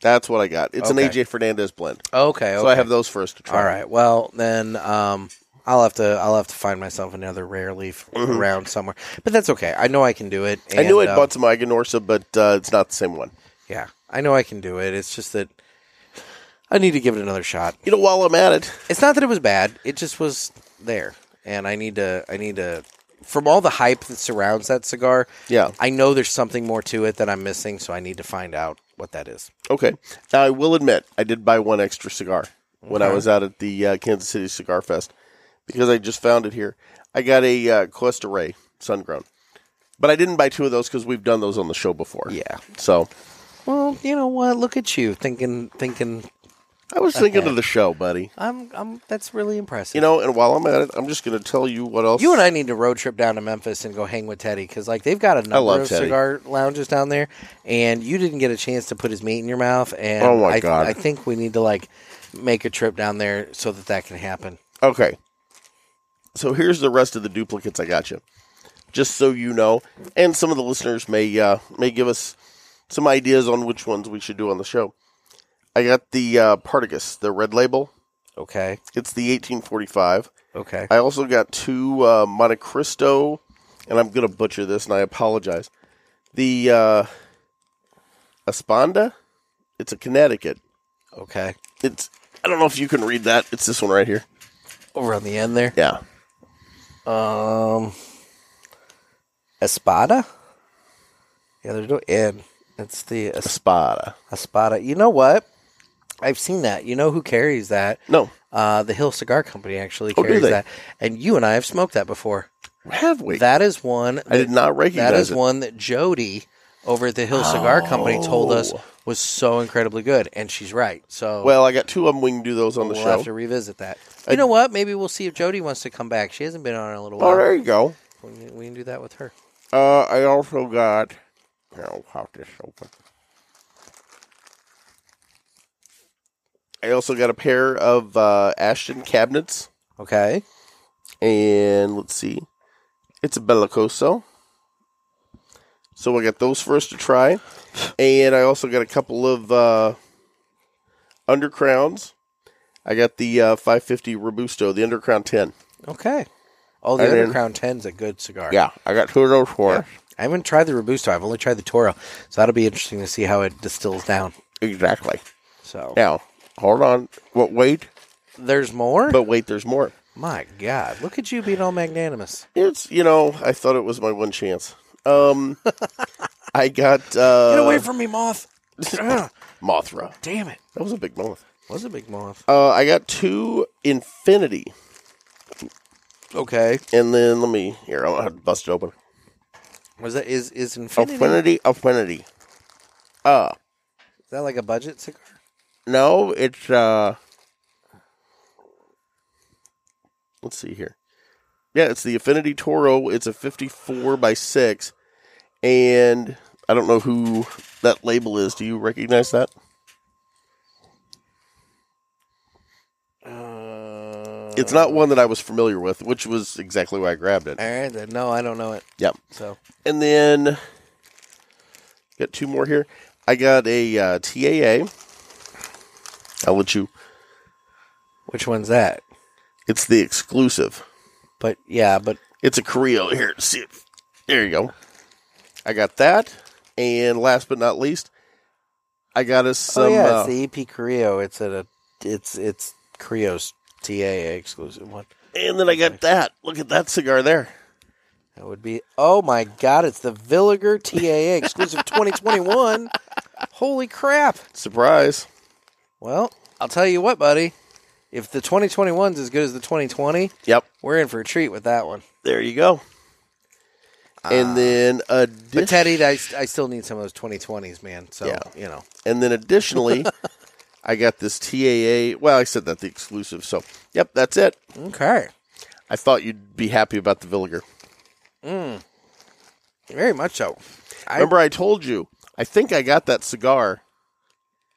[SPEAKER 3] That's what I got. It's
[SPEAKER 2] Okay.
[SPEAKER 3] an AJ Fernandez blend,
[SPEAKER 2] Okay, okay.
[SPEAKER 3] so I have those first to try.
[SPEAKER 2] All right. Well, then um, I'll have to I'll have to find myself another rare leaf around somewhere. But that's okay. I know I can do it.
[SPEAKER 3] Mm-hmm. I knew
[SPEAKER 2] and,
[SPEAKER 3] I'd
[SPEAKER 2] um,
[SPEAKER 3] bought some Aganorsa, but uh, it's not the same one.
[SPEAKER 2] Yeah, I know I can do it. It's just that I need to give it another shot.
[SPEAKER 3] You know, while I'm at it,
[SPEAKER 2] It's not that it was bad; it just was there, and I need to. I need to. From all the hype that surrounds that cigar,
[SPEAKER 3] Yeah.
[SPEAKER 2] I know there's something more to it that I'm missing, so I need to find out what that is.
[SPEAKER 3] okay. Now I will admit I did buy one extra cigar when I was out at the uh, Kansas City Cigar Fest because I just found it here. I got a uh, Cuesta Ray Sungrown, but I didn't buy two of those because we've done those on the show before.
[SPEAKER 2] Yeah.
[SPEAKER 3] So
[SPEAKER 2] Well, you know what? Look at you thinking, thinking.
[SPEAKER 3] I was thinking of the show, buddy.
[SPEAKER 2] I'm, I'm. That's really impressive.
[SPEAKER 3] You know, and while I'm at it, I'm just going to tell you what else.
[SPEAKER 2] You and I need to road trip down to Memphis and go hang with Teddy because like they've got a number
[SPEAKER 3] love
[SPEAKER 2] of
[SPEAKER 3] Teddy.
[SPEAKER 2] cigar lounges down there, and you didn't get a chance to put his meat in your mouth. And
[SPEAKER 3] Oh, my
[SPEAKER 2] I,
[SPEAKER 3] God.
[SPEAKER 2] I think we need to like make a trip down there so that that can happen.
[SPEAKER 3] Okay. So here's the rest of the duplicates I got you, just so you know, and some of the listeners may uh, may give us some ideas on which ones we should do on the show. I got the uh, Partagas, the red label.
[SPEAKER 2] Okay,
[SPEAKER 3] It's the 1845.
[SPEAKER 2] okay.
[SPEAKER 3] I also got two uh, Monte Cristo, and I'm gonna butcher this, and I apologize. The uh, Esponda. It's a Connecticut.
[SPEAKER 2] Okay,
[SPEAKER 3] It's I don't know if you can read that. It's this one right here.
[SPEAKER 2] over on the end there.
[SPEAKER 3] Yeah.
[SPEAKER 2] Um, Espada. Yeah, there's no end. It's the Es-
[SPEAKER 3] Espada.
[SPEAKER 2] Espada. You know what? I've seen that. You know who carries that?
[SPEAKER 3] No.
[SPEAKER 2] Uh, the Hill Cigar Company actually
[SPEAKER 3] Oh, do
[SPEAKER 2] carries
[SPEAKER 3] they?
[SPEAKER 2] that, and you and I have smoked that before.
[SPEAKER 3] Have we?
[SPEAKER 2] That is one.
[SPEAKER 3] I did not recognize
[SPEAKER 2] That is
[SPEAKER 3] it.
[SPEAKER 2] one that Jody over at the Hill Cigar Company told us was so incredibly good, and she's right. So
[SPEAKER 3] Oh. Well, I got two of them. We can do those on the
[SPEAKER 2] we'll
[SPEAKER 3] show. Oh,
[SPEAKER 2] have to revisit that. You know what? Maybe we'll see if Jody wants to come back. She hasn't been on in a little while.
[SPEAKER 3] Oh, there you go.
[SPEAKER 2] We, can, we can do that with her.
[SPEAKER 3] Uh, I also got. Here, I'll pop this open. I also got a pair of uh, Ashton cabinets,
[SPEAKER 2] Okay.
[SPEAKER 3] and let's see, it's a Bellicoso. So I got those for us to try, and I also got a couple of uh, undercrowns. I got the uh, 550 Robusto, the undercrown 10.
[SPEAKER 2] Okay. Oh, the
[SPEAKER 3] And then-
[SPEAKER 2] Underground 10's a good cigar.
[SPEAKER 3] Yeah, I got two of those for us.
[SPEAKER 2] I haven't tried the Robusto. I've only tried the Toro. So that'll be interesting to see how it distills down.
[SPEAKER 3] Exactly.
[SPEAKER 2] So
[SPEAKER 3] Now, hold on. What? Wait,
[SPEAKER 2] there's more?
[SPEAKER 3] but wait. There's more.
[SPEAKER 2] My God. Look at you being all magnanimous.
[SPEAKER 3] It's you know. I thought it was my one chance. *laughs* Um, I got uh,
[SPEAKER 2] Get away from me, *laughs* moth. Ugh,
[SPEAKER 3] Mothra.
[SPEAKER 2] damn it.
[SPEAKER 3] That was a big moth.
[SPEAKER 2] Was a big moth.
[SPEAKER 3] Uh, I got two Infinity,
[SPEAKER 2] Okay.
[SPEAKER 3] and then let me here. I'll have to bust it open.
[SPEAKER 2] Was that is is Infinity?
[SPEAKER 3] Infinity, Infinity. Uh,
[SPEAKER 2] Is that like a budget cigar?
[SPEAKER 3] no, it's uh. Let's see here. Yeah, it's the Affinity Toro. It's a 54 by 6. And I don't know who that label is. Do you recognize that?
[SPEAKER 2] Uh,
[SPEAKER 3] It's not one that I was familiar with, which was exactly why I grabbed it.
[SPEAKER 2] All right then. No, I don't know it.
[SPEAKER 3] Yep.
[SPEAKER 2] So
[SPEAKER 3] And then got two more here. I got a uh, TAA. I'll let you.
[SPEAKER 2] which one's that?
[SPEAKER 3] It's the exclusive.
[SPEAKER 2] But yeah, but
[SPEAKER 3] It's a Creo here. See it. There you go. I got that. And last but not least, I got us some.
[SPEAKER 2] oh yeah,
[SPEAKER 3] uh,
[SPEAKER 2] it's the EP Creo. It's at a it's it's Creo's TAA exclusive one.
[SPEAKER 3] and then I got that. Look at that cigar there.
[SPEAKER 2] That would be oh my god! It's the Villiger TAA
[SPEAKER 3] *laughs*
[SPEAKER 2] exclusive 2021. Holy crap!
[SPEAKER 3] Surprise.
[SPEAKER 2] Well, I'll tell you what, buddy. If the 2021's as good as the 2020,
[SPEAKER 3] Yep.
[SPEAKER 2] we're in for a treat with that one.
[SPEAKER 3] There you go. and then
[SPEAKER 2] But
[SPEAKER 3] addition-
[SPEAKER 2] Ah. Teddy, I, I still need some of those 2020s, man. So
[SPEAKER 3] Yeah.
[SPEAKER 2] you know.
[SPEAKER 3] And
[SPEAKER 2] *laughs*
[SPEAKER 3] then additionally, I got this TAA. Well, I said that the exclusive. So, yep, that's it.
[SPEAKER 2] Okay.
[SPEAKER 3] I thought you'd be happy about the Villiger.
[SPEAKER 2] Very much so. I,
[SPEAKER 3] Remember, I told you. I think I got that cigar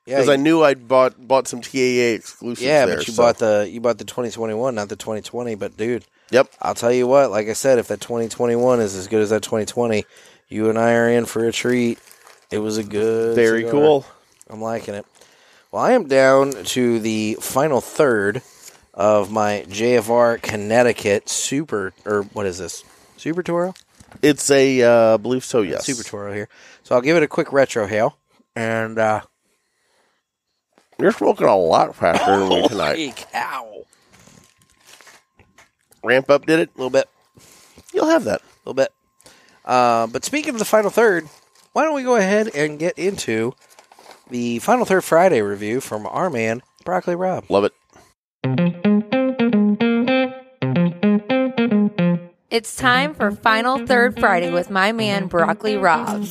[SPEAKER 2] yeah,
[SPEAKER 3] because I knew I'd bought bought some TAA exclusives.
[SPEAKER 2] yeah,
[SPEAKER 3] there,
[SPEAKER 2] but you
[SPEAKER 3] so-
[SPEAKER 2] bought the you bought the 2021, not the 2020. But dude,
[SPEAKER 3] Yep.
[SPEAKER 2] I'll tell you what. Like I said, if that 2021 is as good as that 2020, you and I are in for a treat. It was a good,
[SPEAKER 3] Very
[SPEAKER 2] cigar.
[SPEAKER 3] cool.
[SPEAKER 2] I'm liking it. Well, I am down to the final third of my JFR Connecticut Super or what is this Super Toro?
[SPEAKER 3] It's a, uh, I believe so. Yes.
[SPEAKER 2] Super Toro here. So I'll give it a quick retro hail. And uh,
[SPEAKER 3] You're smoking a lot faster than me tonight.
[SPEAKER 2] Holy cow.
[SPEAKER 3] Ramp up did it.
[SPEAKER 2] A little bit.
[SPEAKER 3] You'll have that.
[SPEAKER 2] A little bit. Uh, but speaking of the final third, why don't we go ahead and get into the final third Friday review from our man Broccoli Rob?
[SPEAKER 3] Love it.
[SPEAKER 5] It's time for Final Third Friday with my man Broccoli Rob.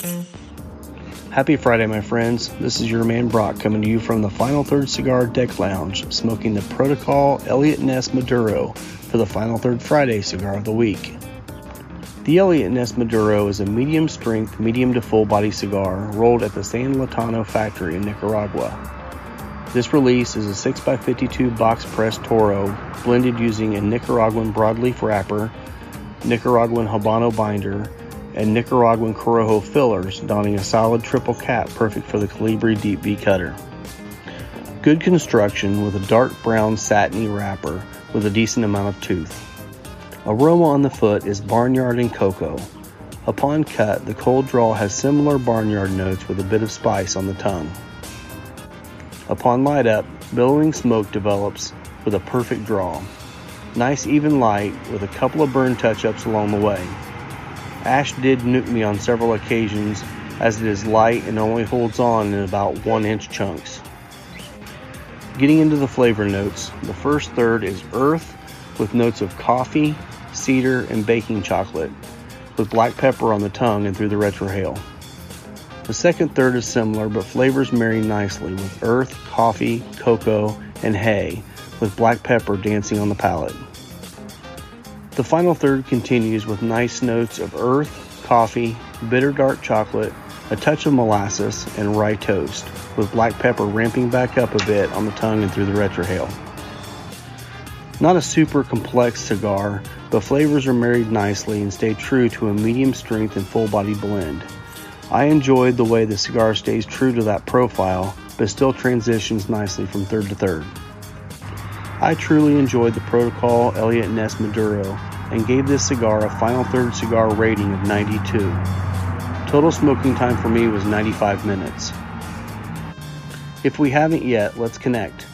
[SPEAKER 6] Happy Friday, my friends. This is your man Brock coming to you from the Final Third Cigar Deck Lounge, smoking the Protocol Elliot Ness Maduro for the Final Third Friday Cigar of the Week. The Elliot Ness Maduro is a medium strength, medium to full body cigar rolled at the San Latano factory in Nicaragua. This release is a 6x52 box press Toro blended using a Nicaraguan broadleaf wrapper, Nicaraguan Habano binder, and Nicaraguan Corojo fillers, donning a solid triple cap perfect for the Calibri Deep V cutter. Good construction with a dark brown satiny wrapper with a decent amount of tooth. Aroma on the foot is barnyard and cocoa. Upon cut, the cold draw has similar barnyard notes with a bit of spice on the tongue. Upon light up, billowing smoke develops with a perfect draw. Nice even light with a couple of burn touch ups along the way. Ash did nuke me on several occasions as it is light and only holds on in about 1 inch chunks. Getting into the flavor notes, the first third is earth with notes of coffee, cedar, and baking chocolate, with black pepper on the tongue and through the retrohale. The second third is similar, but flavors marry nicely with earth, coffee, cocoa, and hay, with black pepper dancing on the palate. The final third continues with nice notes of earth, coffee, bitter dark chocolate, a touch of molasses, and rye toast, with black pepper ramping back up a bit on the tongue and through the retrohale. Not a super complex cigar, but flavors are married nicely and stay true to a medium strength and full body blend. I enjoyed the way the cigar stays true to that profile, but still transitions nicely from third to third. I truly enjoyed the Protocol Elliot Ness Maduro and gave this cigar a final third cigar rating of 92. Total smoking time for me was 95 minutes. If we haven't yet, let's connect.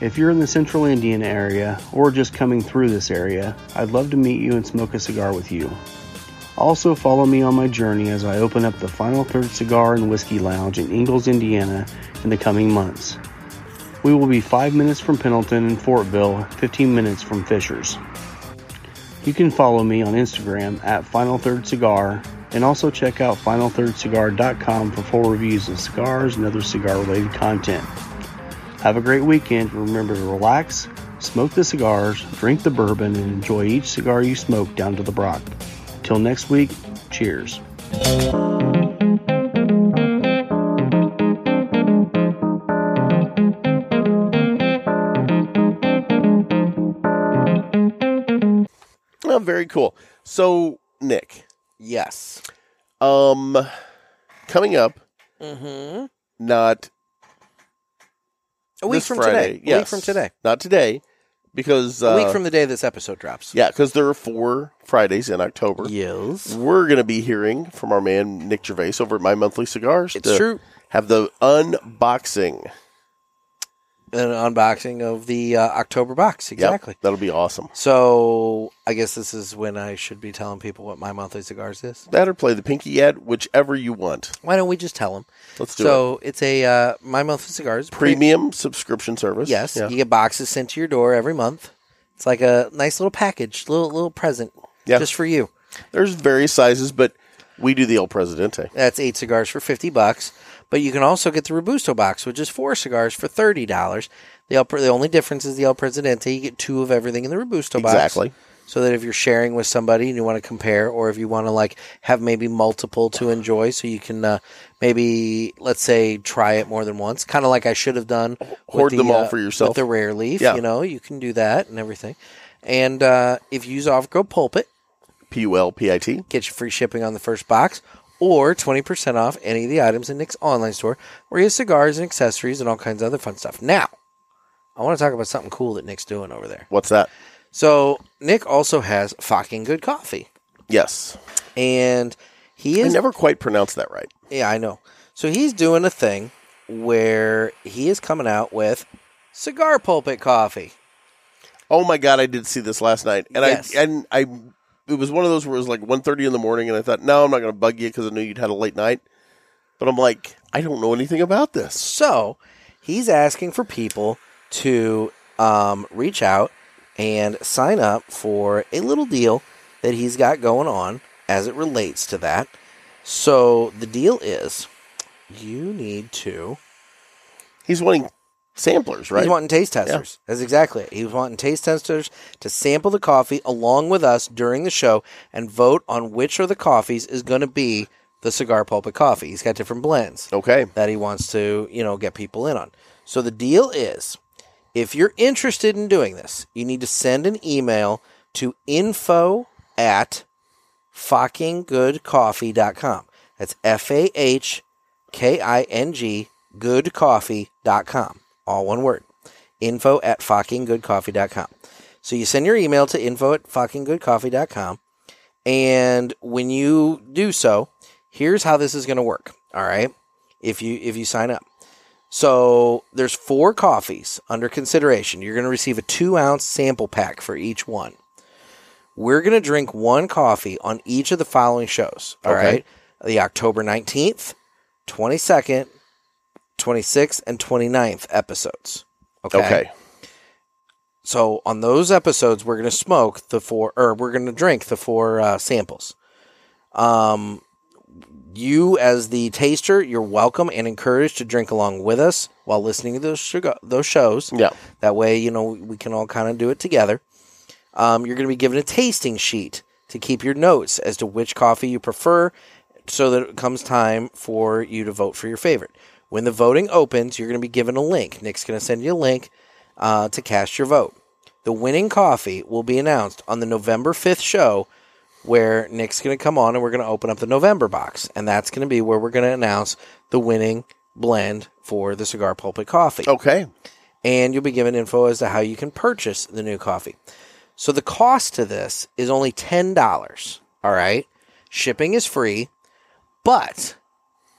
[SPEAKER 6] If you're in the central Indian area or just coming through this area, I'd love to meet you and smoke a cigar with you. Also, follow me on my journey as I open up the Final Third Cigar and Whiskey Lounge in Ingalls, Indiana in the coming months. We will be 5 minutes from Pendleton and Fortville, 15 minutes from Fishers. You can follow me on Instagram at Final Third Cigar and also check out FinalThirdCigar.com for full reviews of cigars and other cigar related content. Have a great weekend. Remember to relax, smoke the cigars, drink the bourbon, and enjoy each cigar you smoke down to the Brock. Till next week, cheers.
[SPEAKER 3] Oh, very cool. So, Nick,
[SPEAKER 2] Yes.
[SPEAKER 3] um, coming up,
[SPEAKER 2] Mm-hmm.
[SPEAKER 3] not
[SPEAKER 2] A week
[SPEAKER 3] this
[SPEAKER 2] from
[SPEAKER 3] Friday.
[SPEAKER 2] today. A week
[SPEAKER 3] Yes.
[SPEAKER 2] from today.
[SPEAKER 3] Not today, because uh,
[SPEAKER 2] a week from the day this episode drops.
[SPEAKER 3] yeah, because there are four Fridays in October.
[SPEAKER 2] Yes.
[SPEAKER 3] We're going to be hearing from our man Nick Gervais over at My Monthly Cigars.
[SPEAKER 2] It's
[SPEAKER 3] to
[SPEAKER 2] true.
[SPEAKER 3] Have the unboxing.
[SPEAKER 2] An unboxing of the uh, October box.
[SPEAKER 3] Yep,
[SPEAKER 2] Exactly.
[SPEAKER 3] that'll be awesome.
[SPEAKER 2] So I guess this is when I should be telling people what my monthly cigars is.
[SPEAKER 3] That or play the pinky ad, whichever you want.
[SPEAKER 2] Why don't we just tell them?
[SPEAKER 3] Let's do it.
[SPEAKER 2] So it's a uh, my monthly cigars pre-
[SPEAKER 3] Premium subscription service.
[SPEAKER 2] Yes,
[SPEAKER 3] Yeah.
[SPEAKER 2] you get boxes sent to your door every month. It's like a nice little package, little little present,
[SPEAKER 3] Yeah.
[SPEAKER 2] just for you.
[SPEAKER 3] There's various sizes, but we do the El Presidente.
[SPEAKER 2] That's eight cigars for fifty bucks. But you can also get the Robusto box, which is four cigars for thirty dollars. The El, Pre- the only difference is the El Presidente. You get two of everything in the Robusto box.
[SPEAKER 3] Exactly.
[SPEAKER 2] So that if you're sharing with somebody and you want to compare, or if you want to like have maybe multiple to enjoy, so you can uh, maybe let's say try it more than once, kind of like I should have done. with
[SPEAKER 3] Hoard them all
[SPEAKER 2] uh,
[SPEAKER 3] for yourself.
[SPEAKER 2] With the rare leaf,
[SPEAKER 3] Yeah.
[SPEAKER 2] you know, you can do that and everything. And uh, if you use off go pulpit,
[SPEAKER 3] P U L P I T.
[SPEAKER 2] get you free shipping on the first box or 20% off any of the items in Nick's online store where he has cigars and accessories and all kinds of other fun stuff. Now, I want to talk about something cool that Nick's doing over there.
[SPEAKER 3] What's that?
[SPEAKER 2] So, Nick also has fucking good coffee.
[SPEAKER 3] Yes.
[SPEAKER 2] And he
[SPEAKER 3] I
[SPEAKER 2] is.
[SPEAKER 3] never quite pronounced that right.
[SPEAKER 2] yeah, I know. So, he's doing a thing where he is coming out with cigar pulpit coffee.
[SPEAKER 3] Oh my god, I did see this last night, and
[SPEAKER 2] Yes.
[SPEAKER 3] I and I it was one of those where it was like 1.30 in the morning, and I thought, no, I'm not going to bug you because I knew you'd had a late night. But I'm like, I don't know anything about this.
[SPEAKER 2] So he's asking for people to um, reach out and sign up for a little deal that he's got going on as it relates to that. So the deal is you need to.
[SPEAKER 3] He's wanting samplers, right?
[SPEAKER 2] He's wanting taste testers. That's exactly it. He was wanting taste testers to sample the coffee along with us during the show and vote on which of the coffees is going to be the cigar pulpit coffee. He's got different blends
[SPEAKER 3] okay,
[SPEAKER 2] that he wants to, you know, get people in on. So the deal is if you're interested in doing this, you need to send an email to info at fuckinggoodcoffee.com. That's F A H K I N G goodcoffee.com. All one word. Info at fuckinggoodcoffee.com. So you send your email to info at fuckinggoodcoffee.com. And when you do so, here's how this is going to work. All right if you if you sign up. So there's four coffees under consideration. You're going to receive a two ounce sample pack for each one. We're going to drink one coffee on each of the following shows. All
[SPEAKER 3] Okay.
[SPEAKER 2] right, the October 19th, 22nd, 26th, and 29th episodes. Okay.
[SPEAKER 3] okay,
[SPEAKER 2] So on those episodes, we're going to smoke the four, or we're going to drink the four uh, samples. Um, you as the taster, you're welcome and encouraged to drink along with us while listening to those sugar, those shows.
[SPEAKER 3] yeah,
[SPEAKER 2] That way, you know we can all kind of do it together. Um, you're going to be given a tasting sheet to keep your notes as to which coffee you prefer, so that it comes time for you to vote for your favorite. When the voting opens, you're going to be given a link. Nick's going to send you a link uh, to cast your vote. The winning coffee will be announced on the November 5th show, where Nick's going to come on and we're going to open up the November box. And that's going to be where we're going to announce the winning blend for the Cigar Pulpit Coffee
[SPEAKER 3] okay.
[SPEAKER 2] and you'll be given info as to how you can purchase the new coffee. So the cost to this is only $10. All right. Shipping is free, but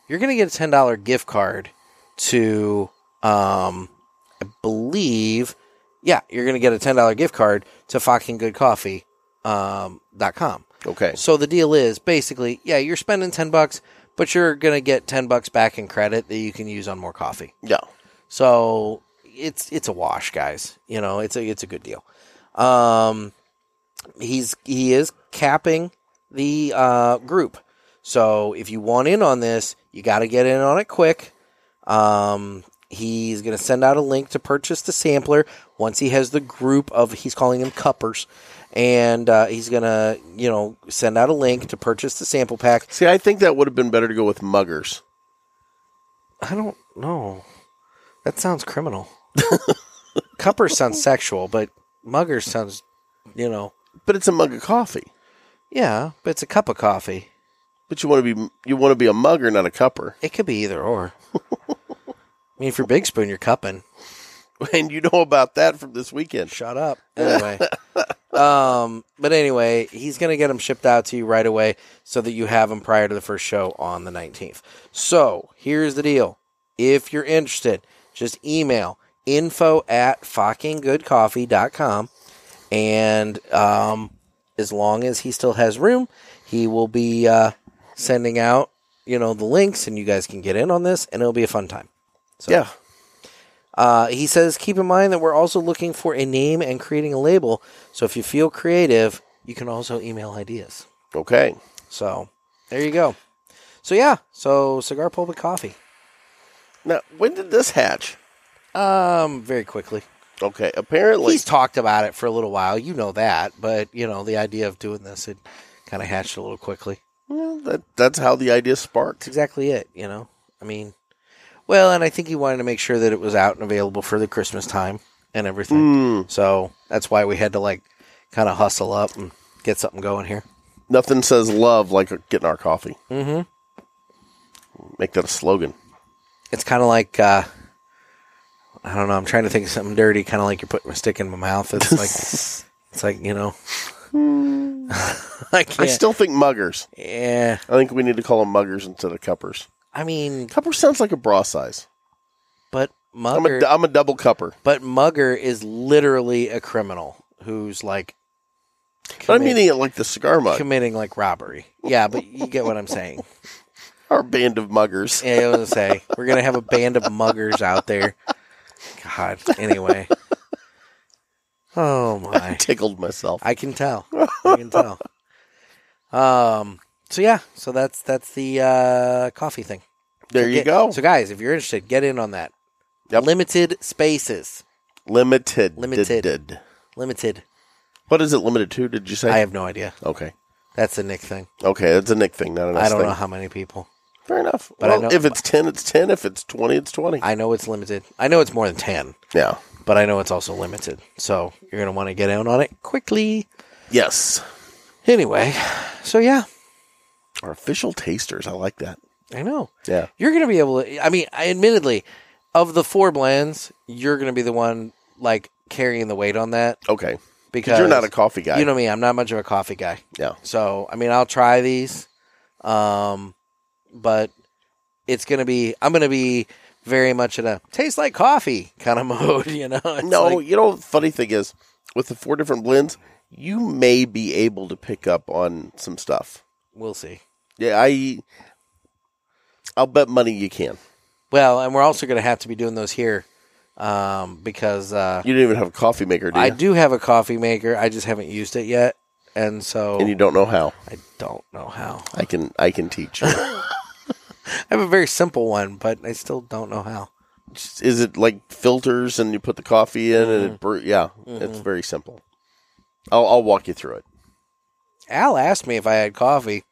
[SPEAKER 2] you're going to get a $10 gift card to, um, I believe, yeah, you're going to get a $10 gift card to fuckinggoodcoffee.com. Um, dot com.
[SPEAKER 3] Okay.
[SPEAKER 2] So the deal is basically, yeah, you're spending 10 bucks, but you're going to get 10 bucks back in credit that you can use on more coffee.
[SPEAKER 3] Yeah.
[SPEAKER 2] So it's it's a wash, guys. You know, it's a it's a good deal. Um, he's he is capping the uh, group. So if you want in on this, you got to get in on it quick. Um, he's going to send out a link to purchase the sampler once he has the group of he's calling them cuppers, and uh, he's going to you know send out a link to purchase the sample pack.
[SPEAKER 3] See, I think that would have been better to go with muggers.
[SPEAKER 2] I don't know. That sounds criminal. *laughs* Cupper sounds sexual, but mugger sounds, you know,
[SPEAKER 3] But it's a mug of coffee.
[SPEAKER 2] yeah, but it's a cup of coffee.
[SPEAKER 3] But you want to be you want to be a mugger, not a cupper, *laughs*
[SPEAKER 2] It could be either or. I mean, if you're Big Spoon, you're cupping.
[SPEAKER 3] and you know about that from this weekend.
[SPEAKER 2] Shut up. Anyway. um, but anyway, he's going to get them shipped out to you right away so that you have them prior to the first show on the 19th. So here's the deal. If you're interested, just email info at fuckinggoodcoffee.com. And um, as long as he still has room, he will be uh, sending out, you know, the links and you guys can get in on this and it'll be a fun time.
[SPEAKER 3] Yeah.
[SPEAKER 2] Uh, he says, keep in mind that we're also looking for a name and creating a label. So if you feel creative, you can also email ideas.
[SPEAKER 3] Okay.
[SPEAKER 2] So there you go. So yeah, so cigar pulpit coffee.
[SPEAKER 3] Now, when did this hatch?
[SPEAKER 2] Um, very quickly.
[SPEAKER 3] Okay. Apparently,
[SPEAKER 2] He's talked about it for a little while. You know that, but you know the idea of doing this it kind of hatched a little quickly.
[SPEAKER 3] Well, that that's how the idea
[SPEAKER 2] That's
[SPEAKER 3] sparked.
[SPEAKER 2] exactly it. You know, I mean, well, and I think he wanted to make sure that it was out and available for the Christmas time and everything.
[SPEAKER 3] Hmm.
[SPEAKER 2] So that's why we had to like kind of hustle up and get something going here.
[SPEAKER 3] Nothing says love like getting our coffee. Mm-hmm. Make that a slogan.
[SPEAKER 2] It's kind of like uh, I don't know. I'm trying to think of something dirty, kind of like you're putting a stick in my mouth. It's
[SPEAKER 3] *laughs*
[SPEAKER 2] like it's like you know. *laughs* I can't.
[SPEAKER 3] Hmm. I still think muggers.
[SPEAKER 2] yeah,
[SPEAKER 3] I think we need to call them muggers instead of cuppers.
[SPEAKER 2] I mean,
[SPEAKER 3] Cupper sounds like a bra size.
[SPEAKER 2] But
[SPEAKER 3] I'm
[SPEAKER 2] Mugger,
[SPEAKER 3] a, I'm a double cupper.
[SPEAKER 2] but Mugger is literally a criminal who's like.
[SPEAKER 3] But I'm
[SPEAKER 2] commi-
[SPEAKER 3] eating it like the cigar mug.
[SPEAKER 2] committing like robbery. Yeah, but you get what I'm saying.
[SPEAKER 3] Our band of muggers.
[SPEAKER 2] Yeah, I was gonna say we're gonna have a band of muggers out there. God. Anyway. Oh
[SPEAKER 3] I
[SPEAKER 2] my.
[SPEAKER 3] *laughs* tickled myself.
[SPEAKER 2] I can tell. I can tell. Um. So yeah. So that's that's the uh, coffee thing.
[SPEAKER 3] there you
[SPEAKER 2] Get-
[SPEAKER 3] go.
[SPEAKER 2] So guys, if you're interested, get in on that.
[SPEAKER 3] Yep.
[SPEAKER 2] Limited spaces.
[SPEAKER 3] Limited.
[SPEAKER 2] Limited.
[SPEAKER 3] Did.
[SPEAKER 2] Limited.
[SPEAKER 3] What is it limited to? Did you say?
[SPEAKER 2] I have no idea.
[SPEAKER 3] okay.
[SPEAKER 2] That's a Nick thing.
[SPEAKER 3] Okay, that's a Nick thing, not an
[SPEAKER 2] I
[SPEAKER 3] us
[SPEAKER 2] don't
[SPEAKER 3] thing.
[SPEAKER 2] know how many people.
[SPEAKER 3] Fair enough.
[SPEAKER 2] But I
[SPEAKER 3] well,
[SPEAKER 2] know-
[SPEAKER 3] if it's ten, it's ten. If it's twenty, it's twenty.
[SPEAKER 2] I know it's limited. I know it's more than ten.
[SPEAKER 3] yeah.
[SPEAKER 2] but I know it's also limited. So you're going to want to get in on it quickly.
[SPEAKER 3] Yes.
[SPEAKER 2] Anyway, so yeah,
[SPEAKER 3] Our official tasters. I like that.
[SPEAKER 2] I know.
[SPEAKER 3] Yeah.
[SPEAKER 2] You're going to be able to, I mean, I, admittedly, of the four blends, you're going to be the one like carrying the weight on that
[SPEAKER 3] Okay.
[SPEAKER 2] because
[SPEAKER 3] Because you're not a coffee guy.
[SPEAKER 2] You know me, I'm not much of a coffee guy.
[SPEAKER 3] Yeah.
[SPEAKER 2] So, I mean, I'll try these. Um, but it's going to be, I'm going to be very much in a tastes like coffee kind of *laughs* mode, you know? It's
[SPEAKER 3] no,
[SPEAKER 2] like-
[SPEAKER 3] you know, the funny thing is, with the four different blends, you may be able to pick up on some stuff.
[SPEAKER 2] we'll see.
[SPEAKER 3] Yeah, I, I'll bet money you can.
[SPEAKER 2] Well, and we're also going to have to be doing those here um, because uh,
[SPEAKER 3] You don't even have a coffee maker, do you?
[SPEAKER 2] I do have a coffee maker. I just haven't used it yet, and so
[SPEAKER 3] And you don't know how.
[SPEAKER 2] I don't know
[SPEAKER 3] *laughs*
[SPEAKER 2] how.
[SPEAKER 3] I can, I can
[SPEAKER 2] *laughs*
[SPEAKER 3] teach. you.
[SPEAKER 2] I have a very simple one, but I still don't know how.
[SPEAKER 3] Is it like filters, and you put the coffee in,
[SPEAKER 2] Mm-hmm.
[SPEAKER 3] and it brew? Yeah, it's very simple. I'll, I'll walk you through it.
[SPEAKER 2] Al asked me if I had coffee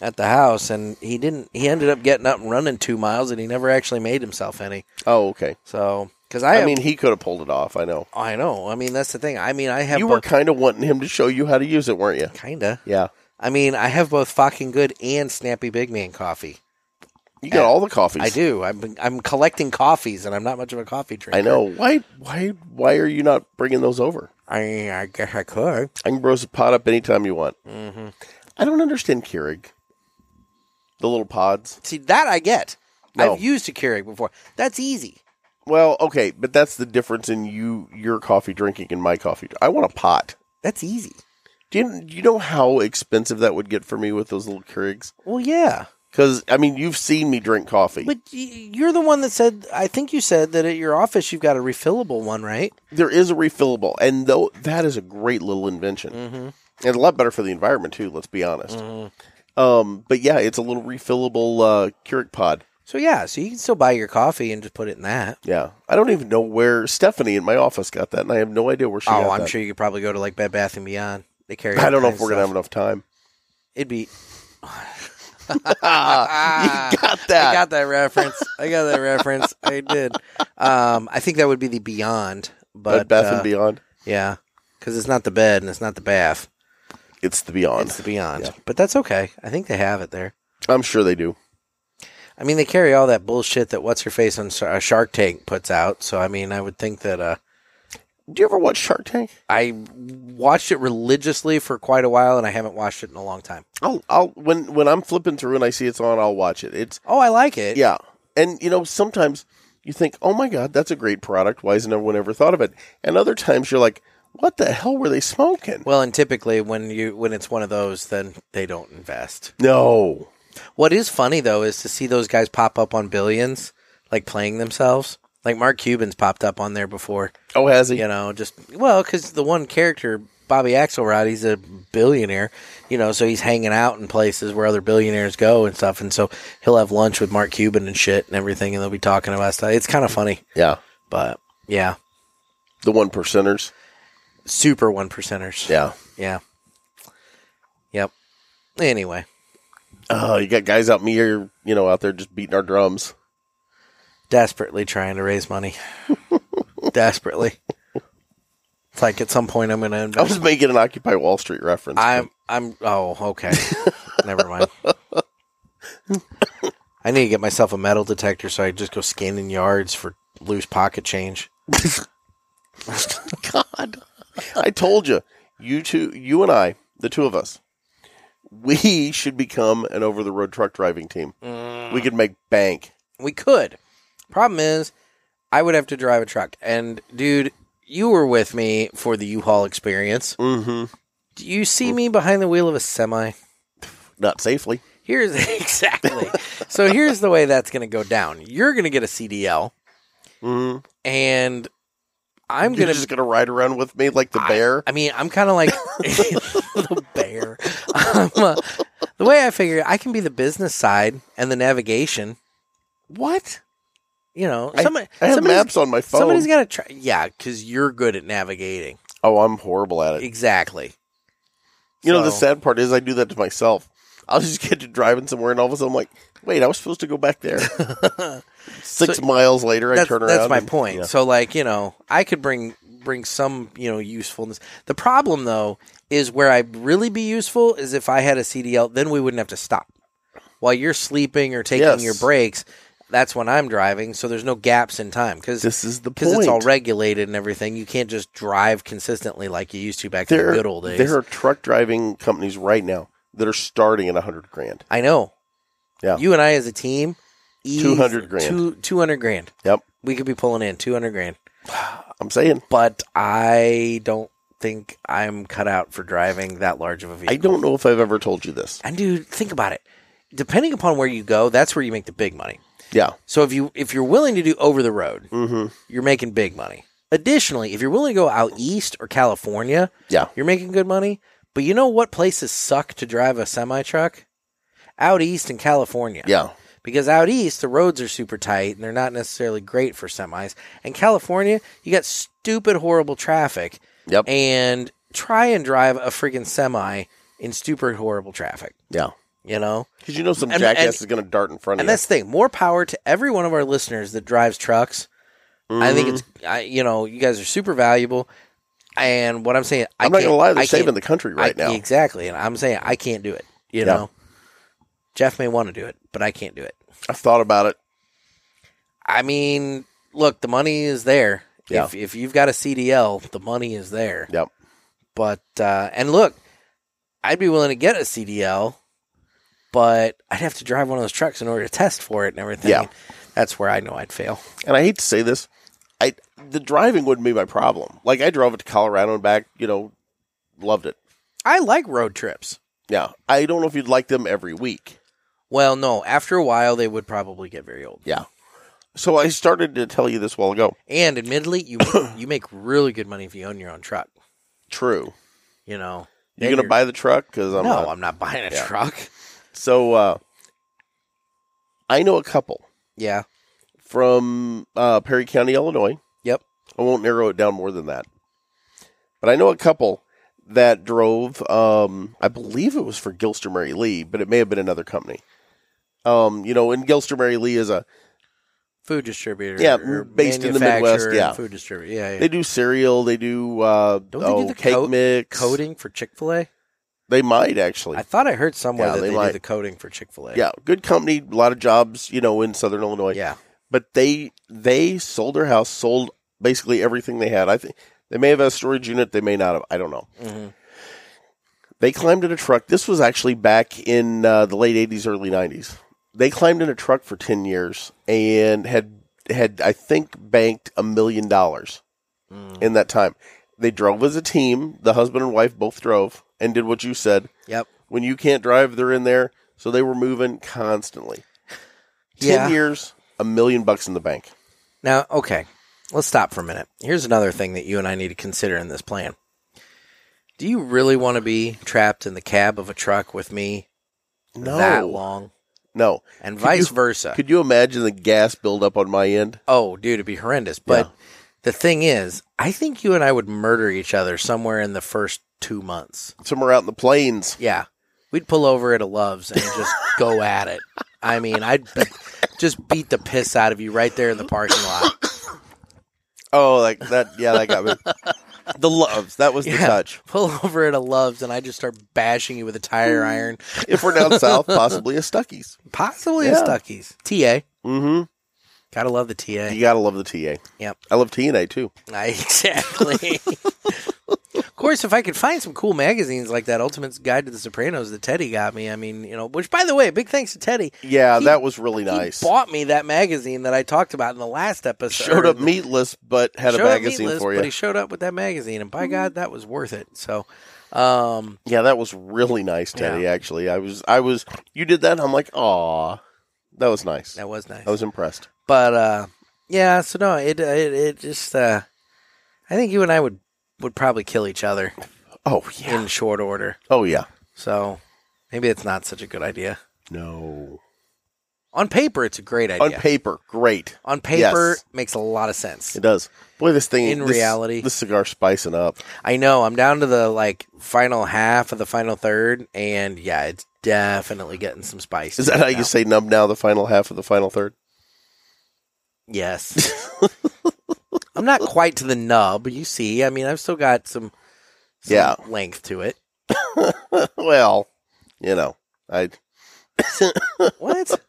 [SPEAKER 2] at the house, and he didn't. He ended up getting up and running two miles, and he never actually made himself any.
[SPEAKER 3] Oh, okay.
[SPEAKER 2] So, because
[SPEAKER 3] I,
[SPEAKER 2] I,
[SPEAKER 3] mean, he could have pulled it off. I know.
[SPEAKER 2] I know. I mean, that's the thing. I mean, I have
[SPEAKER 3] You were
[SPEAKER 2] both,
[SPEAKER 3] kind of wanting him to show you how to use it, weren't you?
[SPEAKER 2] kinda.
[SPEAKER 3] Yeah.
[SPEAKER 2] I mean, I have both fucking good and Snappy Big Man coffee.
[SPEAKER 3] You got all the coffees.
[SPEAKER 2] I do. I'm I'm collecting coffees, and I'm not much of a coffee drinker.
[SPEAKER 3] I know. Why? Why? Why are you not bringing those over?
[SPEAKER 2] I I guess I could.
[SPEAKER 3] I can roast a pot up anytime you want. I don't understand Keurig. The little pods.
[SPEAKER 2] See that I get.
[SPEAKER 3] No.
[SPEAKER 2] I've used a Keurig before. That's easy.
[SPEAKER 3] Well, okay, but that's the difference in you your coffee drinking and my coffee. I want a pot.
[SPEAKER 2] That's easy.
[SPEAKER 3] Do you, do you know how expensive that would get for me with those little Keurigs?
[SPEAKER 2] Well, yeah,
[SPEAKER 3] Because I mean, you've seen me drink coffee.
[SPEAKER 2] but y- you're the one that said. I think you said that at your office you've got a refillable one, right?
[SPEAKER 3] there is a refillable, and though that is a great little invention, and a lot better for the environment too. Let's be honest. Um, but yeah, it's a little refillable uh, Keurig pod.
[SPEAKER 2] So yeah, so you can still buy your coffee and just put it in that.
[SPEAKER 3] Yeah, I don't even know where Stephanie in my office got that, and I have no idea where she.
[SPEAKER 2] oh,
[SPEAKER 3] got
[SPEAKER 2] I'm
[SPEAKER 3] that.
[SPEAKER 2] sure you could probably go to like Bed Bath and Beyond. They carry.
[SPEAKER 3] *laughs* I
[SPEAKER 2] all
[SPEAKER 3] don't know if
[SPEAKER 2] kinds of
[SPEAKER 3] we're gonna have
[SPEAKER 2] stuff. *laughs*
[SPEAKER 3] enough time.
[SPEAKER 2] It'd
[SPEAKER 3] *laughs*
[SPEAKER 2] be. Ah,
[SPEAKER 3] you got that.
[SPEAKER 2] I got that reference. I got that reference. I
[SPEAKER 3] *laughs*
[SPEAKER 2] did. Um, I think that would be the Beyond, but
[SPEAKER 3] Bed Bath
[SPEAKER 2] uh,
[SPEAKER 3] and Beyond.
[SPEAKER 2] Yeah, because it's not the bed and it's not the bath.
[SPEAKER 3] It's the Beyond.
[SPEAKER 2] It's the Beyond. But that's okay. I think they have it there.
[SPEAKER 3] I'm sure they do.
[SPEAKER 2] I mean, they carry all that bullshit that what's her face on Sar- uh, Shark Tank puts out. So I mean, I would think that uh,
[SPEAKER 3] Do you ever watch Shark Tank?
[SPEAKER 2] I watched it religiously for quite a while, and I haven't watched it in a long time.
[SPEAKER 3] I'll, I'll when when I'm flipping through and I see it's on, I'll watch it. It's
[SPEAKER 2] Oh, I like it.
[SPEAKER 3] yeah, and you know sometimes you think, oh my god, that's a great product. Why hasn't everyone ever thought of it? And other times you're like, what the hell were they smoking?
[SPEAKER 2] Well, and typically when you when it's one of those, then they don't invest.
[SPEAKER 3] No,
[SPEAKER 2] What is funny though is to see those guys pop up on billions, like playing themselves. Like Mark Cuban's popped up on there before.
[SPEAKER 3] oh has he?
[SPEAKER 2] you know, just well, because the one character, Bobby Axelrod, he's a billionaire, you know, so he's hanging out in places where other billionaires go and stuff, and so he'll have lunch with Mark Cuban and shit and everything, and they'll be talking about stuff. It's kind of funny,
[SPEAKER 3] Yeah,
[SPEAKER 2] but yeah,
[SPEAKER 3] the one percenters.
[SPEAKER 2] super one percenters.
[SPEAKER 3] Yeah.
[SPEAKER 2] yeah, yep. Anyway,
[SPEAKER 3] Oh, you got guys out me here, you know, out there just beating our drums.
[SPEAKER 2] desperately trying to raise
[SPEAKER 3] *laughs*
[SPEAKER 2] money, desperately. It's like at some point I'm going to
[SPEAKER 3] I
[SPEAKER 2] invest.
[SPEAKER 3] was making an Occupy Wall Street reference.
[SPEAKER 2] I'm I'm oh okay. Never mind. I need to get myself a metal detector so I just go scanning yards for loose pocket change.
[SPEAKER 3] *laughs* God, I told you, you two, you and I, the two of us, we should become an over-the-road truck driving team. We could make bank.
[SPEAKER 2] We could. Problem is, I would have to drive a truck. And dude, you were with me for the U-Haul experience.
[SPEAKER 3] Mm-hmm.
[SPEAKER 2] Do you see me behind the wheel of a semi?
[SPEAKER 3] Not safely.
[SPEAKER 2] Here's *laughs* exactly. so here's the way that's going to go down. You're going to get a CDL,
[SPEAKER 3] Mm-hmm.
[SPEAKER 2] and I'm
[SPEAKER 3] I'm
[SPEAKER 2] going to
[SPEAKER 3] just gonna ride around with me like the
[SPEAKER 2] I-
[SPEAKER 3] bear.
[SPEAKER 2] I, mean, I'm kind
[SPEAKER 3] *laughs*
[SPEAKER 2] of like *laughs* the bear. I'm, uh, the way I figure, it, I can be the business side and the navigation. What? You know,
[SPEAKER 3] I-
[SPEAKER 2] somebody,
[SPEAKER 3] I have
[SPEAKER 2] somebody's-
[SPEAKER 3] maps on my phone.
[SPEAKER 2] Somebody's got to try. Yeah, because you're good at navigating.
[SPEAKER 3] oh, I'm horrible at it.
[SPEAKER 2] Exactly.
[SPEAKER 3] You know, the
[SPEAKER 2] So-
[SPEAKER 3] sad part is I do that to myself. I'll just *laughs* get to driving somewhere, and all of a sudden I'm like, "Wait, I was supposed to go
[SPEAKER 2] *laughs*
[SPEAKER 3] back there." Six
[SPEAKER 2] So-
[SPEAKER 3] miles later, I
[SPEAKER 2] that's,
[SPEAKER 3] turn around.
[SPEAKER 2] that's my
[SPEAKER 3] and-
[SPEAKER 2] point.
[SPEAKER 3] yeah.
[SPEAKER 2] So, like, you know, I could bring bring some, you know, usefulness. The problem though is where I'd really be useful is if I had a CDL, then we wouldn't have to stop. While you're sleeping or taking
[SPEAKER 3] Yes.
[SPEAKER 2] your breaks, that's when I'm driving, so there's no gaps in time cuz
[SPEAKER 3] This is the point.
[SPEAKER 2] because it's all regulated and everything. You can't just drive consistently like you used to back in
[SPEAKER 3] There,
[SPEAKER 2] the good old days.
[SPEAKER 3] there are truck driving companies right now that are starting at hundred grand.
[SPEAKER 2] I know.
[SPEAKER 3] Yeah.
[SPEAKER 2] You and I as a team, easy-
[SPEAKER 3] 200 grand.
[SPEAKER 2] Two, 200 grand.
[SPEAKER 3] Yep.
[SPEAKER 2] We could be pulling in 200 grand.
[SPEAKER 3] I'm saying.
[SPEAKER 2] but I don't think I'm cut out for driving that large of a vehicle.
[SPEAKER 3] I don't know if I've ever told you this.
[SPEAKER 2] And dude, think about it. Depending upon where you go, that's where you make the big money.
[SPEAKER 3] Yeah.
[SPEAKER 2] So if you if you're willing to do over the road,
[SPEAKER 3] Mm-hmm.
[SPEAKER 2] you're making big money. Additionally, if you're willing to go out east or California,
[SPEAKER 3] Yeah.
[SPEAKER 2] you're making good money. But you know what places suck to drive a semi truck? Out east in California.
[SPEAKER 3] Yeah.
[SPEAKER 2] Because out east, the roads are super tight and they're not necessarily great for semis. And California, you got stupid, horrible traffic.
[SPEAKER 3] Yep.
[SPEAKER 2] And try and drive a freaking semi in stupid, horrible traffic,
[SPEAKER 3] Yeah.
[SPEAKER 2] you know?
[SPEAKER 3] Because you know some
[SPEAKER 2] And-
[SPEAKER 3] jackass
[SPEAKER 2] and-
[SPEAKER 3] is going to dart in front
[SPEAKER 2] And
[SPEAKER 3] of you.
[SPEAKER 2] that's the thing. More power to every one of our listeners that drives trucks. I think
[SPEAKER 3] Mhm.
[SPEAKER 2] it's, I, you know, you guys are super valuable. And what I'm saying, I
[SPEAKER 3] I'm not
[SPEAKER 2] can't-
[SPEAKER 3] going to lie. They're
[SPEAKER 2] I can't-
[SPEAKER 3] saving the country right
[SPEAKER 2] I-
[SPEAKER 3] now.
[SPEAKER 2] Exactly. And I'm saying I can't do it, you
[SPEAKER 3] Yeah.
[SPEAKER 2] know? Jeff may want to do it, but I can't do it.
[SPEAKER 3] I've thought about it.
[SPEAKER 2] I mean, look, the money is there.
[SPEAKER 3] Yeah.
[SPEAKER 2] If if you've got a CDL, the money is there.
[SPEAKER 3] Yep.
[SPEAKER 2] But uh, and look, I'd be willing to get a CDL, but I'd have to drive one of those trucks in order to test for it and everything.
[SPEAKER 3] Yeah.
[SPEAKER 2] That's where I know I'd fail.
[SPEAKER 3] And I hate to say this. I the driving wouldn't be my problem. Like I drove it to Colorado and back. You know, loved it.
[SPEAKER 2] I like road trips.
[SPEAKER 3] Yeah. I don't know if you'd like them every week.
[SPEAKER 2] Well, no, after a while they would probably get very old.
[SPEAKER 3] Yeah. So I started to tell you this while ago.
[SPEAKER 2] And admittedly, you *coughs* you make really good money if you own your own truck,
[SPEAKER 3] True.
[SPEAKER 2] you know.
[SPEAKER 3] You're
[SPEAKER 2] Then
[SPEAKER 3] going to buy the truck because I'm
[SPEAKER 2] No,
[SPEAKER 3] not.
[SPEAKER 2] I'm not buying a
[SPEAKER 3] Yeah.
[SPEAKER 2] truck.
[SPEAKER 3] So uh, I know a couple
[SPEAKER 2] Yeah.
[SPEAKER 3] from uh, Perry County, Illinois.
[SPEAKER 2] Yep.
[SPEAKER 3] I won't narrow it down more than that. But I know a couple that drove. Um, I believe it was for Gilster Mary Lee, but it may have been another company. Um, you know, and Gilster Mary Lee is a
[SPEAKER 2] Food distributor.
[SPEAKER 3] Yeah,
[SPEAKER 2] or
[SPEAKER 3] based in the Midwest,
[SPEAKER 2] manufacturer and
[SPEAKER 3] yeah.
[SPEAKER 2] Food distributor. Yeah, yeah.
[SPEAKER 3] they do cereal, they do uh,
[SPEAKER 2] Don't they do
[SPEAKER 3] oh,
[SPEAKER 2] the
[SPEAKER 3] cake
[SPEAKER 2] coat-
[SPEAKER 3] mix
[SPEAKER 2] coating for Chick Fil A.
[SPEAKER 3] They might actually.
[SPEAKER 2] I thought I heard somewhere
[SPEAKER 3] Yeah,
[SPEAKER 2] that
[SPEAKER 3] they
[SPEAKER 2] they,
[SPEAKER 3] might.
[SPEAKER 2] do the coating for Chick Fil A.
[SPEAKER 3] yeah, good company, a lot of jobs, you know, in Southern Illinois.
[SPEAKER 2] yeah.
[SPEAKER 3] but they they sold their house, sold basically everything they had. I think they may have had a storage unit, they may not have. I don't know.
[SPEAKER 2] Mhm.
[SPEAKER 3] They climbed in a truck. This was actually back in uh, the late '80s, early '90s. They climbed in a truck for ten years and had had I think banked a million dollars
[SPEAKER 2] Mm.
[SPEAKER 3] in that time. They drove as a team. The husband and wife both drove and did what you said.
[SPEAKER 2] Yep.
[SPEAKER 3] When you can't drive, they're in there. So they were moving constantly.
[SPEAKER 2] Yeah.
[SPEAKER 3] Ten years, a million bucks in the bank.
[SPEAKER 2] Now, okay, let's stop for a minute. Here's another thing that you and I need to consider in this plan. Do you really want to be trapped in the cab of a truck with me
[SPEAKER 3] No,
[SPEAKER 2] that long,
[SPEAKER 3] no.
[SPEAKER 2] and
[SPEAKER 3] Could
[SPEAKER 2] vice
[SPEAKER 3] you-
[SPEAKER 2] versa?
[SPEAKER 3] Could you imagine the gas buildup on my end?
[SPEAKER 2] oh, dude, it'd be horrendous. But the thing is, I think you and I would murder each other somewhere in the first two months.
[SPEAKER 3] Somewhere out in the plains.
[SPEAKER 2] Yeah. We'd pull over at a Love's and
[SPEAKER 3] *laughs*
[SPEAKER 2] just go at it. I mean, I'd be- just beat the piss out of you right there in the parking lot.
[SPEAKER 3] Oh, like that. Yeah, that got me. *laughs* the loves. That was the
[SPEAKER 2] Yeah.
[SPEAKER 3] touch.
[SPEAKER 2] Pull over at a Love's and I just start bashing you with a
[SPEAKER 3] Mm.
[SPEAKER 2] tire iron.
[SPEAKER 3] If we're down south, possibly
[SPEAKER 2] *laughs*
[SPEAKER 3] a Stuckies.
[SPEAKER 2] Possibly a
[SPEAKER 3] Yeah.
[SPEAKER 2] Stuckies. TA.
[SPEAKER 3] Mm-hmm.
[SPEAKER 2] Gotta love the TA.
[SPEAKER 3] You gotta love the TA.
[SPEAKER 2] *laughs* Yep.
[SPEAKER 3] I love TNA too.
[SPEAKER 2] I- Exactly. of course, if I could find some cool magazines like that Ultimate's Guide to the Sopranos that Teddy got me, I mean, you know, which by the way, big thanks to Teddy.
[SPEAKER 3] Yeah,
[SPEAKER 2] He-
[SPEAKER 3] that was really nice.
[SPEAKER 2] He bought me that magazine that I talked about in the last episode.
[SPEAKER 3] Showed up meatless, but had a
[SPEAKER 2] Showed up
[SPEAKER 3] magazine
[SPEAKER 2] meatless,
[SPEAKER 3] for Mm-hmm.
[SPEAKER 2] But
[SPEAKER 3] you.
[SPEAKER 2] he showed up with that magazine, and by God, that was worth it. So, um,
[SPEAKER 3] yeah, that was really nice, Teddy. Actually, I was, I was, you did that. and I'm like, aw, that was nice.
[SPEAKER 2] that was nice.
[SPEAKER 3] I was impressed.
[SPEAKER 2] but uh, yeah, so no, it it, it just uh, I think you and I would would probably kill each other
[SPEAKER 3] Oh
[SPEAKER 2] in short order.
[SPEAKER 3] Oh yeah.
[SPEAKER 2] So maybe it's not such a good idea.
[SPEAKER 3] No.
[SPEAKER 2] On paper, it's a great idea.
[SPEAKER 3] On paper, great.
[SPEAKER 2] On paper,
[SPEAKER 3] Yes.
[SPEAKER 2] makes a lot of sense.
[SPEAKER 3] It does. Boy, this thing
[SPEAKER 2] In
[SPEAKER 3] this-
[SPEAKER 2] reality.
[SPEAKER 3] this cigar spicing up.
[SPEAKER 2] I know. I'm down to the like final half of the final third, and yeah, it's definitely getting some spice.
[SPEAKER 3] Is that how
[SPEAKER 2] now.
[SPEAKER 3] you say nub now? The final half of the final third. *laughs*
[SPEAKER 2] Yes. I'm not quite to the nub. You see, I mean, I've still got some, some
[SPEAKER 3] Yeah.
[SPEAKER 2] length to
[SPEAKER 3] *laughs*
[SPEAKER 2] it.
[SPEAKER 3] well, you know, I
[SPEAKER 2] What?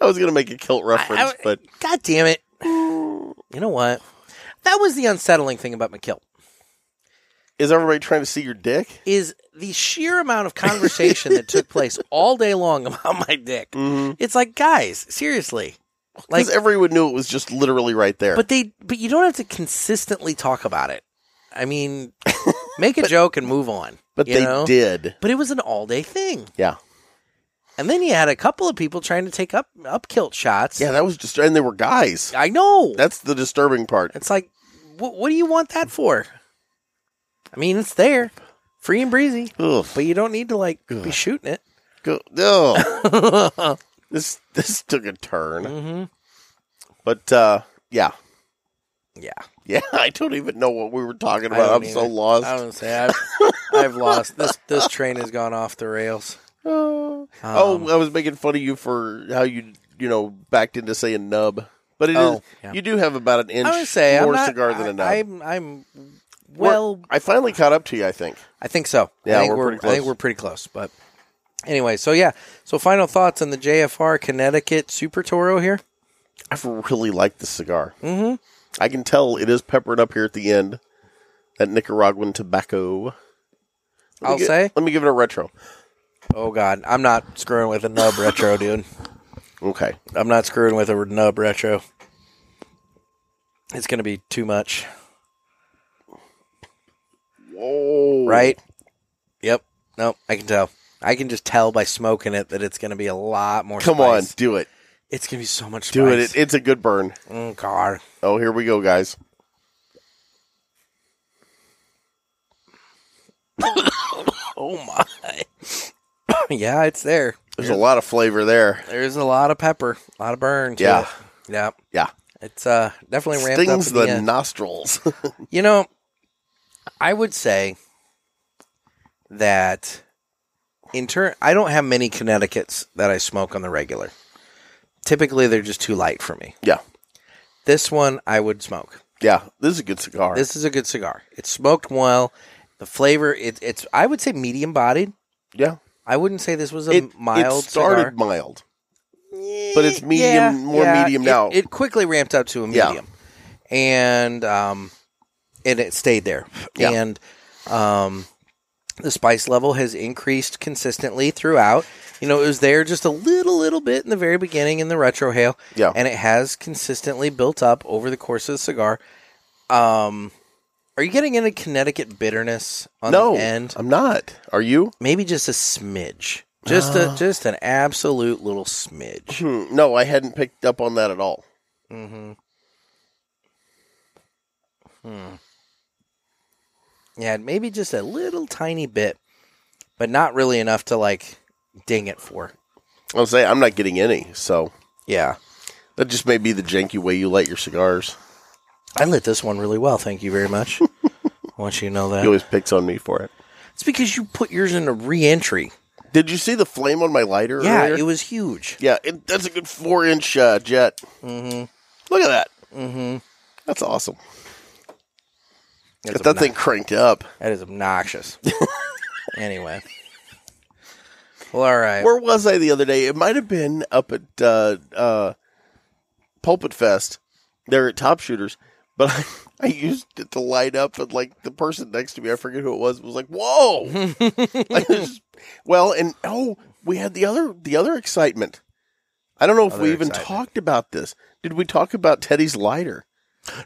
[SPEAKER 3] I was gonna make a kilt reference,
[SPEAKER 2] I- I-
[SPEAKER 3] but
[SPEAKER 2] God damn it! You know what? That was the unsettling thing about McKill
[SPEAKER 3] is everybody trying to see your dick?
[SPEAKER 2] is the sheer amount of conversation that
[SPEAKER 3] *laughs*
[SPEAKER 2] took place all day long about my dick.
[SPEAKER 3] Mm-hmm.
[SPEAKER 2] It's like, guys, seriously,
[SPEAKER 3] Because
[SPEAKER 2] like
[SPEAKER 3] everyone knew it was just literally right there.
[SPEAKER 2] But they, but you don't have to consistently talk about it. I mean,
[SPEAKER 3] *laughs*
[SPEAKER 2] make a joke and move on.
[SPEAKER 3] But
[SPEAKER 2] you
[SPEAKER 3] they
[SPEAKER 2] know?
[SPEAKER 3] did.
[SPEAKER 2] But it was an all day thing.
[SPEAKER 3] Yeah.
[SPEAKER 2] And then you had a couple of people trying to take up up kilt shots.
[SPEAKER 3] Yeah, that was just, and they were guys.
[SPEAKER 2] I know.
[SPEAKER 3] That's the disturbing part.
[SPEAKER 2] it's like, what, what do you want that for? I mean, it's there, free and breezy,
[SPEAKER 3] Ugh.
[SPEAKER 2] but you don't need to like be shooting it.
[SPEAKER 3] Go, no,
[SPEAKER 2] *laughs* mm-hmm.
[SPEAKER 3] this this took a turn. But uh, yeah,
[SPEAKER 2] Yeah,
[SPEAKER 3] yeah, *laughs* I don't even know what we were talking
[SPEAKER 2] I
[SPEAKER 3] about. I'm
[SPEAKER 2] don't
[SPEAKER 3] so
[SPEAKER 2] either.
[SPEAKER 3] lost.
[SPEAKER 2] I would say I've, I've lost this. This train has gone off the rails.
[SPEAKER 3] *sighs* Oh.
[SPEAKER 2] Um,
[SPEAKER 3] oh, I was making fun of you for how you you know backed into saying nub, but it is
[SPEAKER 2] Oh, yeah.
[SPEAKER 3] you do have about an inch
[SPEAKER 2] I would say
[SPEAKER 3] more
[SPEAKER 2] I'm not,
[SPEAKER 3] cigar than a nub.
[SPEAKER 2] I, I'm, I'm
[SPEAKER 3] We're-
[SPEAKER 2] well.
[SPEAKER 3] I finally caught up to you. I think.
[SPEAKER 2] I think so.
[SPEAKER 3] Yeah,
[SPEAKER 2] I think
[SPEAKER 3] we're
[SPEAKER 2] we're,
[SPEAKER 3] pretty
[SPEAKER 2] I think
[SPEAKER 3] close.
[SPEAKER 2] we're pretty close. But anyway, so yeah. So final thoughts on the JFR Connecticut Super Toro here.
[SPEAKER 3] I really like this cigar.
[SPEAKER 2] Mhm.
[SPEAKER 3] I can tell it is peppered up here at the end. That Nicaraguan tobacco. Let me
[SPEAKER 2] I'll
[SPEAKER 3] gi-
[SPEAKER 2] say.
[SPEAKER 3] Let me give it a retro.
[SPEAKER 2] Oh God, I'm not screwing with a nub retro, *laughs* dude.
[SPEAKER 3] Okay.
[SPEAKER 2] I'm not screwing with a nub retro. It's gonna be too much,
[SPEAKER 3] Whoa.
[SPEAKER 2] right? Yep. No, I can tell. I can just tell by smoking it that it's gonna be a lot more.
[SPEAKER 3] Come on,
[SPEAKER 2] spice.
[SPEAKER 3] do it.
[SPEAKER 2] it's gonna be so much.
[SPEAKER 3] Do it.
[SPEAKER 2] spice.
[SPEAKER 3] it. It's a good burn.
[SPEAKER 2] Mm, God.
[SPEAKER 3] Oh, here we go, guys.
[SPEAKER 2] Oh my. *coughs* yeah, it's there.
[SPEAKER 3] There's a lot of flavor there.
[SPEAKER 2] There's a lot of pepper, a lot of burn. to
[SPEAKER 3] Yeah.
[SPEAKER 2] it. Yeah.
[SPEAKER 3] Yeah.
[SPEAKER 2] It's uh definitely ramped
[SPEAKER 3] Stings
[SPEAKER 2] up. in
[SPEAKER 3] the
[SPEAKER 2] The end.
[SPEAKER 3] nostrils. *laughs*
[SPEAKER 2] you know, I would say that in turn, I don't have many Connecticut's that I smoke on the regular. Typically, they're just too light for me.
[SPEAKER 3] Yeah.
[SPEAKER 2] This one I would smoke.
[SPEAKER 3] yeah, this is a good cigar.
[SPEAKER 2] This is a good cigar. It's smoked well. The flavor, it, it's I would say medium bodied.
[SPEAKER 3] yeah,
[SPEAKER 2] I wouldn't say this was a
[SPEAKER 3] it,
[SPEAKER 2] mild
[SPEAKER 3] It started
[SPEAKER 2] cigar.
[SPEAKER 3] mild. but it's medium- more medium
[SPEAKER 2] It-
[SPEAKER 3] now.
[SPEAKER 2] It quickly ramped up to a
[SPEAKER 3] Yeah.
[SPEAKER 2] medium, and um, and it stayed there.
[SPEAKER 3] Yeah.
[SPEAKER 2] And um, the spice level has increased consistently throughout. You know, it was there just a little, little bit in the very beginning in the retrohale,
[SPEAKER 3] Yeah,
[SPEAKER 2] and it has consistently built up over the course of the cigar. Um, are you getting any Connecticut bitterness on
[SPEAKER 3] no,
[SPEAKER 2] the end?
[SPEAKER 3] I'm not. Are you?
[SPEAKER 2] Maybe just a smidge, just a just an absolute little smidge.
[SPEAKER 3] Hmm, no, I hadn't picked up on that at all.
[SPEAKER 2] Mm-hmm. Hmm. Yeah, maybe just a little tiny bit, but not really enough to like ding it for.
[SPEAKER 3] I'll say I'm not getting any. So
[SPEAKER 2] Yeah,
[SPEAKER 3] that just may be the janky way you light your cigars.
[SPEAKER 2] I lit this one really well. Thank you very
[SPEAKER 3] *laughs*
[SPEAKER 2] much. I want you to know
[SPEAKER 3] He
[SPEAKER 2] that
[SPEAKER 3] always picks on me for it.
[SPEAKER 2] it's because you put yours into re-entry.
[SPEAKER 3] Did you see the flame on my lighter?
[SPEAKER 2] Yeah,
[SPEAKER 3] earlier?
[SPEAKER 2] it was huge.
[SPEAKER 3] yeah, it, that's a good four inch uh, jet.
[SPEAKER 2] Mm-hmm.
[SPEAKER 3] Look at that.
[SPEAKER 2] Mm-hmm.
[SPEAKER 3] That's awesome. Got that thing cranked up.
[SPEAKER 2] That is
[SPEAKER 3] *laughs*
[SPEAKER 2] obnoxious. anyway. Well, all right.
[SPEAKER 3] Where was I the other day? It might have been up at uh, uh, Pulpit Fest. They're at Top Shooters, But *laughs* I, I used it to light up, and like the person next to me, I forget who it was, was like,
[SPEAKER 2] *laughs*
[SPEAKER 3] "Whoa!" Like, it was- well, and oh, we had the other the other excitement. I don't know if
[SPEAKER 2] Other
[SPEAKER 3] we even
[SPEAKER 2] excitement.
[SPEAKER 3] talked about this. Did we talk about Teddy's lighter?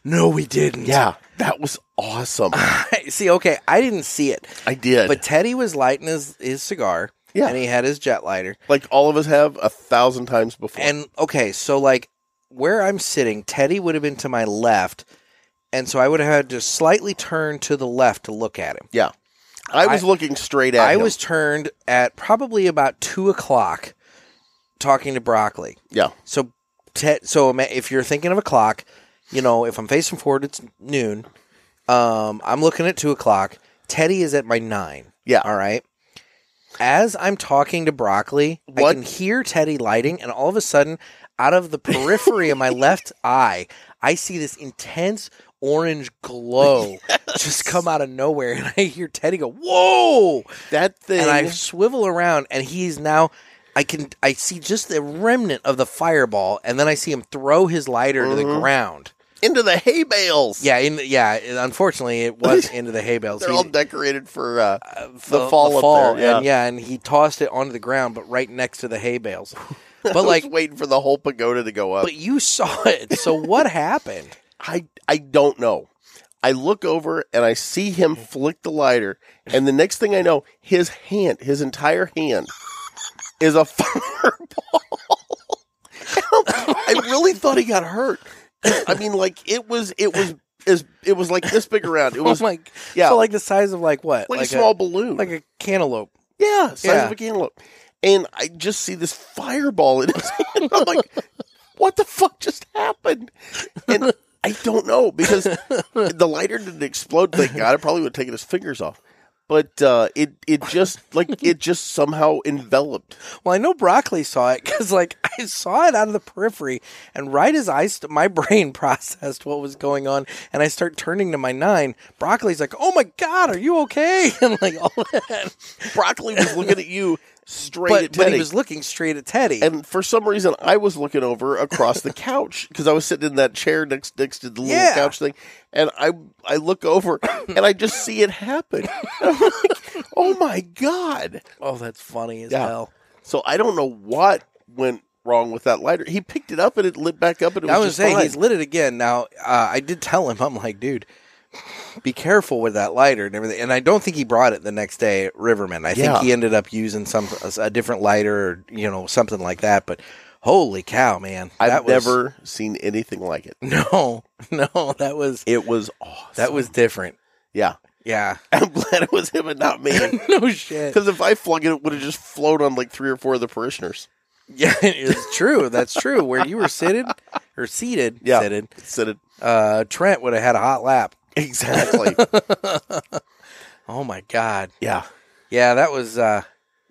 [SPEAKER 2] no, we didn't.
[SPEAKER 3] that was
[SPEAKER 2] *sighs*
[SPEAKER 3] awesome.
[SPEAKER 2] *laughs* see, okay, I didn't see it,
[SPEAKER 3] I did.
[SPEAKER 2] but Teddy was lighting his, his cigar.
[SPEAKER 3] Yeah.
[SPEAKER 2] And he had his jet lighter.
[SPEAKER 3] like all of us have a thousand times before.
[SPEAKER 2] And okay, so like where I'm sitting, Teddy would have been to my left, and so I would have had to slightly turn to the left to look at him.
[SPEAKER 3] yeah, I was
[SPEAKER 2] I-
[SPEAKER 3] looking straight at
[SPEAKER 2] I
[SPEAKER 3] him.
[SPEAKER 2] was turned at probably about two o'clock, talking to broccoli.
[SPEAKER 3] yeah,
[SPEAKER 2] So, te- so ima- if you're thinking of a clock, you know, if I'm facing forward, it's noon. Um, I'm looking at two o'clock. Teddy is at my nine.
[SPEAKER 3] yeah.
[SPEAKER 2] All right. As I'm talking to Broccoli, I
[SPEAKER 3] What?
[SPEAKER 2] can hear Teddy lighting, and all of a sudden, out of the periphery of
[SPEAKER 3] *laughs*
[SPEAKER 2] my left eye, I see this intense orange glow
[SPEAKER 3] *laughs*
[SPEAKER 2] just come out of nowhere, and I hear Teddy go, "Whoa!"
[SPEAKER 3] That thing.
[SPEAKER 2] And I swivel around, and he's now. I can I see just the remnant of the fireball, and then I see him throw his lighter to the
[SPEAKER 3] Mhm.
[SPEAKER 2] ground.
[SPEAKER 3] into the hay bales.
[SPEAKER 2] Yeah, in, yeah. Unfortunately, it
[SPEAKER 3] *laughs*
[SPEAKER 2] was into the hay bales.
[SPEAKER 3] they're
[SPEAKER 2] He-
[SPEAKER 3] all decorated for uh,
[SPEAKER 2] the,
[SPEAKER 3] the
[SPEAKER 2] the
[SPEAKER 3] fall
[SPEAKER 2] fall,
[SPEAKER 3] up there, yeah.
[SPEAKER 2] and yeah, and he tossed it onto the ground, but right next to the hay
[SPEAKER 3] *laughs*
[SPEAKER 2] bales. But
[SPEAKER 3] like
[SPEAKER 2] like,
[SPEAKER 3] waiting for the whole pagoda to go up.
[SPEAKER 2] but you saw it. So what
[SPEAKER 3] *laughs*
[SPEAKER 2] happened?
[SPEAKER 3] I I don't know. I look over and I see him flick the lighter, and the next thing I know, his hand, his entire hand, is a *laughs* fireball. *laughs* I really thought he got hurt. I mean, like it was, it was, as it was like this big around. It was
[SPEAKER 2] oh my,
[SPEAKER 3] yeah.
[SPEAKER 2] So like the size of like what?
[SPEAKER 3] like, a small
[SPEAKER 2] *laughs*
[SPEAKER 3] balloon,
[SPEAKER 2] like a cantaloupe.
[SPEAKER 3] Yeah, size
[SPEAKER 2] Yeah.
[SPEAKER 3] of a cantaloupe. And I just see this fireball in his *laughs* hand. I'm like, what the fuck just happened? And I don't know because the lighter didn't explode. Thank God. It probably would have taken his fingers off. But uh, it it just like it just somehow enveloped.
[SPEAKER 2] Well, I know broccoli saw it because like *laughs* I saw it out of the periphery, and right as I st- my *laughs* brain processed what was going on, and I start turning to my nine. Broccoli's like, "Oh my god, are you okay?" *laughs* And like all that,
[SPEAKER 3] Broccoli was looking at you straight at
[SPEAKER 2] but,
[SPEAKER 3] Teddy.
[SPEAKER 2] but he was looking straight at Teddy.
[SPEAKER 3] and for some reason, I was looking over across the couch because I was sitting in that chair next next to the little
[SPEAKER 2] Yeah.
[SPEAKER 3] couch thing, and I I
[SPEAKER 2] *coughs*
[SPEAKER 3] look over and I just see it happen. *laughs* And I'm like, oh my god!
[SPEAKER 2] oh, that's funny as
[SPEAKER 3] Yeah.
[SPEAKER 2] hell.
[SPEAKER 3] So I don't know what went wrong with that lighter. He picked it up and it lit back up, and it was,
[SPEAKER 2] I was
[SPEAKER 3] just
[SPEAKER 2] saying
[SPEAKER 3] fine.
[SPEAKER 2] he's lit it again. Now uh, I did tell him I'm like, dude, be careful with that lighter and everything. And I don't think he brought it the next day at Riverman. I
[SPEAKER 3] Yeah.
[SPEAKER 2] think he ended up using some a different lighter or you know something like that. But holy cow, man!
[SPEAKER 3] I've
[SPEAKER 2] that was,
[SPEAKER 3] never seen anything like it.
[SPEAKER 2] *laughs* no no that was
[SPEAKER 3] It was awesome.
[SPEAKER 2] that was different.
[SPEAKER 3] yeah. *laughs*
[SPEAKER 2] Yeah,
[SPEAKER 3] I'm glad it was him and not me.
[SPEAKER 2] *laughs* no shit.
[SPEAKER 3] Because if I flung it, it would have just flown on like three or four of the parishioners.
[SPEAKER 2] Yeah, it's true. That's true. Where you were seated or seated,
[SPEAKER 3] Yeah.
[SPEAKER 2] seated,
[SPEAKER 3] Said it
[SPEAKER 2] uh, Trent would have had a hot lap.
[SPEAKER 3] exactly.
[SPEAKER 2] *laughs* Oh my god.
[SPEAKER 3] yeah.
[SPEAKER 2] Yeah, that was. uh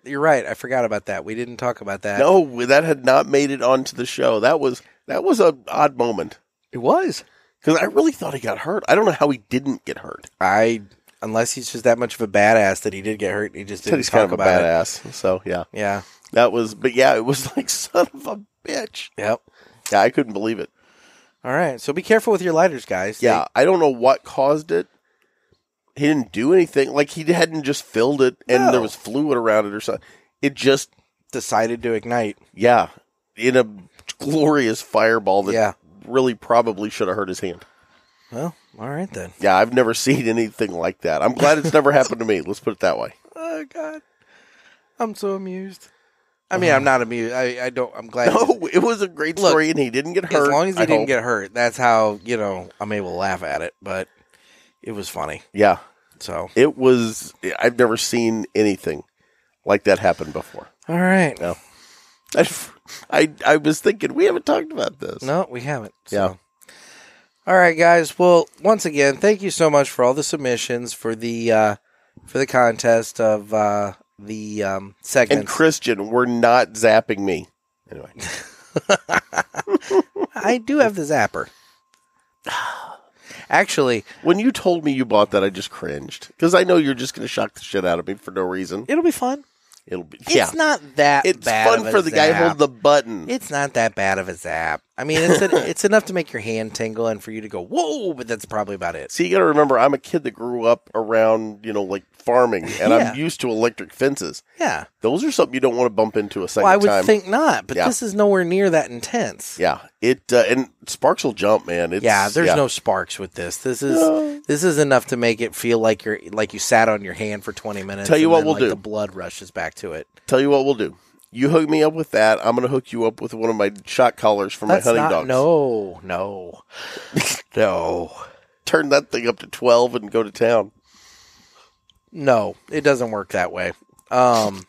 [SPEAKER 2] You're right. I forgot about that. We didn't talk about that.
[SPEAKER 3] *laughs* No, that had not made it onto the show. That was that was an odd moment
[SPEAKER 2] It was.
[SPEAKER 3] because I really thought he got hurt. I don't know how he didn't get hurt.
[SPEAKER 2] I unless he's just that much of a badass that he did get hurt. He just didn't
[SPEAKER 3] Teddy's
[SPEAKER 2] talk
[SPEAKER 3] kind of a
[SPEAKER 2] about it.
[SPEAKER 3] badass, so yeah,
[SPEAKER 2] Yeah.
[SPEAKER 3] that was. But yeah, it was *laughs* like son of a bitch.
[SPEAKER 2] Yep.
[SPEAKER 3] Yeah, I couldn't believe it.
[SPEAKER 2] All right. So be careful with your lighters, guys.
[SPEAKER 3] Yeah, I don't know what caused it. He didn't do anything. Like he hadn't just filled it, and
[SPEAKER 2] No.
[SPEAKER 3] there was fluid around it or something. It just
[SPEAKER 2] They decided to ignite.
[SPEAKER 3] yeah, in a glorious fireball that
[SPEAKER 2] Yeah.
[SPEAKER 3] really probably should have hurt his hand.
[SPEAKER 2] Well, all right then.
[SPEAKER 3] Yeah, I've never *laughs* seen anything like that. I'm glad it's never happened to me. Let's put it
[SPEAKER 2] *laughs*
[SPEAKER 3] that way.
[SPEAKER 2] Oh God, I'm so amused. I mean, I'm not amused. I, I don't. I'm glad.
[SPEAKER 3] Uh-huh. No, *laughs* it was a great
[SPEAKER 2] Look,
[SPEAKER 3] story, and he didn't get hurt.
[SPEAKER 2] as long as he
[SPEAKER 3] I
[SPEAKER 2] didn't
[SPEAKER 3] hope.
[SPEAKER 2] get hurt, that's how you know I'm able to laugh at it. But it was funny.
[SPEAKER 3] yeah,
[SPEAKER 2] So
[SPEAKER 3] it was. I've never seen anything like that happen before. *laughs*
[SPEAKER 2] all right.
[SPEAKER 3] Yeah. I, I, I was thinking we haven't talked about this.
[SPEAKER 2] No, we haven't. So.
[SPEAKER 3] Yeah.
[SPEAKER 2] All right, guys. Well, once again, thank you so much for all the submissions for the uh, for the contest of uh, the um,
[SPEAKER 3] and
[SPEAKER 2] segments.
[SPEAKER 3] Christian, we're not zapping me.
[SPEAKER 2] *laughs*
[SPEAKER 3] Anyway,
[SPEAKER 2] I do have the zapper. *sighs* Actually,
[SPEAKER 3] when you told me you bought that, I just cringed because I know you're just going to shock the shit out of me for no reason.
[SPEAKER 2] it'll be fun.
[SPEAKER 3] It'll be
[SPEAKER 2] It's
[SPEAKER 3] yeah.
[SPEAKER 2] not that
[SPEAKER 3] it's
[SPEAKER 2] bad.
[SPEAKER 3] fun
[SPEAKER 2] of a
[SPEAKER 3] for the guy
[SPEAKER 2] zap.
[SPEAKER 3] holding the button.
[SPEAKER 2] It's not that bad of a zap. I mean, it's an, *laughs* it's enough to make your hand tingle and for you to go whoa, but that's probably about it.
[SPEAKER 3] See, you got to remember, I'm a kid that grew up around you know like farming, and
[SPEAKER 2] Yeah.
[SPEAKER 3] I'm used to electric fences.
[SPEAKER 2] Yeah.
[SPEAKER 3] Those are something you don't want to bump into a second
[SPEAKER 2] Well, I would
[SPEAKER 3] time.
[SPEAKER 2] think not, but
[SPEAKER 3] Yeah.
[SPEAKER 2] this is nowhere near that intense.
[SPEAKER 3] yeah, it uh, and sparks will jump, man. It's,
[SPEAKER 2] yeah, there's no sparks with this. This is this is enough to make it feel like you're like you sat on your hand for 20 minutes.
[SPEAKER 3] Tell you
[SPEAKER 2] and
[SPEAKER 3] what
[SPEAKER 2] then,
[SPEAKER 3] we'll
[SPEAKER 2] like,
[SPEAKER 3] do.
[SPEAKER 2] The blood rushes back to it.
[SPEAKER 3] Tell you what we'll do. You hook me up with that. I'm going to hook you up with one of my shot collars for
[SPEAKER 2] That's
[SPEAKER 3] my hunting
[SPEAKER 2] not,
[SPEAKER 3] dogs.
[SPEAKER 2] No,
[SPEAKER 3] *laughs*
[SPEAKER 2] no, no,
[SPEAKER 3] Turn that thing up to 12 and go to town.
[SPEAKER 2] no. It doesn't work that way. *laughs* Um,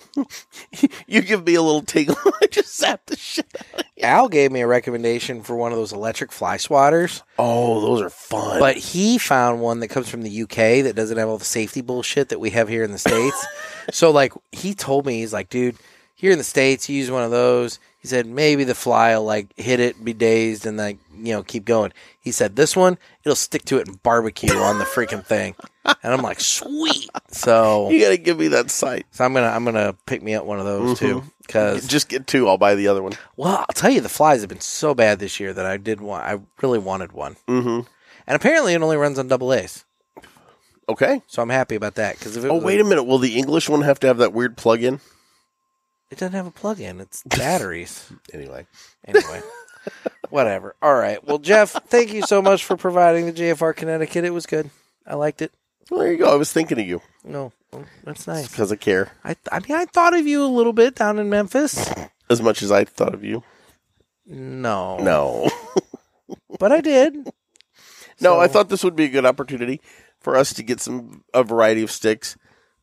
[SPEAKER 3] You give me a little tingle. *laughs* I just zap the shit out. of you.
[SPEAKER 2] Al gave me a recommendation for one of those electric fly swatters,
[SPEAKER 3] Oh, those are fun.
[SPEAKER 2] but he found one that comes from the UK that doesn't have all the safety bullshit that we have here in the states. so, like, he told me he's like, dude, here in the states, you use one of those. He said maybe the fly will like hit it, be dazed, and like you know keep going. He said this one it'll stick to it and barbecue on the freaking thing, and I'm like sweet. So
[SPEAKER 3] you got to give me that sight.
[SPEAKER 2] So I'm gonna I'm gonna pick me up one of those too because
[SPEAKER 3] Just get two. I'll buy the other one.
[SPEAKER 2] well I'll tell you the flies have been so bad this year that I did want I really wanted one
[SPEAKER 3] Mm-hmm.
[SPEAKER 2] and apparently it only runs on double A's
[SPEAKER 3] Okay.
[SPEAKER 2] so I'm happy about that because if it
[SPEAKER 3] Oh,
[SPEAKER 2] was
[SPEAKER 3] wait a minute. Will the English one have to have that weird plug-in?
[SPEAKER 2] it doesn't have a plug in
[SPEAKER 3] *laughs*
[SPEAKER 2] it's batteries
[SPEAKER 3] Anyway.
[SPEAKER 2] anyway whatever all right well Jeff thank you so much for providing the JFR Connecticut it was good I liked it
[SPEAKER 3] Well, there you go. I was thinking of you
[SPEAKER 2] no well, that's nice
[SPEAKER 3] because I care
[SPEAKER 2] I I mean I thought of you a little bit down in Memphis
[SPEAKER 3] as much as I thought of you.
[SPEAKER 2] no
[SPEAKER 3] No. *laughs*
[SPEAKER 2] but I did
[SPEAKER 3] No, I
[SPEAKER 2] So-
[SPEAKER 3] thought this would be a good opportunity for us to get some a variety of sticks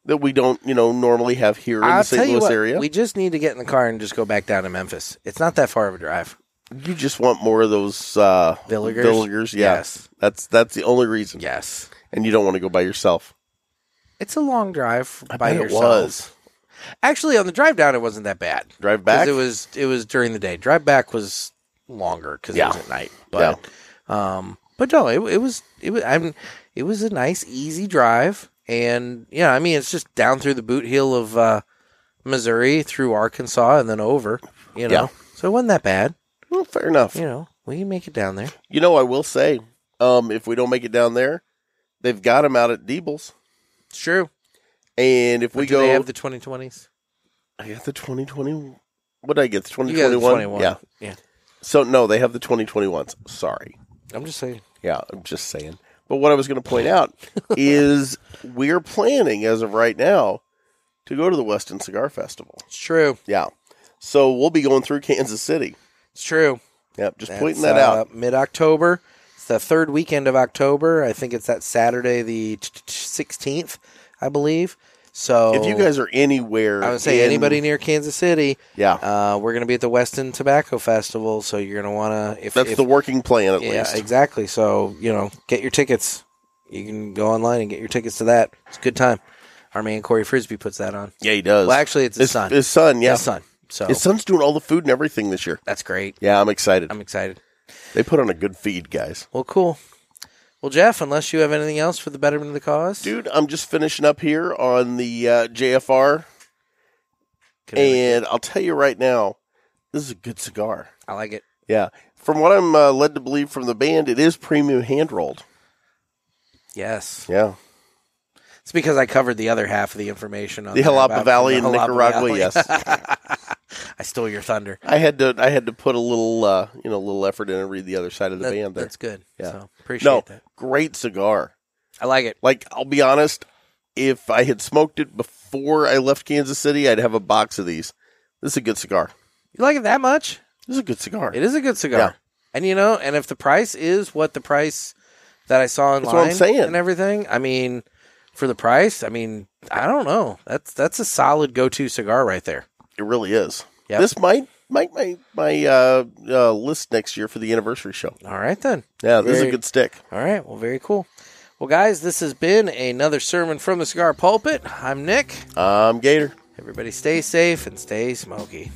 [SPEAKER 3] that we don't, you know, normally have here in the St. Louis area.
[SPEAKER 2] we just need to get in the car and just go back down to Memphis. It's not that far of a drive.
[SPEAKER 3] you just want more of those uh,
[SPEAKER 2] Villigers?
[SPEAKER 3] yeah.
[SPEAKER 2] Yes.
[SPEAKER 3] that's that's the only reason.
[SPEAKER 2] Yes,
[SPEAKER 3] and you don't want to go by yourself.
[SPEAKER 2] it's a long drive by
[SPEAKER 3] bet it
[SPEAKER 2] yourself.
[SPEAKER 3] was.
[SPEAKER 2] Actually, on the drive down, it wasn't that bad.
[SPEAKER 3] Drive
[SPEAKER 2] 'Cause
[SPEAKER 3] back.
[SPEAKER 2] It was it was during the day. Drive back was longer because
[SPEAKER 3] Yeah.
[SPEAKER 2] it was at night. But um, but no, it, it was it was I'm it was a nice easy drive, and yeah, I mean it's just down through the boot heel of uh, Missouri through Arkansas and then over. You know,
[SPEAKER 3] Yeah.
[SPEAKER 2] so it wasn't that bad.
[SPEAKER 3] well, fair enough.
[SPEAKER 2] You know, we can make it down there.
[SPEAKER 3] You know, I will say, um, if we don't make it down there, they've got them out at Deebles,
[SPEAKER 2] It's true.
[SPEAKER 3] and if
[SPEAKER 2] But
[SPEAKER 3] we
[SPEAKER 2] do
[SPEAKER 3] go,
[SPEAKER 2] they have the 2020s?
[SPEAKER 3] I got the twenty twenty. What did I get? The twenty
[SPEAKER 2] You got
[SPEAKER 3] twenty
[SPEAKER 2] the
[SPEAKER 3] one. Yeah.
[SPEAKER 2] Yeah.
[SPEAKER 3] So no, they have the twenty twenty ones. Sorry.
[SPEAKER 2] I'm just saying.
[SPEAKER 3] Yeah, I'm just saying. But what I was going to
[SPEAKER 2] *laughs*
[SPEAKER 3] point out is we're planning as of right now to go to the Weston Cigar Festival.
[SPEAKER 2] It's true.
[SPEAKER 3] Yeah. So we'll be going through Kansas City.
[SPEAKER 2] It's true.
[SPEAKER 3] Yep, just pointing that out.
[SPEAKER 2] Mid October. uh, It's the third weekend of October. I think it's that Saturday, the t- t- 16th, I believe. So
[SPEAKER 3] If you guys are anywhere,
[SPEAKER 2] uh, I would say
[SPEAKER 3] in-
[SPEAKER 2] anybody near Kansas City,
[SPEAKER 3] Yeah,
[SPEAKER 2] uh, we're going to be at the Weston Tobacco Festival. So you're going to want to. if
[SPEAKER 3] that's
[SPEAKER 2] if,
[SPEAKER 3] the working plan at
[SPEAKER 2] Yeah,
[SPEAKER 3] least.
[SPEAKER 2] exactly. So, you know, get your tickets. You can go online and get your tickets to that. It's a good time. Our man Corey Frisbee puts that on.
[SPEAKER 3] yeah, he does.
[SPEAKER 2] Well, actually, it's his son.
[SPEAKER 3] His son, yeah,
[SPEAKER 2] His son. So
[SPEAKER 3] His son's doing all the food and everything this year.
[SPEAKER 2] that's great.
[SPEAKER 3] Yeah, I'm excited.
[SPEAKER 2] I'm excited.
[SPEAKER 3] they put on a good feed, guys.
[SPEAKER 2] Well, cool. Well, Jeff, unless you have anything else for the betterment of the cause,
[SPEAKER 3] Dude, I'm just finishing up here on the uh, JFR,
[SPEAKER 2] Can we-
[SPEAKER 3] and I'll tell you right now, this is a good cigar.
[SPEAKER 2] I like it.
[SPEAKER 3] Yeah. From what I'm uh, led to believe from the band, it is premium hand rolled.
[SPEAKER 2] Yes,
[SPEAKER 3] Yeah.
[SPEAKER 2] it's because I covered the other half of the information on
[SPEAKER 3] The
[SPEAKER 2] there
[SPEAKER 3] Jalapa
[SPEAKER 2] about-
[SPEAKER 3] Valley
[SPEAKER 2] from the
[SPEAKER 3] in
[SPEAKER 2] Jalapa
[SPEAKER 3] Nicaragua,
[SPEAKER 2] Valley.
[SPEAKER 3] yes.
[SPEAKER 2] *laughs* I stole your thunder.
[SPEAKER 3] I had to I had to put a little uh, you know, a little effort in and read the other side of the
[SPEAKER 2] That-
[SPEAKER 3] band there.
[SPEAKER 2] That's good.
[SPEAKER 3] Yeah.
[SPEAKER 2] So appreciate
[SPEAKER 3] No,
[SPEAKER 2] that.
[SPEAKER 3] great cigar.
[SPEAKER 2] I like it.
[SPEAKER 3] Like I'll be honest, if I had smoked it before I left Kansas City, I'd have a box of these. This is a good cigar.
[SPEAKER 2] You like it that much?
[SPEAKER 3] This is a good cigar.
[SPEAKER 2] It is a good cigar.
[SPEAKER 3] Yeah.
[SPEAKER 2] And you know, and if the price is what the price that I saw online
[SPEAKER 3] That's what I'm saying.
[SPEAKER 2] and everything, I mean, for the price, I mean, I don't know. That's that's a solid go-to cigar right there.
[SPEAKER 3] It really is.
[SPEAKER 2] Yep.
[SPEAKER 3] This might might my my uh, uh, list next year for the anniversary show.
[SPEAKER 2] All right then.
[SPEAKER 3] Yeah, this is
[SPEAKER 2] Very-
[SPEAKER 3] a good stick.
[SPEAKER 2] All right. Well, very cool. Well, guys, this has been another sermon from the cigar pulpit. I'm Nick.
[SPEAKER 3] I'm Gator.
[SPEAKER 2] Everybody stay safe and stay smoky.